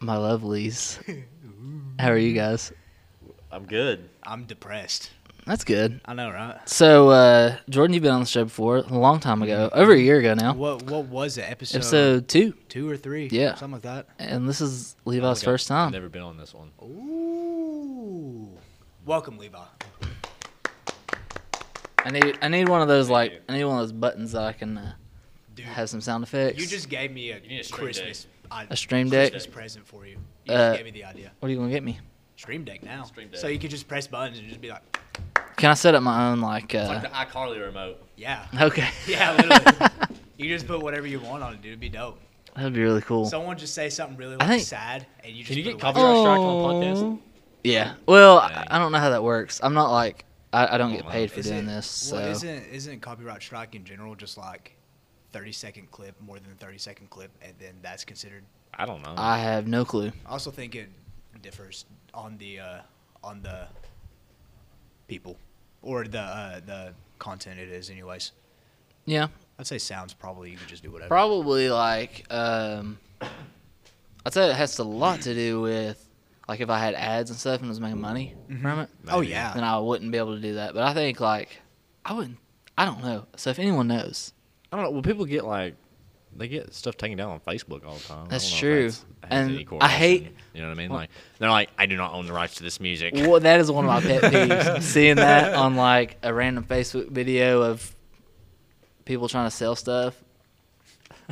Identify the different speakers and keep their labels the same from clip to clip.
Speaker 1: my lovelies. How are you guys?
Speaker 2: I'm good.
Speaker 3: I'm depressed.
Speaker 1: That's good.
Speaker 3: I know, right?
Speaker 1: So, uh, Jordan, you've been on the show before a long time ago, over a year ago now.
Speaker 3: What What was it? Episode,
Speaker 1: Episode two,
Speaker 3: two or three?
Speaker 1: Yeah.
Speaker 3: something like that.
Speaker 1: and this is Levi's
Speaker 3: Oh
Speaker 2: I've
Speaker 1: first time.
Speaker 2: Never been on this one.
Speaker 3: Ooh. Welcome, Levi.
Speaker 1: I need I need one of those like
Speaker 2: you.
Speaker 1: I need one of those buttons that I can uh,
Speaker 3: Dude,
Speaker 1: have some sound effects.
Speaker 3: you just gave me a,
Speaker 2: need a stream
Speaker 3: Christmas I,
Speaker 1: a stream deck.
Speaker 3: Christmas present for you. You
Speaker 1: Uh,
Speaker 3: just gave me the idea.
Speaker 1: What are you gonna get me?
Speaker 3: Stream deck now.
Speaker 2: Stream Deck.
Speaker 3: So you could just press buttons and just be like,
Speaker 1: Can I set up my own like?
Speaker 2: It's
Speaker 1: Uh,
Speaker 2: like the iCarly remote.
Speaker 3: yeah,
Speaker 1: okay,
Speaker 3: yeah, literally. you just put whatever you want on it, dude. It'd be dope.
Speaker 1: that'd be really cool.
Speaker 3: Someone just say something really
Speaker 1: I
Speaker 3: like
Speaker 1: think-
Speaker 3: sad, and you just
Speaker 2: Can you
Speaker 3: put
Speaker 2: get
Speaker 3: a-
Speaker 2: copyright strike on podcast?
Speaker 1: Oh. Yeah. Well, I,
Speaker 2: Dang.
Speaker 1: I don't know how that works. I'm not like I, I don't get
Speaker 2: wow.
Speaker 1: paid for
Speaker 3: Oh, Is
Speaker 1: doing
Speaker 3: it-
Speaker 1: this. So
Speaker 3: Well, isn't isn't copyright strike in general just like thirty second clip, more than a thirty second clip, and then that's considered?
Speaker 2: I don't know.
Speaker 1: I have no clue.
Speaker 3: I also think it differs on the uh, on the people or the uh, the content it is, anyways.
Speaker 1: Yeah.
Speaker 3: I'd say sounds probably you could just do whatever.
Speaker 1: Probably like um, I'd say it has a lot to do with like if I had ads and stuff and was making money from it,
Speaker 3: oh
Speaker 2: Maybe.
Speaker 3: yeah,
Speaker 1: then I wouldn't be able to do that. But I think like I wouldn't. I don't know. So if anyone knows,
Speaker 2: I don't know. Well, people get like, they get stuff taken down on Facebook all the time. I
Speaker 1: That's
Speaker 2: don't know if
Speaker 1: true.
Speaker 2: that's- has
Speaker 1: And
Speaker 2: any
Speaker 1: I
Speaker 2: correlation,
Speaker 1: hate-
Speaker 2: You know what I mean? Like they're like, I do not own the rights to this music.
Speaker 1: well, that is one of my pet peeves. Seeing that on like a random Facebook video of people trying to sell stuff.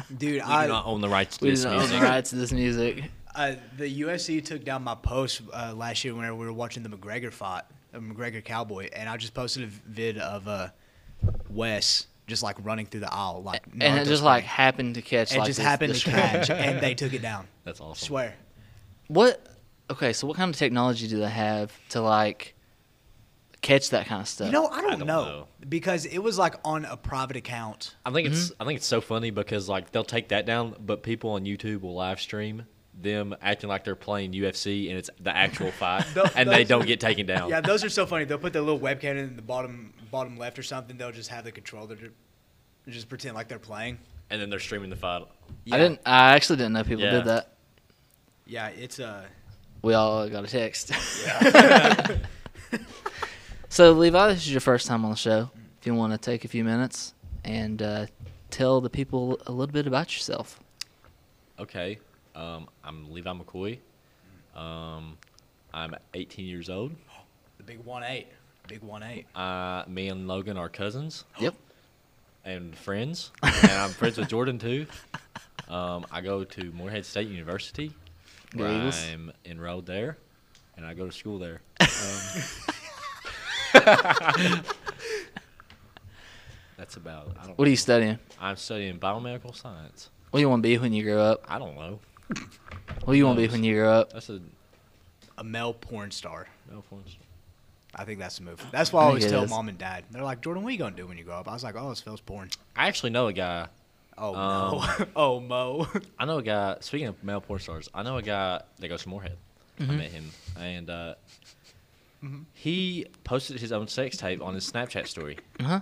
Speaker 3: dude.
Speaker 2: We do
Speaker 3: I,
Speaker 2: not own the rights to
Speaker 1: We
Speaker 2: this
Speaker 1: don't own
Speaker 2: music.
Speaker 1: the rights to this music.
Speaker 3: uh, the UFC took down my post uh, last year whenever we were watching the McGregor fight, uh, McGregor Cowboy, and I just posted a vid of uh, Wes just like running through the aisle, like
Speaker 1: and
Speaker 3: Naruto
Speaker 1: it
Speaker 3: style.
Speaker 1: just like happened to catch.
Speaker 3: it
Speaker 1: like,
Speaker 3: just
Speaker 1: this-
Speaker 3: happened
Speaker 1: this
Speaker 3: to
Speaker 1: trend.
Speaker 3: catch, and they took it down.
Speaker 2: That's awesome.
Speaker 3: Swear,
Speaker 1: What? Okay, so what kind of technology do they have to like catch that kind of stuff?
Speaker 3: you know, I don't,
Speaker 2: don't
Speaker 3: know,
Speaker 2: know.
Speaker 3: because it was like on a private account.
Speaker 2: I think it's
Speaker 1: Mm-hmm.
Speaker 2: I think it's so funny because like they'll take that down, but people on YouTube will live stream them acting like they're playing UFC and it's the actual fight,
Speaker 3: Tho-
Speaker 2: and they
Speaker 3: those-
Speaker 2: don't get taken down.
Speaker 3: Yeah, those are so funny. They'll put the little webcam in the bottom bottom left or something. They'll just have the controller, to just pretend like they're playing.
Speaker 2: And then they're streaming the fight.
Speaker 1: I didn't. I actually didn't know people
Speaker 2: Yeah.
Speaker 1: did that.
Speaker 3: Yeah, it's uh,
Speaker 1: We all got a text. so Levi, this is your first time on the show. If you want to take a few minutes and uh, tell the people a little bit about yourself.
Speaker 2: Okay, um, I'm Levi McCoy. Um, I'm 18 years old.
Speaker 3: the big one eight, big one eight.
Speaker 2: Uh, me and Logan are cousins
Speaker 1: Yep.
Speaker 2: and friends, and I'm friends with Jordan too. Um, I go to Morehead State University.
Speaker 1: Go
Speaker 2: where
Speaker 1: Eagles.
Speaker 2: I'm enrolled there, and I go to school there. Um, That's about. it. I don't
Speaker 1: What are you
Speaker 2: know.
Speaker 1: studying?
Speaker 2: I'm studying biomedical science.
Speaker 1: What do you want to be when you grow up?
Speaker 2: I don't know.
Speaker 1: What do you want to be
Speaker 2: Those.
Speaker 1: when you grow up?
Speaker 2: That's a
Speaker 3: A male porn star.
Speaker 2: no points.
Speaker 3: I think that's the move. That's why I
Speaker 1: I
Speaker 3: always
Speaker 1: think it
Speaker 3: tell
Speaker 1: is.
Speaker 3: mom and dad. They're like, Jordan, what you gonna do when you grow up? I was like, oh, it's Phil's porn.
Speaker 2: I actually know a guy.
Speaker 3: Oh no, oh mo.
Speaker 2: Um, I know a guy. Speaking of male porn stars, I know a guy that goes to Moorhead.
Speaker 1: Mm-hmm.
Speaker 2: I met him, and uh,
Speaker 3: Mm-hmm.
Speaker 2: he posted his own sex tape on his Snapchat story.
Speaker 1: Huh?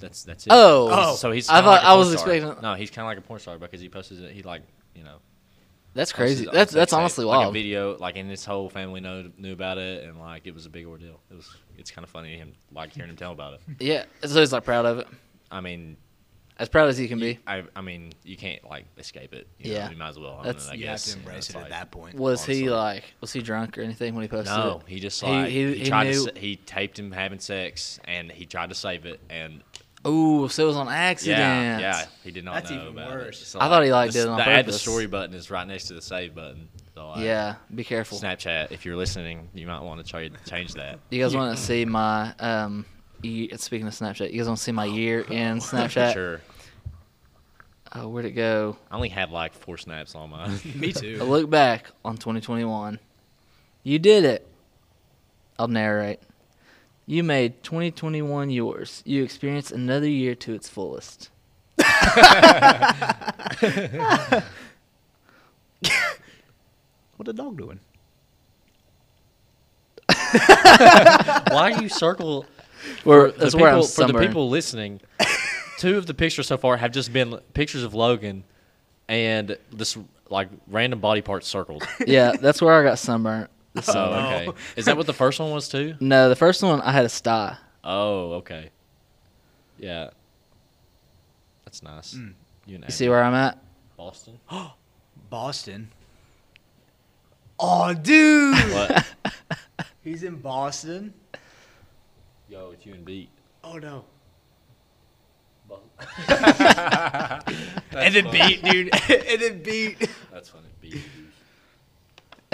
Speaker 2: That's that's it.
Speaker 1: Uh-huh. Oh.
Speaker 3: Oh.
Speaker 2: so he's.
Speaker 1: I
Speaker 2: kinda like
Speaker 1: thought-
Speaker 2: a
Speaker 1: I
Speaker 2: porn
Speaker 1: was
Speaker 2: star.
Speaker 1: expecting-
Speaker 2: No, he's kind of like a porn star because he posted it. He like you know.
Speaker 1: That's
Speaker 2: posted
Speaker 1: crazy.
Speaker 2: his own
Speaker 1: That's
Speaker 2: sex
Speaker 1: that's
Speaker 2: tape,
Speaker 1: honestly
Speaker 2: like A
Speaker 1: wild.
Speaker 2: video like and his whole family know knew about it and like it was a big ordeal. It was it's kind of funny him like hearing him tell about it.
Speaker 1: Yeah. So he's like proud of it.
Speaker 2: I mean,
Speaker 1: As proud as he can be.
Speaker 2: I I mean you can't like escape it. You know,
Speaker 1: Yeah.
Speaker 2: you might as well. own
Speaker 1: That's-
Speaker 2: it, I
Speaker 3: You have
Speaker 2: guess.
Speaker 3: to
Speaker 2: You know,
Speaker 3: embrace
Speaker 2: it's
Speaker 3: it at
Speaker 2: like-
Speaker 3: that point.
Speaker 1: Was he
Speaker 2: honestly.
Speaker 1: like? Was he drunk or anything when he posted it?
Speaker 2: No, he just
Speaker 1: He-
Speaker 2: like he,
Speaker 1: he- he
Speaker 2: tried
Speaker 1: knew-
Speaker 2: to sa- he taped him having sex and he tried to save it and
Speaker 1: Oh, so it was on accident.
Speaker 2: yeah yeah he did not
Speaker 3: That's
Speaker 2: know
Speaker 3: even
Speaker 2: about
Speaker 3: worse.
Speaker 2: it. So,
Speaker 1: I thought he, like,
Speaker 2: the,
Speaker 1: did it on
Speaker 2: the add the
Speaker 1: purpose.
Speaker 2: story button is right next to the save button. So like,
Speaker 1: Yeah, be careful.
Speaker 2: Snapchat, if you're listening, you might want to try change that.
Speaker 1: You guys want to see my um? ye- Speaking of Snapchat, you guys want to see my year in Snapchat?
Speaker 2: Oh, Sure.
Speaker 1: Oh, where'd it go?
Speaker 2: I only had like four snaps on mine.
Speaker 3: Me
Speaker 1: I
Speaker 3: too.
Speaker 1: look back on 2021. You did it. I'll narrate. You made 2021 yours. You experienced another year to its fullest.
Speaker 3: What the dog doing?
Speaker 2: Why do you circle?
Speaker 1: Where,
Speaker 2: The
Speaker 1: that's
Speaker 2: people,
Speaker 1: where I'm
Speaker 2: for the
Speaker 1: sunburned.
Speaker 2: people listening, two of the pictures so far have just been pictures of Logan and this like random body parts circled.
Speaker 1: yeah, that's where I got sunburnt. The
Speaker 2: oh,
Speaker 1: summer.
Speaker 2: okay. Is that what the first one was too?
Speaker 1: No, the first one I had a sty.
Speaker 2: Oh, okay. Yeah. That's nice.
Speaker 3: Mm.
Speaker 2: You, and
Speaker 1: You see where I'm at?
Speaker 2: Boston?
Speaker 3: Boston. Oh, dude.
Speaker 2: what?
Speaker 3: He's in Boston.
Speaker 2: Yo, it's you and B.
Speaker 3: Oh, no.
Speaker 2: That's
Speaker 3: and then
Speaker 2: funny.
Speaker 3: beat, dude. and then beat.
Speaker 2: That's funny. B.
Speaker 1: And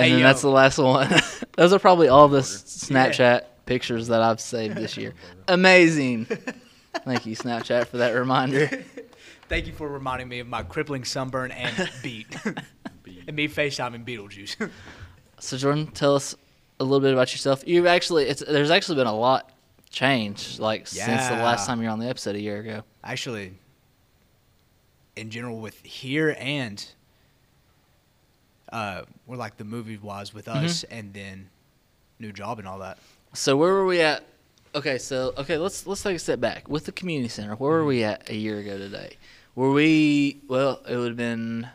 Speaker 3: Hey,
Speaker 1: then
Speaker 3: yo.
Speaker 1: that's the last one. Those are probably all the s-
Speaker 3: Yeah.
Speaker 1: Snapchat pictures that I've saved this year. Amazing. Thank you, Snapchat, for that reminder.
Speaker 3: Thank you for reminding me of my crippling sunburn and beat.
Speaker 2: B.
Speaker 3: and me FaceTiming Beetlejuice.
Speaker 1: So Jordan, tell us a little bit about yourself. You've actually it's there's actually been a lot change like since the last
Speaker 3: Yeah.
Speaker 1: time you were on the episode a year ago.
Speaker 3: Actually, in general, with here and uh, we're like the movie wise with
Speaker 1: Mm-hmm.
Speaker 3: us, and then new job and all that.
Speaker 1: So where were we at? Okay, so okay, let's let's take a step back with the community center. Where were
Speaker 3: Mm-hmm.
Speaker 1: we at a year ago today? Were we well? It would have been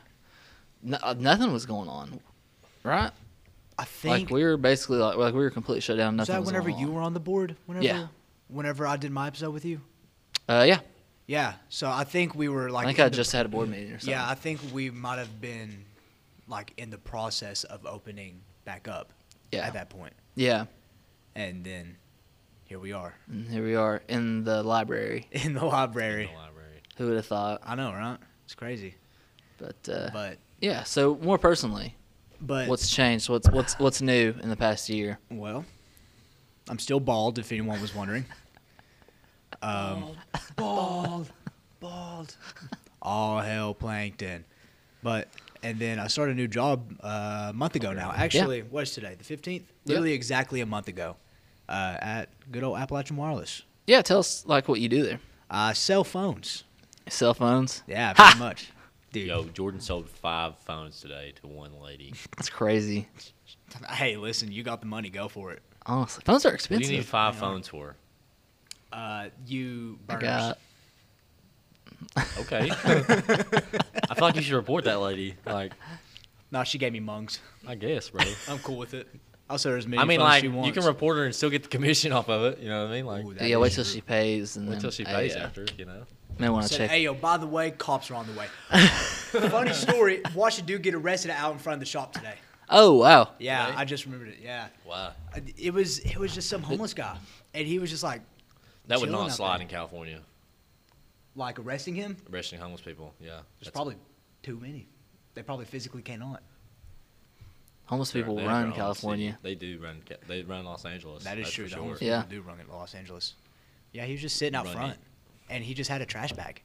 Speaker 1: no, uh, nothing was going on, right?
Speaker 3: I
Speaker 1: like
Speaker 3: think
Speaker 1: we were basically like like we were completely shut down.
Speaker 3: was
Speaker 1: Nothing
Speaker 3: that
Speaker 1: was
Speaker 3: whenever
Speaker 1: going
Speaker 3: you
Speaker 1: on.
Speaker 3: were on the board. Whenever,
Speaker 1: Yeah.
Speaker 3: Whenever I did my episode with you.
Speaker 1: Uh, yeah,
Speaker 3: Yeah. So I think we were like.
Speaker 1: I think
Speaker 3: in
Speaker 1: I
Speaker 3: the-
Speaker 1: just had a board meeting or something.
Speaker 3: Yeah, I think we might have been like in the process of opening back up.
Speaker 1: Yeah.
Speaker 3: At that point,
Speaker 1: yeah.
Speaker 3: and then here we are
Speaker 1: And here we are in the library.
Speaker 3: in the library.
Speaker 2: The library.
Speaker 1: Who would have thought?
Speaker 3: I know, right? It's crazy,
Speaker 1: But, uh,
Speaker 3: but
Speaker 1: yeah. So more personally,
Speaker 3: but
Speaker 1: what's changed? What's what's what's new in the past year?
Speaker 3: Well, I'm still bald, if anyone was wondering. Um, bald, bald, bald. All hell plankton. But and then I started a new job uh, a month ago now. Actually, what is today? The 15th. Literally exactly a month ago, uh, at good old Appalachian Wireless.
Speaker 1: Yeah, tell us like what you do there.
Speaker 3: I sell phones.
Speaker 1: Cell phones.
Speaker 3: Yeah, pretty much, dude.
Speaker 2: Yo, Jordan sold five phones today to one lady.
Speaker 1: That's crazy.
Speaker 3: Hey, listen, you got the money, go for it.
Speaker 1: Honestly, phones are
Speaker 2: What
Speaker 1: expensive.
Speaker 2: do you need five phones for?
Speaker 3: Uh, you
Speaker 1: I
Speaker 3: burners.
Speaker 1: got
Speaker 2: Okay. I feel like you should report that lady. Like,
Speaker 3: No, she gave me Oh, mungs.
Speaker 2: I guess, bro.
Speaker 3: I'm cool with it. I'll serve her as many
Speaker 2: I mean,
Speaker 3: phones
Speaker 2: like,
Speaker 3: she
Speaker 2: you
Speaker 3: wants.
Speaker 2: can report her and still get the commission off of it. You know what I mean? Like,
Speaker 3: Ooh, that Oh,
Speaker 1: yeah. Wait
Speaker 3: is
Speaker 1: till
Speaker 3: true.
Speaker 1: she pays and
Speaker 2: wait
Speaker 1: then
Speaker 2: till she
Speaker 1: uh,
Speaker 2: pays
Speaker 1: yeah.
Speaker 2: after, you know?
Speaker 1: May want to
Speaker 3: said,
Speaker 1: check.
Speaker 3: "Hey, yo, by the way, cops are on the way." Funny story. Watched a dude get arrested out in front of the shop today.
Speaker 1: Oh wow.
Speaker 3: Yeah,
Speaker 2: Really?
Speaker 3: I just remembered it. Yeah,
Speaker 2: Wow.
Speaker 3: Uh, it was it was just some homeless guy, and he was just like
Speaker 2: That would
Speaker 3: Chilling
Speaker 2: not
Speaker 3: out
Speaker 2: slide
Speaker 3: there.
Speaker 2: in California,
Speaker 3: like arresting him.
Speaker 2: arresting homeless people. Yeah.
Speaker 3: There's
Speaker 2: that's-
Speaker 3: probably too many. They probably physically cannot.
Speaker 1: Homeless
Speaker 2: they're-
Speaker 1: people
Speaker 2: they're
Speaker 1: run
Speaker 2: around the
Speaker 1: California.
Speaker 2: city. They do run. Ca- They run Los Angeles.
Speaker 3: That is
Speaker 2: that's
Speaker 3: true.
Speaker 2: for
Speaker 3: The homeless
Speaker 2: sure.
Speaker 1: Yeah.
Speaker 3: people do run in Los Angeles. Yeah, he was just sitting out
Speaker 2: Running.
Speaker 3: front, and he just had a trash bag.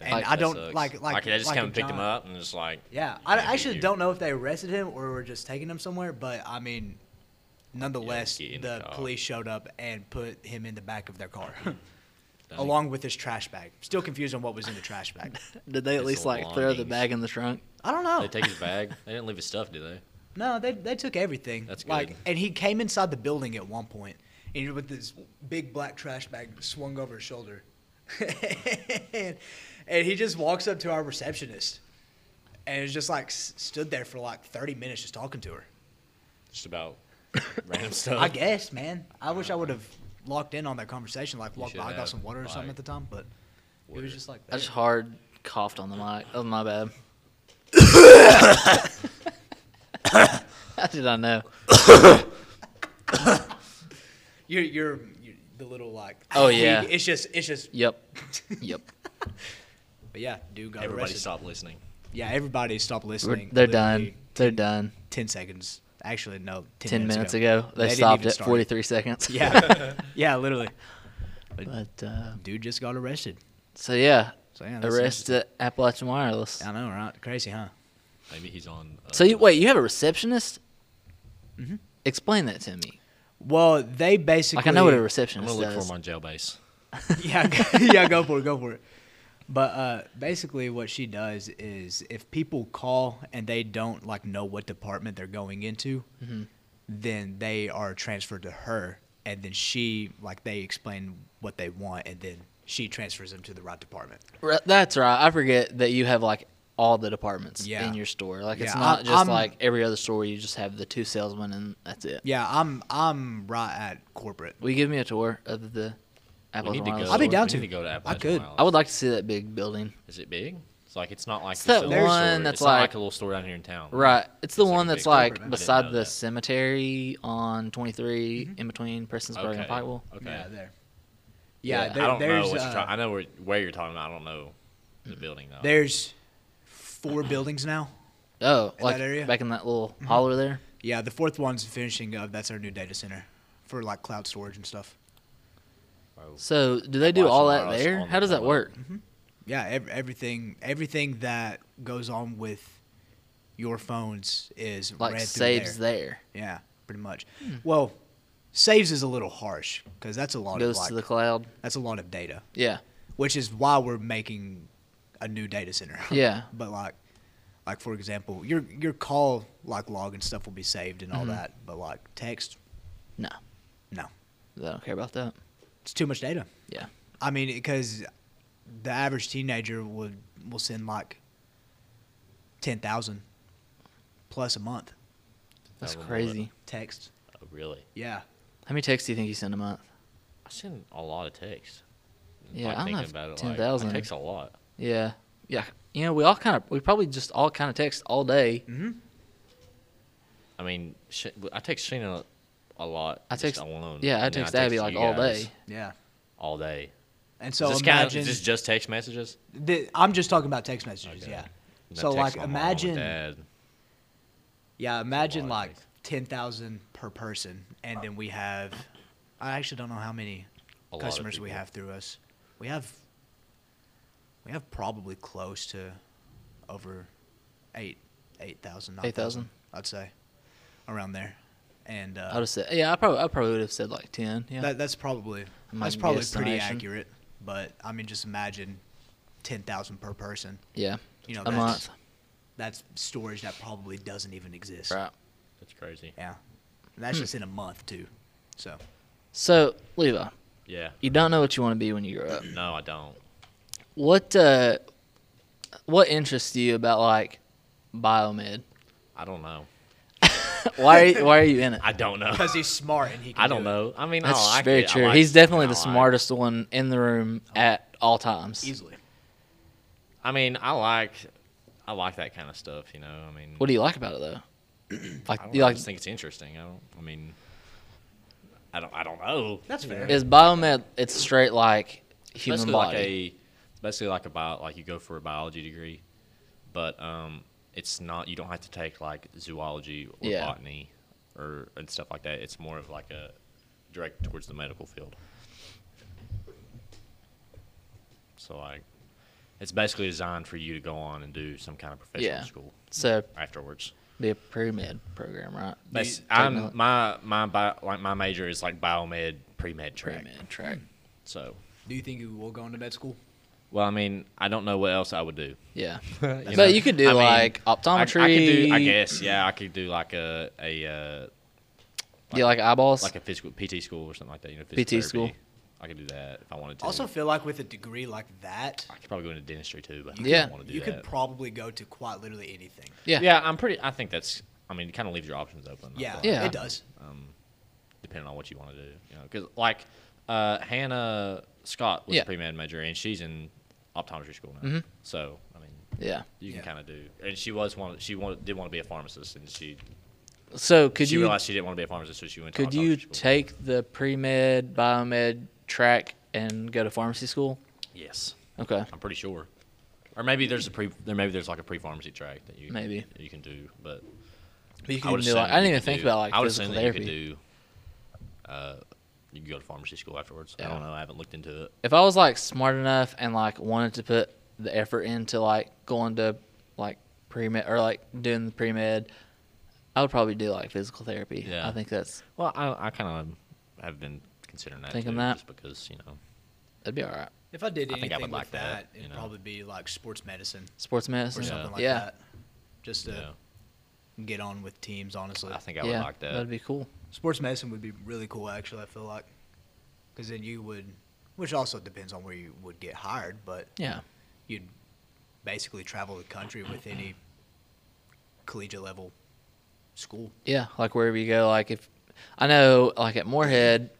Speaker 3: And
Speaker 1: Like,
Speaker 3: I
Speaker 2: That
Speaker 3: don't
Speaker 2: sucks.
Speaker 3: like like
Speaker 2: they just
Speaker 3: like
Speaker 2: come
Speaker 3: a
Speaker 2: and picked him
Speaker 3: giant-
Speaker 2: up and just like
Speaker 3: Yeah, I
Speaker 2: Yeah, he-
Speaker 3: actually
Speaker 2: he-
Speaker 3: don't know if they arrested him or were just taking him somewhere, but I mean, nonetheless,
Speaker 2: get in the
Speaker 3: the
Speaker 2: car.
Speaker 3: police showed up and put him in the back of their car,
Speaker 2: dang,
Speaker 3: along with his trash bag. Still confused on what was in the trash bag.
Speaker 1: Did they at
Speaker 2: It's
Speaker 1: least
Speaker 2: a
Speaker 1: like
Speaker 2: long
Speaker 1: throw the
Speaker 2: means.
Speaker 1: bag in the trunk?
Speaker 3: I don't know.
Speaker 2: They take his bag. They didn't leave his stuff, did they?
Speaker 3: no, they they took everything.
Speaker 2: That's
Speaker 3: like,
Speaker 2: good.
Speaker 3: and he came inside the building at one point, and he- with this big black trash bag swung over his shoulder, and, and he just walks up to our receptionist, and is just like s- stood there for like thirty minutes just talking to her.
Speaker 2: Just about random stuff.
Speaker 3: I guess, man. I wish I would have locked in on that conversation, like
Speaker 2: You
Speaker 3: walked
Speaker 2: should
Speaker 3: by, got
Speaker 2: have,
Speaker 3: some water or something
Speaker 2: like,
Speaker 3: at the time, but it
Speaker 2: water.
Speaker 3: was just like
Speaker 1: I
Speaker 3: that.
Speaker 1: just hard coughed on the mic. Oh my bad. How did I know?
Speaker 3: You're, you're you're the little like.
Speaker 1: Oh, yeah.
Speaker 3: It's just it's just.
Speaker 1: Yep. Yep.
Speaker 3: But yeah, dude got
Speaker 2: Everybody
Speaker 3: arrested.
Speaker 2: stopped listening.
Speaker 3: Yeah, everybody stopped
Speaker 1: We're-
Speaker 3: listening.
Speaker 1: they're
Speaker 3: literally
Speaker 1: done. They're done.
Speaker 3: Ten seconds. Actually, no. Ten,
Speaker 1: Ten minutes
Speaker 3: minutes
Speaker 1: ago, they,
Speaker 3: didn't
Speaker 1: stopped
Speaker 3: even
Speaker 1: at
Speaker 3: start.
Speaker 1: 43 seconds.
Speaker 3: Yeah, yeah, literally.
Speaker 1: But uh,
Speaker 3: Dude just got arrested.
Speaker 1: so yeah,
Speaker 3: So yeah, that's
Speaker 1: arrest at Appalachian Wireless.
Speaker 3: I know, right? Crazy, huh?
Speaker 2: Maybe he's on. Uh,
Speaker 1: So you wait, you have a receptionist?
Speaker 2: Mm-hmm.
Speaker 1: Explain that to me.
Speaker 3: Well, they basically.
Speaker 1: Like I know what a
Speaker 2: I'm
Speaker 1: receptionist
Speaker 2: gonna look for
Speaker 1: does.
Speaker 2: him on jail base.
Speaker 3: yeah, go- yeah, go for it, go for it. But uh, basically, what she does is, if people call and they don't like know what department they're going into, then they are transferred to her, and then she like they explain what they want, and then she transfers them to the right department.
Speaker 1: Re- That's right. I forget that you have like all the departments
Speaker 3: Yeah.
Speaker 1: in your store. Like it's
Speaker 3: Yeah,
Speaker 1: not
Speaker 3: I-
Speaker 1: just
Speaker 3: I'm-
Speaker 1: like every other store. You just have the two salesmen and that's it.
Speaker 3: Yeah, I'm I'm right at corporate.
Speaker 1: Will you give me a tour of the Apple?
Speaker 2: We need to go.
Speaker 3: I'll be down
Speaker 2: we
Speaker 3: to.
Speaker 2: Need to go to Appalachian
Speaker 3: could.
Speaker 2: Wild.
Speaker 1: I would like to see that big building.
Speaker 2: Is it big? It's like it's not like
Speaker 1: It's
Speaker 2: this
Speaker 1: that
Speaker 2: little
Speaker 1: one
Speaker 2: store.
Speaker 1: that's
Speaker 2: it's not
Speaker 1: like-
Speaker 2: a little store down here in town.
Speaker 1: Right. It's the
Speaker 2: It's like
Speaker 1: one
Speaker 2: a
Speaker 1: that's
Speaker 2: big
Speaker 1: like
Speaker 3: corporate, I didn't
Speaker 1: beside
Speaker 2: know
Speaker 1: the
Speaker 2: that. Mm-hmm.
Speaker 1: cemetery on 23 in between Prestonsburg
Speaker 2: Okay.
Speaker 1: and Pikeville.
Speaker 2: Okay.
Speaker 3: Yeah, there. Yeah,
Speaker 1: Yeah,
Speaker 3: there,
Speaker 2: I don't know
Speaker 3: there's
Speaker 2: what
Speaker 3: uh,
Speaker 2: you're trying. I know where, where you're talking about. I don't know the building though.
Speaker 3: there's four buildings now.
Speaker 1: Oh,
Speaker 3: In
Speaker 1: like
Speaker 3: that area?
Speaker 1: back in that little
Speaker 2: Mm-hmm.
Speaker 1: holler there.
Speaker 3: Yeah, the fourth one's finishing up. That's our new data center for like cloud storage and stuff.
Speaker 2: Oh.
Speaker 1: So do they do
Speaker 2: Watching
Speaker 1: all
Speaker 2: what
Speaker 1: that
Speaker 2: else
Speaker 1: there?
Speaker 2: on
Speaker 1: How
Speaker 2: the
Speaker 1: does that
Speaker 2: download.
Speaker 1: work?
Speaker 3: Yeah, ev- everything everything that goes on with your phones is
Speaker 1: Like
Speaker 3: ran through
Speaker 1: saves Hmm.
Speaker 3: there.
Speaker 1: there,
Speaker 3: Yeah, pretty much. Well, saves is a little harsh because that's a lot of
Speaker 1: goes
Speaker 3: like,
Speaker 1: to the cloud.
Speaker 3: that's a lot of data,
Speaker 1: Yeah.
Speaker 3: which is why we're making a new data center.
Speaker 1: Yeah.
Speaker 3: but like like for example, your your call like log and stuff will be saved and all
Speaker 1: Mm-hmm.
Speaker 3: that, but like text,
Speaker 1: No,
Speaker 3: no,
Speaker 1: I don't care about that.
Speaker 3: it's too much data.
Speaker 1: Yeah.
Speaker 3: I mean, because the average teenager would will send like ten thousand plus a month
Speaker 1: That's
Speaker 2: Download it.
Speaker 1: crazy.
Speaker 3: text.
Speaker 2: Oh, really?
Speaker 3: Yeah,
Speaker 1: How many texts do you think you send a month?
Speaker 2: I send a lot of texts.
Speaker 1: Yeah,
Speaker 2: like,
Speaker 1: I don't
Speaker 2: thinking
Speaker 1: have
Speaker 2: about it,
Speaker 1: ten
Speaker 2: Like,
Speaker 1: thousand.
Speaker 2: it takes a lot.
Speaker 1: yeah, yeah. You know, we all kind of, we probably just all kind of text all day.
Speaker 2: Mm-hmm. I mean, sh- I text Sheena a lot.
Speaker 1: I
Speaker 2: just
Speaker 1: text-
Speaker 2: alone.
Speaker 1: Yeah, I
Speaker 2: and then
Speaker 1: text Abby like
Speaker 2: you
Speaker 1: all
Speaker 2: guys
Speaker 1: day.
Speaker 3: yeah.
Speaker 2: All day.
Speaker 3: And
Speaker 2: So
Speaker 3: so
Speaker 2: is this kind
Speaker 3: imagine
Speaker 2: of, is this just text messages?
Speaker 3: th- I'm just talking about text messages.
Speaker 2: Okay.
Speaker 3: Yeah.
Speaker 2: And I
Speaker 3: So
Speaker 2: text
Speaker 3: like
Speaker 2: my mom and
Speaker 3: imagine,
Speaker 2: dad.
Speaker 3: yeah, imagine
Speaker 2: of
Speaker 3: like
Speaker 2: texts.
Speaker 3: ten thousand per person, and then we have. I actually don't know how many
Speaker 2: A lot of
Speaker 3: customers we
Speaker 2: people.
Speaker 3: have through us. We have. We have probably close to, over, eight, eight thousand, nine
Speaker 1: 8,000?
Speaker 3: thousand. I'd say, around there, and
Speaker 1: I would
Speaker 3: uh,
Speaker 1: have said, yeah, I probably, I probably would have said like ten. Yeah.
Speaker 3: that, that's probably
Speaker 1: might
Speaker 3: that's
Speaker 1: be
Speaker 3: probably pretty
Speaker 1: estimation.
Speaker 3: accurate. But I mean, just imagine, ten thousand per person.
Speaker 1: yeah.
Speaker 3: You know,
Speaker 1: a
Speaker 3: that's-
Speaker 1: month.
Speaker 3: that's storage that probably doesn't even exist.
Speaker 1: Right.
Speaker 2: That's crazy.
Speaker 3: Yeah. And that's
Speaker 2: Hmm.
Speaker 3: just in a month too. So
Speaker 1: So Levi,
Speaker 2: Yeah.
Speaker 1: you don't know what you want to be when you grow up.
Speaker 2: No, I don't.
Speaker 1: What uh, what interests you about like biomed?
Speaker 2: I don't know.
Speaker 1: Why are you, why are you in it?
Speaker 2: I don't know.
Speaker 3: because he's smart and he can
Speaker 2: I don't know. I mean,
Speaker 1: That's
Speaker 2: I like
Speaker 1: very
Speaker 2: it. I
Speaker 1: true.
Speaker 2: like
Speaker 1: He's definitely
Speaker 2: I
Speaker 1: the
Speaker 2: like-
Speaker 1: smartest one in the room at all times.
Speaker 3: easily.
Speaker 2: I mean, I like, I like that kind of stuff. You know, I mean,
Speaker 1: What do you like about it though? like
Speaker 2: I, don't
Speaker 1: you
Speaker 2: know, I
Speaker 1: like
Speaker 2: just think it's interesting. I don't. I mean, I don't. I don't know.
Speaker 3: That's
Speaker 2: You
Speaker 3: fair.
Speaker 2: know?
Speaker 1: is biomed? It's straight like human
Speaker 2: basically
Speaker 1: body.
Speaker 2: Like a, it's basically like a bio, like you go for a biology degree, but um, it's not. You don't have to take like zoology or
Speaker 1: Yeah.
Speaker 2: botany or and stuff like that. It's more of like a direct towards the medical field. So like, it's basically designed for you to go on and do some kind of professional
Speaker 1: Yeah.
Speaker 2: school
Speaker 1: so
Speaker 2: afterwards.
Speaker 1: be a pre-med program, right?
Speaker 2: But
Speaker 1: You-
Speaker 2: I'm
Speaker 1: techno-
Speaker 2: my my bio, like my major is like biomed pre med track.
Speaker 1: pre-med track.
Speaker 2: So,
Speaker 3: Do you think you will go into med school?
Speaker 2: well, I mean, I don't know what else I would do.
Speaker 1: Yeah,
Speaker 2: You
Speaker 1: but
Speaker 2: know?
Speaker 1: you could do
Speaker 2: I mean,
Speaker 1: like
Speaker 2: I, I
Speaker 1: optometry.
Speaker 2: could do, I guess, yeah, I could do like a a uh,
Speaker 1: Do you like eyeballs?
Speaker 2: like a physical PT school or something like that. You know,
Speaker 1: PT
Speaker 2: physical
Speaker 1: school.
Speaker 2: therapy. I could do that if I wanted to.
Speaker 3: Also feel like with a degree like that,
Speaker 2: I could probably go into dentistry too, but I
Speaker 1: Yeah.
Speaker 2: don't want to do
Speaker 3: you
Speaker 2: that.
Speaker 3: could probably go to quite literally anything.
Speaker 1: yeah.
Speaker 2: yeah, I'm pretty. I think that's. I mean, it kind of leaves your options open. I
Speaker 3: Yeah,
Speaker 2: feel like,
Speaker 1: Yeah.
Speaker 3: it does.
Speaker 2: depending on what you want to do. You know, because like uh, Hannah Scott was
Speaker 1: Yeah. Mm-hmm.
Speaker 2: a pre med major and she's in optometry school now. So I mean,
Speaker 1: yeah.
Speaker 2: you can
Speaker 3: Yeah.
Speaker 2: kind of do. And she was one. She wanted, did want to be a pharmacist, and she
Speaker 1: So could
Speaker 2: she
Speaker 1: you
Speaker 2: realized she didn't want to be a pharmacist, so she went.
Speaker 1: could
Speaker 2: to
Speaker 1: you
Speaker 2: optometry school.
Speaker 1: take the pre-med biomed track and go to pharmacy school?
Speaker 2: Yes.
Speaker 1: Okay.
Speaker 2: I'm pretty sure. Or maybe there's a pre there maybe there's like a pre pharmacy track that you
Speaker 1: Maybe.
Speaker 2: that you can do, but
Speaker 1: But you
Speaker 2: I
Speaker 1: could
Speaker 2: would
Speaker 1: do
Speaker 2: assume
Speaker 1: like,
Speaker 2: that
Speaker 1: I didn't
Speaker 2: you
Speaker 1: even
Speaker 2: could
Speaker 1: think
Speaker 2: do-
Speaker 1: about like
Speaker 2: I would
Speaker 1: physical
Speaker 2: assume that
Speaker 1: therapy.
Speaker 2: you could do uh you can go to pharmacy school afterwards. I
Speaker 1: Yeah.
Speaker 2: don't know, I haven't looked into it.
Speaker 1: if I was like smart enough and like wanted to put the effort into like going to like pre med or like doing the pre med, I would probably do like physical therapy.
Speaker 2: Yeah.
Speaker 1: I think that's
Speaker 2: Well, I I kinda have been considering that
Speaker 1: Thinking
Speaker 2: too,
Speaker 1: that.
Speaker 2: just because, you know.
Speaker 1: that'd be all right.
Speaker 3: If I did
Speaker 2: I think I
Speaker 3: anything
Speaker 2: would like
Speaker 3: like
Speaker 2: that,
Speaker 3: that,
Speaker 2: you
Speaker 3: it'd
Speaker 2: know.
Speaker 3: probably be like sports medicine
Speaker 1: Sports
Speaker 3: or
Speaker 1: medicine.
Speaker 3: something like
Speaker 1: yeah.
Speaker 3: that. Just to
Speaker 2: Yeah.
Speaker 3: get on with teams, honestly.
Speaker 2: I think I would
Speaker 1: yeah.
Speaker 2: like that.
Speaker 1: That'd be cool.
Speaker 3: sports medicine would be really cool actually i feel like because then you would which also depends on where you would get hired but
Speaker 1: Yeah.
Speaker 3: you'd basically travel the country with any collegiate level school.
Speaker 1: Yeah, like wherever you go, like if I know, like at Moorhead,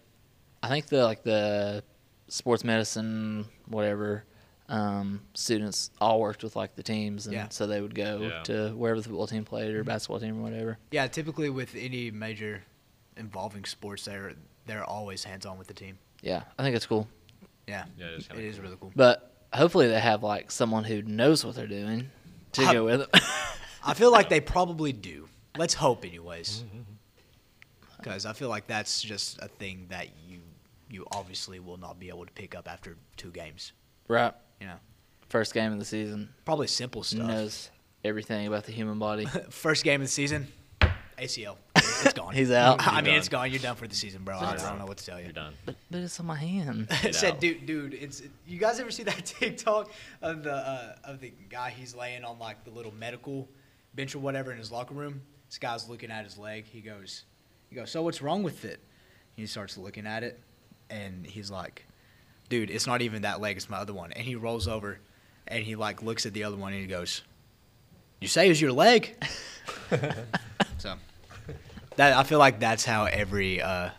Speaker 1: I think the like the sports medicine whatever um, students all worked with like the teams, and
Speaker 3: Yeah.
Speaker 1: so they would go
Speaker 2: Yeah.
Speaker 1: to wherever the football team played or basketball team or whatever.
Speaker 3: Yeah, typically with any major involving sports, they're they're always hands on with the team.
Speaker 1: Yeah, I think it's cool,
Speaker 3: Yeah,
Speaker 2: Yeah, it's
Speaker 3: it
Speaker 2: kinda
Speaker 3: is
Speaker 2: cool.
Speaker 3: really cool.
Speaker 1: but hopefully they have like someone who knows what they're doing to
Speaker 3: I-
Speaker 1: go with them.
Speaker 3: I feel like they probably do. Let's hope, anyways,
Speaker 2: Mm-hmm,
Speaker 3: because I feel like that's just a thing that you you obviously will not be able to pick up after two games.
Speaker 1: right,
Speaker 3: You know,
Speaker 1: first game of the season
Speaker 3: probably simple stuff.
Speaker 1: knows everything about the human body.
Speaker 3: First game of the season, ACL. It's gone.
Speaker 1: He's out.
Speaker 3: I
Speaker 2: You're
Speaker 3: mean,
Speaker 2: done.
Speaker 3: it's gone. You're done for the season, bro. I,
Speaker 2: Sorry,
Speaker 3: I don't
Speaker 2: bro.
Speaker 3: know what to tell you.
Speaker 2: You're done.
Speaker 1: but, but it's on my hand.
Speaker 2: Get
Speaker 3: It said,
Speaker 2: out.
Speaker 3: dude, dude, it's you guys ever see that TikTok of the uh, of the guy he's laying on like the little medical bench or whatever in his locker room? This guy's looking at his leg. He goes, he goes, so what's wrong with it? He starts looking at it, and he's like, dude, it's not even that leg. It's my other one. And he rolls over, and he like looks at the other one, and he goes, you say it's your leg. so that I feel like that's how every uh,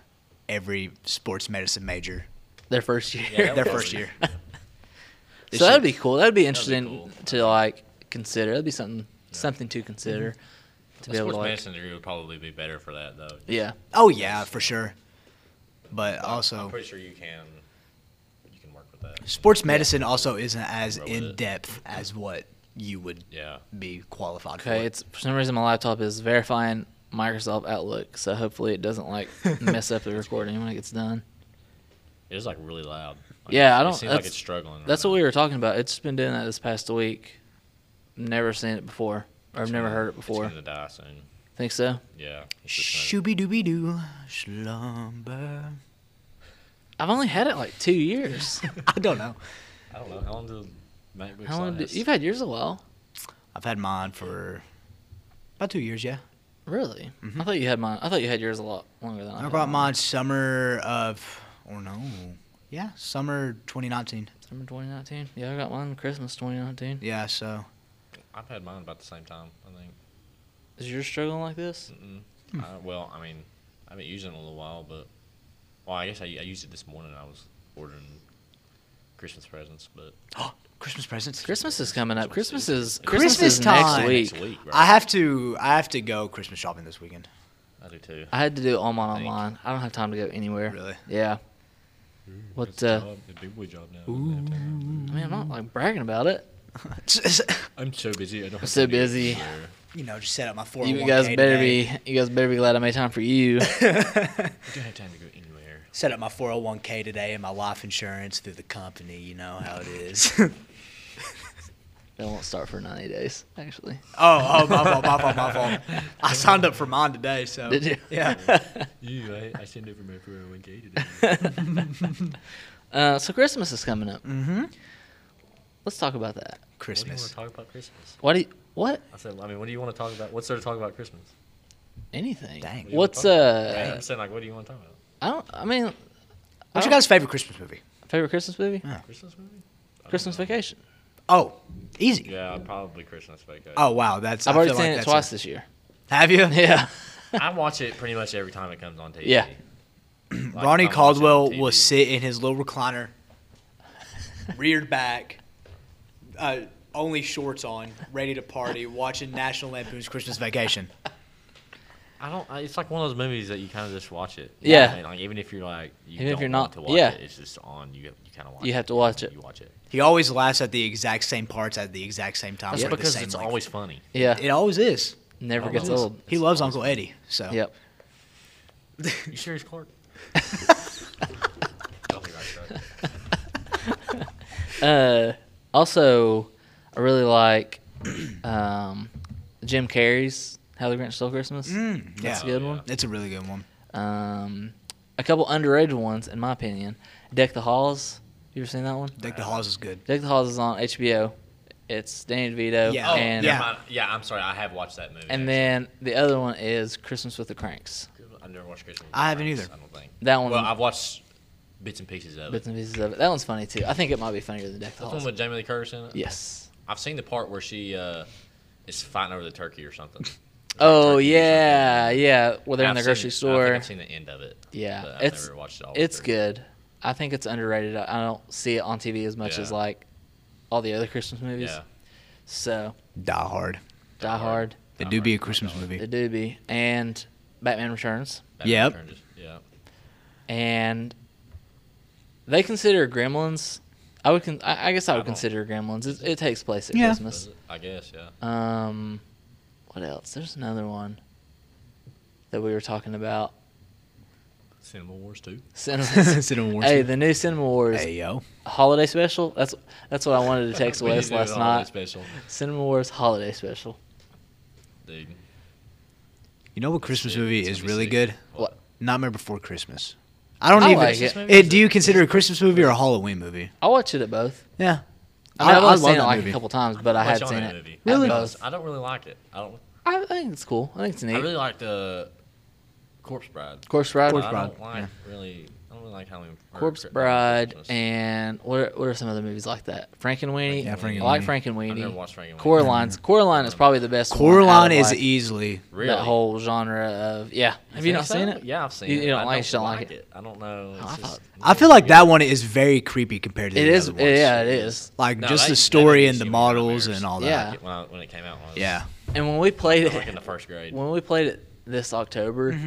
Speaker 3: every sports medicine major
Speaker 1: Their first year.
Speaker 2: Yeah, that
Speaker 3: their
Speaker 2: was-
Speaker 3: first year. They
Speaker 1: So that'd
Speaker 3: should-
Speaker 1: be cool. That'd be interesting
Speaker 2: cool.
Speaker 1: to like consider. That'd be something something to consider to
Speaker 2: A
Speaker 1: be able
Speaker 2: Mm-hmm. sports
Speaker 1: to like.
Speaker 2: medicine degree would probably be better for that though.
Speaker 1: Yeah,
Speaker 3: Oh yeah, for sure. But
Speaker 2: I'm
Speaker 3: also,
Speaker 2: pretty sure you can. You can work with that.
Speaker 3: sports medicine also isn't as
Speaker 2: Roll with it.
Speaker 3: in depth as what you would
Speaker 2: Yeah.
Speaker 3: be qualified for.
Speaker 1: okay. It's for some reason my laptop is verifying Microsoft Outlook, so hopefully it doesn't like mess up the recording when it gets done.
Speaker 2: It is like really loud. Like,
Speaker 1: Yeah, I
Speaker 2: It
Speaker 1: don't-
Speaker 2: seems like
Speaker 1: that's-
Speaker 2: it's struggling.
Speaker 1: That's what we were talking about. It's been doing that this past week. Never seen it before. Or I've never heard it before.
Speaker 2: It's gonna die soon.
Speaker 1: Think so?
Speaker 2: Yeah. it's just gonna-
Speaker 3: Shooby dooby doo, slumber.
Speaker 1: I've only had it like two years.
Speaker 3: I don't know.
Speaker 2: I don't know how long do MacBooks
Speaker 1: How long?
Speaker 2: last?
Speaker 1: Did, you've had yours a while,
Speaker 3: I've had mine for about two years. Yeah,
Speaker 1: really?
Speaker 2: Mm-hmm.
Speaker 1: I thought you had mine. I thought you had yours a lot longer than I.
Speaker 3: I
Speaker 1: had
Speaker 3: brought mine summer of, or no, yeah, summer 2019.
Speaker 1: September 2019. Yeah, I got mine Christmas 2019.
Speaker 3: Yeah, so
Speaker 2: I've had mine about the same time. I think.
Speaker 1: Is yours struggling like this?
Speaker 2: Mm-mm. I, Uh, well, I mean, I haven't used it in a little while, but well, I guess I, I used it this morning. I was ordering Christmas presents, but
Speaker 3: Christmas presents.
Speaker 1: Christmas is coming up. Christmas is
Speaker 3: Christmas
Speaker 1: Christmas, is
Speaker 3: time.
Speaker 1: next week.
Speaker 2: next week, right?
Speaker 3: I have to. I have to go Christmas shopping this weekend.
Speaker 2: I do too.
Speaker 1: I had to do all mine
Speaker 2: Thank you.
Speaker 1: online. I don't have time to go anywhere.
Speaker 3: Really?
Speaker 1: Yeah. What,
Speaker 2: It's a
Speaker 1: uh,
Speaker 2: job, a big boy job now. I don't have
Speaker 1: I
Speaker 2: time.
Speaker 1: mean, I'm not like bragging about it.
Speaker 2: I'm so busy. I don't have
Speaker 1: so
Speaker 2: time to get
Speaker 1: busy.
Speaker 2: there.
Speaker 3: you know, just set up my 401k.
Speaker 1: You guys better
Speaker 3: today.
Speaker 1: be. You guys better be glad I made time for you.
Speaker 2: I don't have time to go anywhere.
Speaker 3: set up my 401k today and my life insurance through the company. You know how it is. Oh,
Speaker 1: It won't start for 90 days, actually.
Speaker 3: oh, oh, my fault, my fault, my fault. I signed up for mine today, so
Speaker 1: Did you?
Speaker 3: Oh, yeah.
Speaker 2: You, I, I send over my 401k today.
Speaker 1: Uh, so Christmas is coming up.
Speaker 3: Mm-hmm.
Speaker 1: Let's talk about that.
Speaker 2: What do you want to
Speaker 3: Christmas.
Speaker 2: talk about Christmas?
Speaker 1: What? Do you, what?
Speaker 2: I said, I mean, what do you want to talk about? What's there to talk about Christmas?
Speaker 1: Anything?
Speaker 3: Dang.
Speaker 1: What's
Speaker 2: What do you wanna talk about?
Speaker 1: uh?
Speaker 2: I'm saying like, what do you want to talk about?
Speaker 1: I don't. I mean, I
Speaker 3: What's your
Speaker 1: don't-
Speaker 3: guys' favorite Christmas movie?
Speaker 1: favorite Christmas movie?
Speaker 3: Yeah.
Speaker 2: Christmas movie? I don't
Speaker 1: Christmas
Speaker 2: know.
Speaker 1: Vacation.
Speaker 3: Oh, easy.
Speaker 2: Yeah, probably Christmas vacation.
Speaker 3: Oh wow, that's.
Speaker 1: I've
Speaker 3: I
Speaker 1: already
Speaker 3: feel like
Speaker 1: seen it
Speaker 3: that's
Speaker 1: twice
Speaker 3: a-
Speaker 1: this year.
Speaker 3: have you?
Speaker 1: Yeah.
Speaker 2: I watch it pretty much every time it comes on TV.
Speaker 1: Yeah.
Speaker 2: Like, if I'm
Speaker 3: Ronnie
Speaker 2: watching
Speaker 3: Caldwell
Speaker 2: TV.
Speaker 3: will sit in his little recliner, reared back, uh, only shorts on, ready to party, watching National Lampoon's Christmas Vacation.
Speaker 2: I don't. I, it's like one of those movies that you kind of just watch it.
Speaker 1: Yeah.
Speaker 2: I mean, like even if you're like, you
Speaker 1: Even
Speaker 2: don't
Speaker 1: if you're
Speaker 2: want
Speaker 1: not-
Speaker 2: to watch
Speaker 1: yeah.
Speaker 2: it, it's just on. You you kind of watch.
Speaker 1: You
Speaker 2: it.
Speaker 1: have to watch it.
Speaker 2: You watch it.
Speaker 3: He always laughs at the exact same parts at the exact same time.
Speaker 2: That's
Speaker 3: for the
Speaker 2: because
Speaker 3: same
Speaker 2: it's
Speaker 3: length.
Speaker 2: always funny.
Speaker 1: Yeah.
Speaker 3: It always is.
Speaker 1: Never
Speaker 2: Oh,
Speaker 1: gets
Speaker 2: well.
Speaker 1: old.
Speaker 3: He
Speaker 2: It's
Speaker 3: loves
Speaker 2: always
Speaker 3: Uncle Eddie. So
Speaker 1: Yep.
Speaker 2: You serious, Clark? I'll be right back.
Speaker 1: Uh, also, I really like um, Jim Carrey's How the Grinch Stole Christmas.
Speaker 3: Mm,
Speaker 1: That's
Speaker 3: yeah.
Speaker 1: a good
Speaker 2: Oh,
Speaker 1: one.
Speaker 3: It's a really good one.
Speaker 1: Um, a couple underrated ones, in my opinion. Deck the Halls. You ever seen that one?
Speaker 3: Deck the Halls is good.
Speaker 1: Deck the Halls is on HBO. It's Danny DeVito.
Speaker 3: Yeah.
Speaker 2: Oh,
Speaker 1: And,
Speaker 2: yeah.
Speaker 3: yeah.
Speaker 2: yeah. I'm sorry. I have watched that movie.
Speaker 1: and then the other one is Christmas with the Cranks.
Speaker 2: actually. I've never watched Christmas.
Speaker 3: I haven't
Speaker 2: Prince,
Speaker 3: either.
Speaker 2: I don't think.
Speaker 1: That one,
Speaker 2: Well, I've watched bits and pieces of
Speaker 1: bits
Speaker 2: it.
Speaker 1: and pieces of it. That one's funny too. I think it might be funnier than Deck the
Speaker 2: That's the one
Speaker 1: Halls.
Speaker 2: with Jamie Lee Curtis in it.
Speaker 1: Yes.
Speaker 2: I've seen the part where she uh, is fighting over the turkey or something. It's like
Speaker 1: Oh
Speaker 2: turkey or
Speaker 1: yeah, yeah. Well,
Speaker 2: something.
Speaker 1: they're in the
Speaker 2: I've seen
Speaker 1: grocery
Speaker 2: it. I
Speaker 1: store.
Speaker 2: have seen the end of it.
Speaker 1: Yeah,
Speaker 2: but I've
Speaker 1: it's-
Speaker 2: never watched it all. the way
Speaker 1: It's
Speaker 2: through.
Speaker 1: good. I think it's underrated. I I don't see it on TV as much
Speaker 2: Yeah.
Speaker 1: as like all the other Christmas movies.
Speaker 2: Yeah,
Speaker 1: So
Speaker 3: Die Hard.
Speaker 1: Die,
Speaker 2: Die Hard.
Speaker 1: Hard,
Speaker 3: It
Speaker 2: Die
Speaker 3: do be a
Speaker 2: Hard.
Speaker 3: Christmas movie.
Speaker 1: The Doobie, and Batman Returns,
Speaker 2: Batman
Speaker 3: Yep.
Speaker 2: Returns. Yeah.
Speaker 1: and they consider Gremlins. I would. Con- I, I guess I
Speaker 2: I
Speaker 1: would
Speaker 2: don't-
Speaker 1: consider Gremlins. It, it takes place at
Speaker 3: Yeah.
Speaker 1: Christmas.
Speaker 2: I guess. Yeah.
Speaker 1: Um, what else? There's another one that we were talking about.
Speaker 2: Cinema Wars too.
Speaker 1: Cinema.
Speaker 3: Cinema Wars.
Speaker 1: hey, the new Cinema Wars
Speaker 3: Hey, yo.
Speaker 1: holiday special. That's that's what I wanted to text
Speaker 2: We need
Speaker 1: Wes
Speaker 2: to do a
Speaker 1: last
Speaker 2: holiday
Speaker 1: night.
Speaker 2: Special,
Speaker 1: Cinema Wars holiday special.
Speaker 2: dude.
Speaker 3: You know what Christmas
Speaker 2: Sick.
Speaker 3: movie
Speaker 2: It's
Speaker 3: is
Speaker 2: gonna be
Speaker 3: really
Speaker 2: sick.
Speaker 3: good?
Speaker 1: What?
Speaker 3: Nightmare Before Christmas. I don't
Speaker 1: I
Speaker 3: even.
Speaker 1: like it.
Speaker 3: it. do you consider it a Christmas movie or a Halloween movie?
Speaker 1: I watched it at both.
Speaker 3: Yeah.
Speaker 1: I mean, I, have only
Speaker 3: love
Speaker 1: seen it
Speaker 3: that
Speaker 1: like
Speaker 3: movie.
Speaker 1: a couple times, but I
Speaker 2: Much
Speaker 1: had
Speaker 2: on
Speaker 1: seen
Speaker 2: that
Speaker 1: it.
Speaker 2: movie.
Speaker 1: at
Speaker 3: Really?
Speaker 1: both.
Speaker 2: I don't really like it. I don't.
Speaker 1: I think it's cool. I think it's neat.
Speaker 2: I really like the Corpse Bride.
Speaker 1: Corpse Bride,
Speaker 2: I
Speaker 3: Corpse
Speaker 2: don't
Speaker 3: Bride,
Speaker 2: like really. I don't really like Halloween. or
Speaker 1: Corpse
Speaker 2: Christmas.
Speaker 1: Bride, and what are, what are some other movies like that? Frank and Weenie.
Speaker 3: Yeah, Frank and
Speaker 1: I like
Speaker 3: Weenie.
Speaker 1: Frank and
Speaker 2: I've
Speaker 1: Weenie.
Speaker 2: never watched Frank and Weenie.
Speaker 1: Coraline's Coraline is probably the best. one out of,
Speaker 3: Coraline is
Speaker 1: like,
Speaker 3: easily.
Speaker 2: really.
Speaker 1: that whole genre of yeah. Have you
Speaker 2: think
Speaker 1: not seen
Speaker 2: so?
Speaker 1: it?
Speaker 2: Yeah, I've seen
Speaker 1: You-
Speaker 2: it.
Speaker 1: you don't
Speaker 2: I
Speaker 1: like it, you don't like it.
Speaker 2: I don't know. It's
Speaker 1: Oh, I
Speaker 2: just-
Speaker 1: thought-
Speaker 3: I feel like that one is very creepy compared to
Speaker 1: It
Speaker 3: the
Speaker 1: is.
Speaker 3: other ones.
Speaker 1: Yeah, it is.
Speaker 3: Like
Speaker 2: No,
Speaker 3: just
Speaker 2: that-
Speaker 3: the
Speaker 2: that
Speaker 3: story
Speaker 2: didn't
Speaker 3: and the
Speaker 2: seem
Speaker 3: models
Speaker 2: nightmares.
Speaker 3: and all
Speaker 1: Yeah.
Speaker 3: that.
Speaker 2: I liked it when, I, when it came out. When I was,
Speaker 3: Yeah.
Speaker 1: And when we played
Speaker 2: like in
Speaker 1: it,
Speaker 2: the first grade.
Speaker 1: when we played it this October,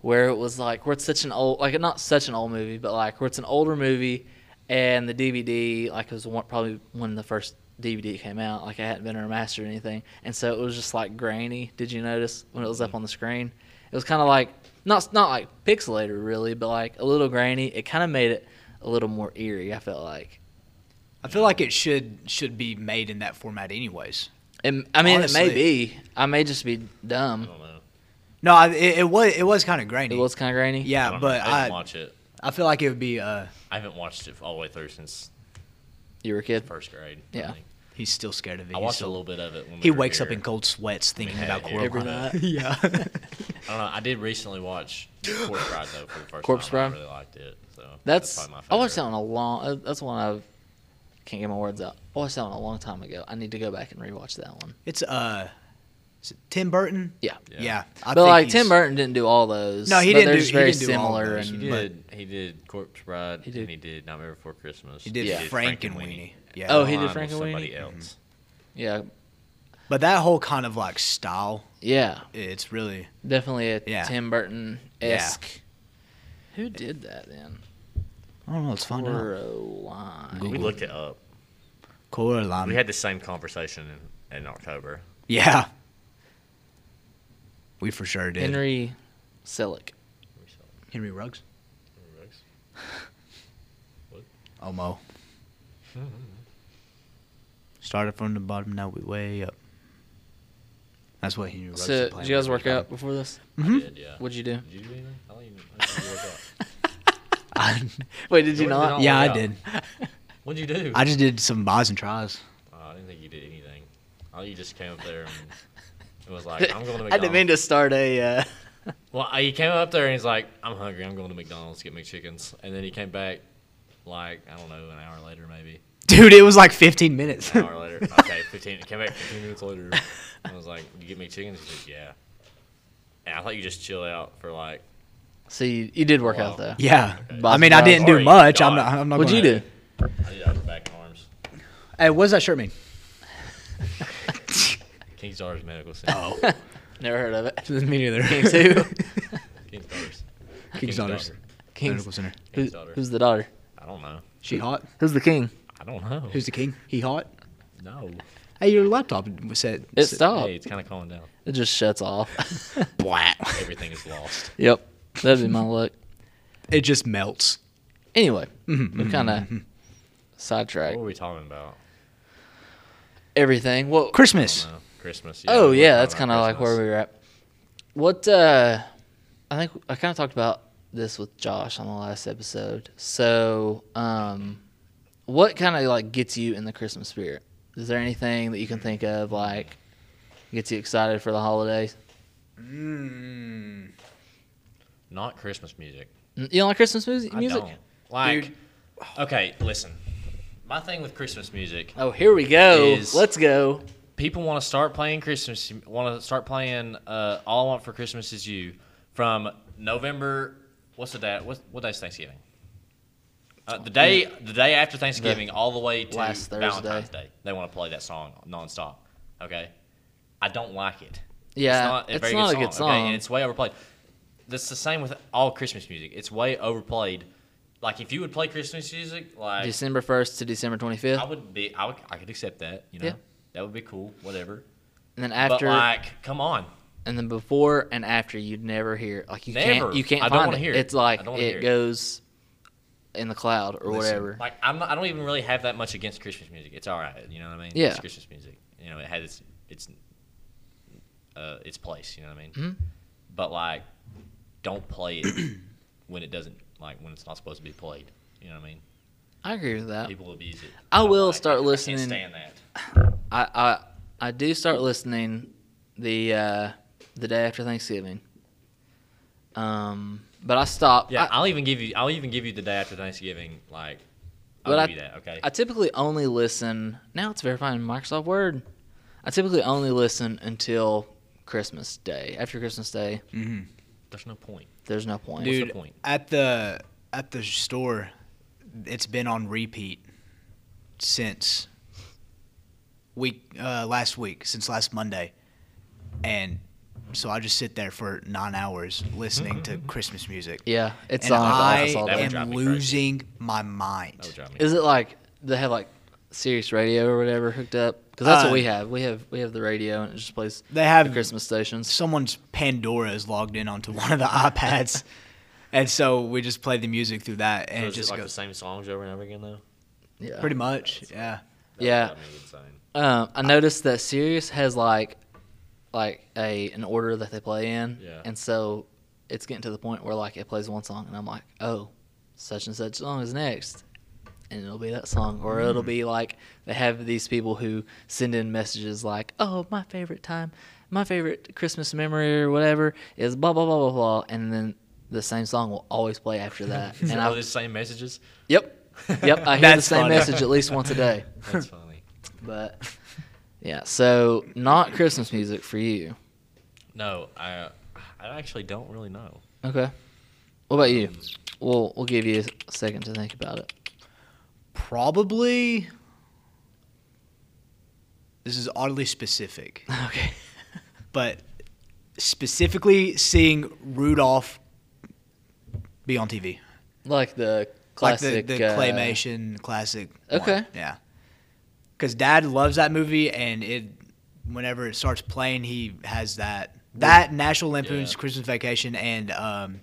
Speaker 1: where it was like where it's such an old, like not such an old movie, but like where it's an older movie, and the DVD like it was one, probably when the first DVD came out, like I hadn't been remastered or anything, and so it was just like grainy. Did you notice when it was up on the screen? It was kind of like not not like pixelated really, but like a little grainy. It kind of made it a little more eerie. I felt like.
Speaker 3: I feel like it should should be made in that format anyways.
Speaker 1: And, I mean, it
Speaker 3: Honestly.
Speaker 1: may be. I may just be
Speaker 2: I
Speaker 1: dumb.
Speaker 2: don't know.
Speaker 3: No, I, it, it was it was kind of grainy.
Speaker 1: It was kind of grainy.
Speaker 2: I
Speaker 3: yeah,
Speaker 2: don't know.
Speaker 3: but
Speaker 2: I didn't
Speaker 3: I,
Speaker 2: watch it.
Speaker 3: I feel like it would be uh
Speaker 2: I haven't watched it all the way through since
Speaker 1: you were a kid.
Speaker 2: first grade. I
Speaker 1: Yeah.
Speaker 2: think.
Speaker 3: he's still scared of it.
Speaker 2: I
Speaker 3: He's
Speaker 2: watched a
Speaker 3: still-
Speaker 2: little bit of it. When we
Speaker 3: He
Speaker 2: were
Speaker 3: wakes up
Speaker 2: here.
Speaker 3: in cold sweats thinking
Speaker 2: Yeah,
Speaker 3: about
Speaker 2: yeah.
Speaker 3: Coraline.
Speaker 1: Every night.
Speaker 3: yeah.
Speaker 2: I don't know. I did recently watch Corpse Bride though for the first
Speaker 1: Corpse
Speaker 2: time.
Speaker 1: Bride?
Speaker 2: I really liked it. So
Speaker 1: That's,
Speaker 2: probably my
Speaker 1: I watched that one
Speaker 2: favorite.
Speaker 1: a long. uh, That's one I can't get my words out. I watched that one a long time ago. I need to go back and rewatch that one.
Speaker 3: It's uh, is it Tim Burton.
Speaker 1: Yeah,
Speaker 2: Yeah.
Speaker 3: Yeah, I
Speaker 1: but
Speaker 3: think
Speaker 1: like
Speaker 3: he's-
Speaker 1: Tim Burton didn't do all those.
Speaker 3: No, he
Speaker 1: but
Speaker 3: didn't
Speaker 1: They're
Speaker 3: do-
Speaker 1: just
Speaker 3: he
Speaker 1: very
Speaker 3: didn't do all
Speaker 1: similar
Speaker 3: those.
Speaker 1: and
Speaker 2: He
Speaker 3: but-
Speaker 2: did. He did Corpse Bride.
Speaker 1: He did.
Speaker 2: And he did Nightmare Before Christmas.
Speaker 3: He did
Speaker 1: Yeah.
Speaker 3: Frank and Weenie. Yeah.
Speaker 1: Oh, he did
Speaker 2: Mine was
Speaker 1: Frank and
Speaker 2: Somebody
Speaker 1: Weenie?
Speaker 2: else.
Speaker 1: yeah,
Speaker 3: But that whole kind of like style,
Speaker 1: yeah,
Speaker 3: it's really
Speaker 1: definitely a
Speaker 3: Yeah.
Speaker 1: Tim Burton esque. Who did that then?
Speaker 3: I don't know. Let's find out.
Speaker 1: Coraline.
Speaker 2: We looked it up.
Speaker 3: Coraline.
Speaker 2: We had the same conversation in, in October.
Speaker 3: yeah. We for sure did.
Speaker 1: Henry Selick.
Speaker 2: We saw it.
Speaker 3: Henry Ruggs.
Speaker 2: Rex.
Speaker 3: Omo. Started from the bottom, now we way up. That's what Henry Ruggs.
Speaker 1: So,
Speaker 3: is
Speaker 1: did
Speaker 3: playing
Speaker 1: you guys
Speaker 3: right
Speaker 1: work
Speaker 3: now.
Speaker 1: out before this?
Speaker 2: I did, yeah.
Speaker 1: Mm-hmm. What'd you do?
Speaker 2: Did you do anything? I don't even. I don't even work out.
Speaker 1: Wait, did you
Speaker 2: Jordan
Speaker 1: not?
Speaker 2: did all-
Speaker 3: yeah, I
Speaker 2: yeah.
Speaker 3: did.
Speaker 2: What'd you do?
Speaker 3: I just did some buys and tries.
Speaker 2: Oh, I didn't think you did anything. Oh, you just came up there and it was like, I'm going to McDonald's.
Speaker 1: I didn't mean to start a. Uh,
Speaker 2: Well, he came up there and he's like, I'm hungry. I'm going to McDonald's to get McChickens. And then he came back, like, I don't know, an hour later, maybe.
Speaker 3: Dude, it was like 15 minutes.
Speaker 2: An hour later. Okay, 15. It came back 15 minutes later. I was like, You get McChickens? He said, Yeah. And I thought you just chill out for like.
Speaker 1: so you, you did work out
Speaker 2: Wow.
Speaker 1: though.
Speaker 3: yeah. I
Speaker 1: Buys
Speaker 3: mean,
Speaker 1: and
Speaker 3: I
Speaker 1: tries.
Speaker 3: didn't do
Speaker 2: Sorry,
Speaker 3: much. I'm
Speaker 2: God.
Speaker 3: not, I'm not
Speaker 1: What'd you
Speaker 3: gonna-
Speaker 1: do?
Speaker 2: I did upper back arms.
Speaker 3: Hey, what does that shirt mean?
Speaker 2: King's Daughters Medical Center.
Speaker 3: Oh,
Speaker 1: Never heard of it.
Speaker 3: me neither.
Speaker 1: King's who?
Speaker 2: King's Daughters.
Speaker 3: King's Daughters.
Speaker 2: Daughter.
Speaker 1: King's,
Speaker 3: Medical Center.
Speaker 1: Oh. who,
Speaker 2: King's daughter.
Speaker 1: who's the daughter?
Speaker 2: I don't know.
Speaker 3: She hot?
Speaker 1: Who's the king?
Speaker 2: I don't know.
Speaker 3: Who's the king? He hot?
Speaker 2: No.
Speaker 3: Hey, your laptop said
Speaker 1: It stopped.
Speaker 2: Hey, it's kind of calming down.
Speaker 1: It just shuts off.
Speaker 3: black.
Speaker 2: Everything is lost.
Speaker 1: yep, that'd be my look.
Speaker 3: It just melts.
Speaker 1: Anyway, we kind of sidetracked
Speaker 2: What were we talking about?
Speaker 1: everything. Well,
Speaker 2: I
Speaker 3: Christmas.
Speaker 2: don't know. Christmas.
Speaker 1: oh
Speaker 2: we were
Speaker 1: yeah,
Speaker 2: talking
Speaker 1: that's
Speaker 2: about
Speaker 1: kind of like where
Speaker 2: Christmas.
Speaker 1: we were at. What uh, I think I kind of talked about this with Josh on the last episode. So, um, what kind of like gets you in the Christmas spirit? Is there anything that you can think of like gets you excited for the holidays?
Speaker 2: Mm. Not Christmas music.
Speaker 1: You don't like Christmas music?
Speaker 2: I
Speaker 1: music?
Speaker 2: don't. Like,
Speaker 3: Dude.
Speaker 2: okay, listen. my thing with Christmas music,
Speaker 1: Oh, here we go.
Speaker 2: Is-
Speaker 1: Let's go.
Speaker 2: people want to start playing Christmas, want to start playing uh, All I Want for Christmas Is You from November. What's the date? What, what day's Thanksgiving? Uh, the day the day after Thanksgiving, all the way to
Speaker 1: last Thursday.
Speaker 2: Valentine's Day, they want to play that song nonstop. Okay, I don't like it.
Speaker 1: Yeah, it's
Speaker 2: very
Speaker 1: not a good
Speaker 2: Okay?
Speaker 1: song.
Speaker 2: And it's way overplayed. That's the same with all Christmas music. It's way overplayed. Like if you would play Christmas music, like
Speaker 1: December first to December twenty fifth,
Speaker 2: I would be, I, would, I could accept that. You know,
Speaker 1: Yeah.
Speaker 2: that would be cool. Whatever.
Speaker 1: and then after,
Speaker 2: But like, come on,
Speaker 1: and then before and after, you'd never hear it. Like you can't,
Speaker 2: Never.
Speaker 1: you can't
Speaker 2: I don't
Speaker 1: find
Speaker 2: wanna
Speaker 1: it.
Speaker 2: hear it.
Speaker 1: It's like
Speaker 2: I don't wanna hear
Speaker 1: it
Speaker 2: it.
Speaker 1: goes in the cloud or
Speaker 3: Listen,
Speaker 1: whatever.
Speaker 2: like I'm not, I don't even really have that much against Christmas music. It's all right, you know what I mean?
Speaker 1: Yeah.
Speaker 2: it's Christmas music. You know, it has its its uh, its place. You know what I mean?
Speaker 1: Mhm.
Speaker 2: But like, don't play it when it doesn't like when it's not supposed to be played. You know what I mean?
Speaker 1: I agree with that.
Speaker 2: People abuse it.
Speaker 1: Uh, I
Speaker 2: I'm
Speaker 1: will
Speaker 2: like,
Speaker 1: start
Speaker 2: I
Speaker 1: listening-
Speaker 2: can't stand that.
Speaker 1: I I I do start listening the uh, the day after Thanksgiving. Um, but I stop.
Speaker 2: Yeah,
Speaker 1: I,
Speaker 2: I, will even give you. I'll even give you the day after Thanksgiving. Like, I'll
Speaker 1: But I-
Speaker 2: give you that. Okay.
Speaker 1: I typically only listen. Now it's verifying Microsoft Word. I typically only listen until Christmas Day. After Christmas Day,
Speaker 2: There's no point.
Speaker 1: there's no point.
Speaker 2: What's the
Speaker 3: Dude,
Speaker 2: point?
Speaker 3: at the at the store, it's been on repeat since week uh, last week, since last Monday, and so I just sit there for nine hours listening to Christmas music.
Speaker 1: Yeah, it's
Speaker 3: and
Speaker 1: on.
Speaker 3: I
Speaker 1: it's all
Speaker 2: That would
Speaker 1: day.
Speaker 2: drive
Speaker 3: am
Speaker 2: me crazy.
Speaker 3: losing my
Speaker 2: That would
Speaker 3: mind.
Speaker 2: drive me.
Speaker 1: Is it like they have like Sirius Radio or whatever hooked up? Because that's
Speaker 3: Uh,
Speaker 1: what we have. We have we have the radio and it just plays
Speaker 3: They have
Speaker 1: the Christmas stations.
Speaker 3: someone's Pandora is logged in onto one of the iPads, and so we just play the music through that, and
Speaker 2: So
Speaker 3: it
Speaker 2: is it
Speaker 3: just
Speaker 2: like the
Speaker 3: goes
Speaker 2: same songs over and over again though?
Speaker 1: Yeah,
Speaker 3: pretty much. Yeah,
Speaker 2: That would
Speaker 1: Yeah.
Speaker 2: drive me insane.
Speaker 1: Um, I noticed that Sirius has like, like a an order that they play in,
Speaker 2: Yeah.
Speaker 1: and so it's getting to the point where like it plays one song, and I'm like, oh, such and such song is next, and it'll be that song, or it'll
Speaker 2: Mm.
Speaker 1: be like they have these people who send in messages like, oh, my favorite time, my favorite Christmas memory or whatever is blah blah blah blah blah, and then the same song will always play after that,
Speaker 2: Is it
Speaker 1: and
Speaker 2: all
Speaker 1: I,
Speaker 2: the same messages?
Speaker 1: yep, yep, I hear the
Speaker 3: That's
Speaker 1: same
Speaker 3: funny.
Speaker 1: message at least once a day.
Speaker 2: That's funny.
Speaker 1: But yeah, so not Christmas music for you.
Speaker 2: No, I I actually don't really know. Um,
Speaker 1: Okay. What about you? We'll we'll give you a second to think about it.
Speaker 3: probably. This is oddly specific,
Speaker 1: Okay.
Speaker 3: but specifically seeing Rudolph be on TV,
Speaker 1: Like the classic
Speaker 3: like the, the
Speaker 1: uh,
Speaker 3: claymation classic. one.
Speaker 1: Okay.
Speaker 3: yeah, because Dad loves that movie, and it whenever it starts playing, he has that that National Lampoon's
Speaker 2: Yeah.
Speaker 3: Christmas Vacation and um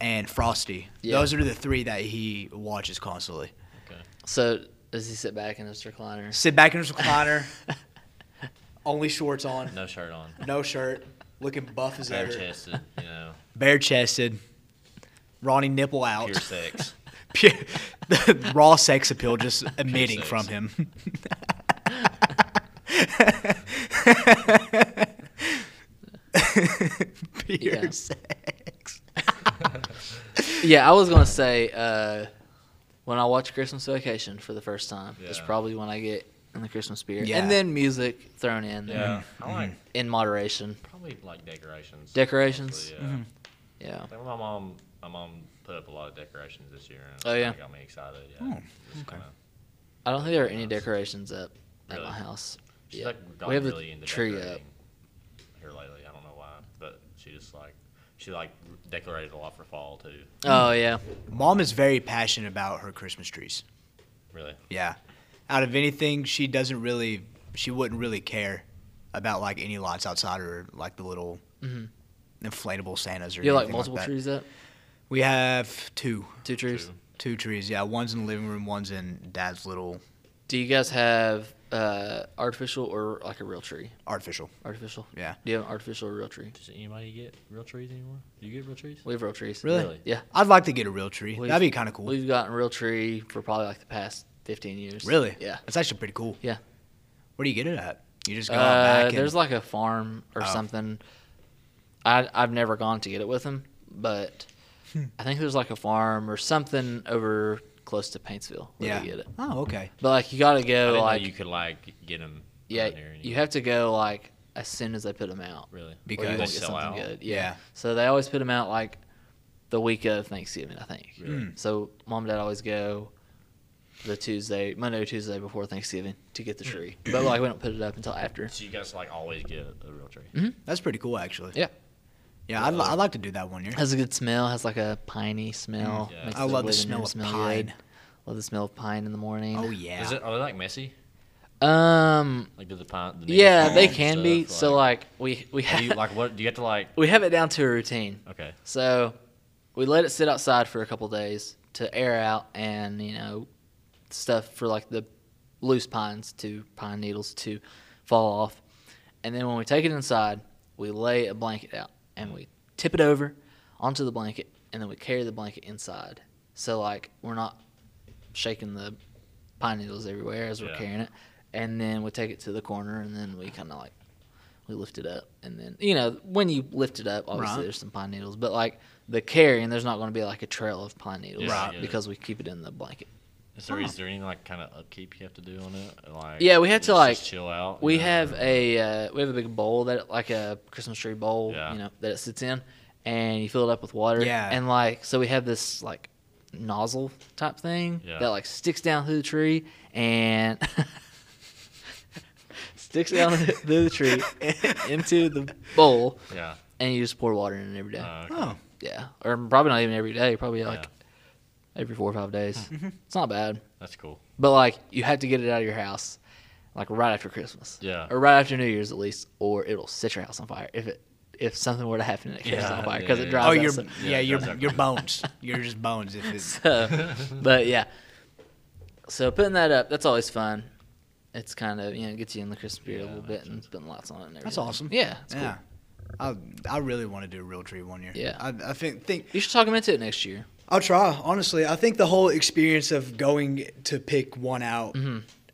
Speaker 3: and Frosty.
Speaker 1: Yeah.
Speaker 3: Those are the three that he watches constantly.
Speaker 2: Okay.
Speaker 1: So does he sit back in his recliner?
Speaker 3: Sit back in his recliner, only shorts on,
Speaker 2: No shirt on.
Speaker 3: no shirt, looking buff as
Speaker 2: Bare
Speaker 3: ever,
Speaker 2: chested, you know,
Speaker 3: bare chested, Ronnie nipple out,
Speaker 2: pure sex.
Speaker 3: pure, the raw sex appeal just emitting
Speaker 2: sex.
Speaker 3: from him. Pure
Speaker 1: Yeah.
Speaker 3: sex.
Speaker 1: Yeah, I was gonna say uh, when I watch Christmas Vacation for the first time is
Speaker 2: Yeah.
Speaker 1: probably when I get in the Christmas spirit,
Speaker 3: Yeah.
Speaker 1: and then music thrown in there
Speaker 2: Yeah.
Speaker 3: Mm-hmm.
Speaker 2: I like
Speaker 1: in moderation.
Speaker 2: probably like decorations.
Speaker 1: Decorations? Mm-hmm.
Speaker 2: honestly, yeah.
Speaker 1: Yeah.
Speaker 2: I think my mom my mom put up a lot of decorations this year and it
Speaker 1: Oh, yeah.
Speaker 2: kinda got me excited. Yeah.
Speaker 3: Oh,
Speaker 2: Just
Speaker 3: okay.
Speaker 2: kinda-
Speaker 1: I don't think there are any decorations up at
Speaker 2: Really?
Speaker 1: my house.
Speaker 2: she's
Speaker 1: Yeah.
Speaker 2: like gotten
Speaker 1: we have the
Speaker 2: really into
Speaker 1: tree up.
Speaker 2: decorating here lately. I don't know why. But she just like she like decorated a lot for fall too.
Speaker 1: Oh yeah.
Speaker 3: Mom is very passionate about her Christmas trees.
Speaker 2: Really.
Speaker 3: Yeah. Out of anything, she doesn't really, she wouldn't really care about like any lights outside or like the little
Speaker 1: Mhm.
Speaker 3: inflatable Santas or
Speaker 1: You have, like
Speaker 3: anything
Speaker 1: multiple
Speaker 3: that.
Speaker 1: trees up?
Speaker 3: We have two,
Speaker 1: Two trees?
Speaker 2: Two.
Speaker 3: two trees. Yeah, one's in the living room, one's in Dad's little
Speaker 1: Do you guys have uh, artificial or like a real tree?
Speaker 3: artificial.
Speaker 1: Artificial?
Speaker 3: Yeah.
Speaker 1: Do you have an artificial or real tree?
Speaker 2: Does anybody get real trees anymore? Do you get real trees?
Speaker 1: We have real trees.
Speaker 3: Really?
Speaker 2: Really?
Speaker 1: Yeah.
Speaker 3: I'd like to get a real tree.
Speaker 1: We've-
Speaker 3: That'd be kind of cool.
Speaker 1: We've gotten real tree for probably like the past 15 years.
Speaker 3: Really?
Speaker 1: Yeah.
Speaker 3: That's actually pretty cool.
Speaker 1: Yeah.
Speaker 3: Where do you get it at? You just go out back
Speaker 1: Uh,
Speaker 3: and
Speaker 1: there's like a farm or
Speaker 3: Oh.
Speaker 1: something. I, I've
Speaker 3: Hmm.
Speaker 1: never gone to get it with him, but I think there's like a farm or something over close to Paintsville where
Speaker 3: yeah.
Speaker 1: they get it.
Speaker 3: Oh, okay.
Speaker 1: But like you gotta
Speaker 2: I
Speaker 1: go
Speaker 2: didn't
Speaker 1: like
Speaker 2: know you could like get them.
Speaker 1: yeah, you have to go like as soon as they put them out.
Speaker 2: really
Speaker 1: or you
Speaker 3: Because-
Speaker 1: won't
Speaker 2: They
Speaker 1: get
Speaker 2: sell
Speaker 1: something
Speaker 2: out.
Speaker 1: good. Yeah.
Speaker 3: Yeah.
Speaker 1: So they always put them out like the week of Thanksgiving, I think.
Speaker 3: Hmm.
Speaker 2: Really?
Speaker 1: So mom and dad always go the Tuesday, Monday or Tuesday before Thanksgiving to get the
Speaker 3: Hmm.
Speaker 1: tree. but like we don't put it up until after.
Speaker 2: So you guys like always get a real tree.
Speaker 3: That's pretty cool, actually.
Speaker 1: Yeah.
Speaker 3: Yeah, I'd, li-
Speaker 2: Uh,
Speaker 3: I'd like to do that one year.
Speaker 1: Has a good smell. Has like a piney smell.
Speaker 2: Mm. Yeah.
Speaker 1: Makes
Speaker 3: Hmm. I love the
Speaker 1: living
Speaker 3: smell
Speaker 1: room
Speaker 3: of
Speaker 1: smell
Speaker 3: pine.
Speaker 1: good. Love the smell of pine in the morning.
Speaker 3: Oh yeah.
Speaker 2: Is it are they like messy?
Speaker 1: Um.
Speaker 2: Like do the pine? The
Speaker 1: Yeah,
Speaker 2: native
Speaker 1: they
Speaker 2: pine
Speaker 1: can
Speaker 2: stuff,
Speaker 1: be. So like we we
Speaker 2: do you,
Speaker 1: have
Speaker 2: like what do you have to like?
Speaker 1: we have it down to a routine.
Speaker 2: Okay,
Speaker 1: So we let it sit outside for a couple days to air out and, you know, stuff for like the loose pines to pine needles to fall off. And then when we take it inside, we lay a blanket out and we tip it over onto the blanket and then we carry the blanket inside. So like we're not shaking the pine needles everywhere as we're
Speaker 2: Yeah.
Speaker 1: carrying it. And then we take it to the corner and then we kind of like we lift it up and then you know when you lift it up obviously
Speaker 3: Right.
Speaker 1: there's some pine needles but like the carrying there's not going to be like a trail of pine needles
Speaker 2: Yeah, I get it.
Speaker 1: because we keep it in the blanket
Speaker 2: is there
Speaker 3: Huh.
Speaker 2: is there any like kind of upkeep you have to do on it? Like
Speaker 1: Yeah, we had
Speaker 2: it's
Speaker 1: to,
Speaker 2: just
Speaker 1: like-
Speaker 2: chill out.
Speaker 1: we
Speaker 2: you know,
Speaker 1: have
Speaker 2: or-
Speaker 1: a uh, we have a big bowl that like a christmas tree bowl
Speaker 2: Yeah.
Speaker 1: you know that it sits in and you fill it up with water
Speaker 3: Yeah.
Speaker 1: and like so we have this like nozzle type thing
Speaker 2: Yeah.
Speaker 1: that like sticks down through the tree and sticks down through the tree into the bowl
Speaker 2: yeah.
Speaker 1: and you just pour water in it every day
Speaker 2: Uh, okay.
Speaker 3: Oh,
Speaker 1: Yeah, or probably not even every day. Probably like
Speaker 2: Yeah. Mm-hmm.
Speaker 1: every four or five days.
Speaker 3: Mm-hmm.
Speaker 1: It's not bad,
Speaker 2: That's cool.
Speaker 1: but like you have to get it out of your house, like right after Christmas.
Speaker 2: Yeah.
Speaker 1: or right after New Year's at least, or it'll set your house on fire if it if something were to happen and it catches
Speaker 2: Yeah,
Speaker 1: on fire
Speaker 2: yeah,
Speaker 1: because
Speaker 2: yeah.
Speaker 1: it
Speaker 3: oh,
Speaker 1: dries.
Speaker 3: your
Speaker 1: out
Speaker 2: Yeah,
Speaker 3: yeah,
Speaker 2: it
Speaker 3: your
Speaker 2: does that.
Speaker 3: your bones. You're just bones. If it's
Speaker 1: so- so- but yeah, so putting that up, that's always fun. It's kind of you know gets you in the Christmas spirit a
Speaker 2: Yeah,
Speaker 1: little
Speaker 2: that
Speaker 1: bit
Speaker 2: makes
Speaker 1: and putting lights on it. And everything.
Speaker 3: that's awesome.
Speaker 1: Yeah, it's
Speaker 3: yeah.
Speaker 1: cool.
Speaker 3: I I really want to do a real tree one year.
Speaker 1: Yeah.
Speaker 3: I, I think think
Speaker 1: You should talk him into it next year.
Speaker 3: I'll try. Honestly, I think the whole experience of going to pick one out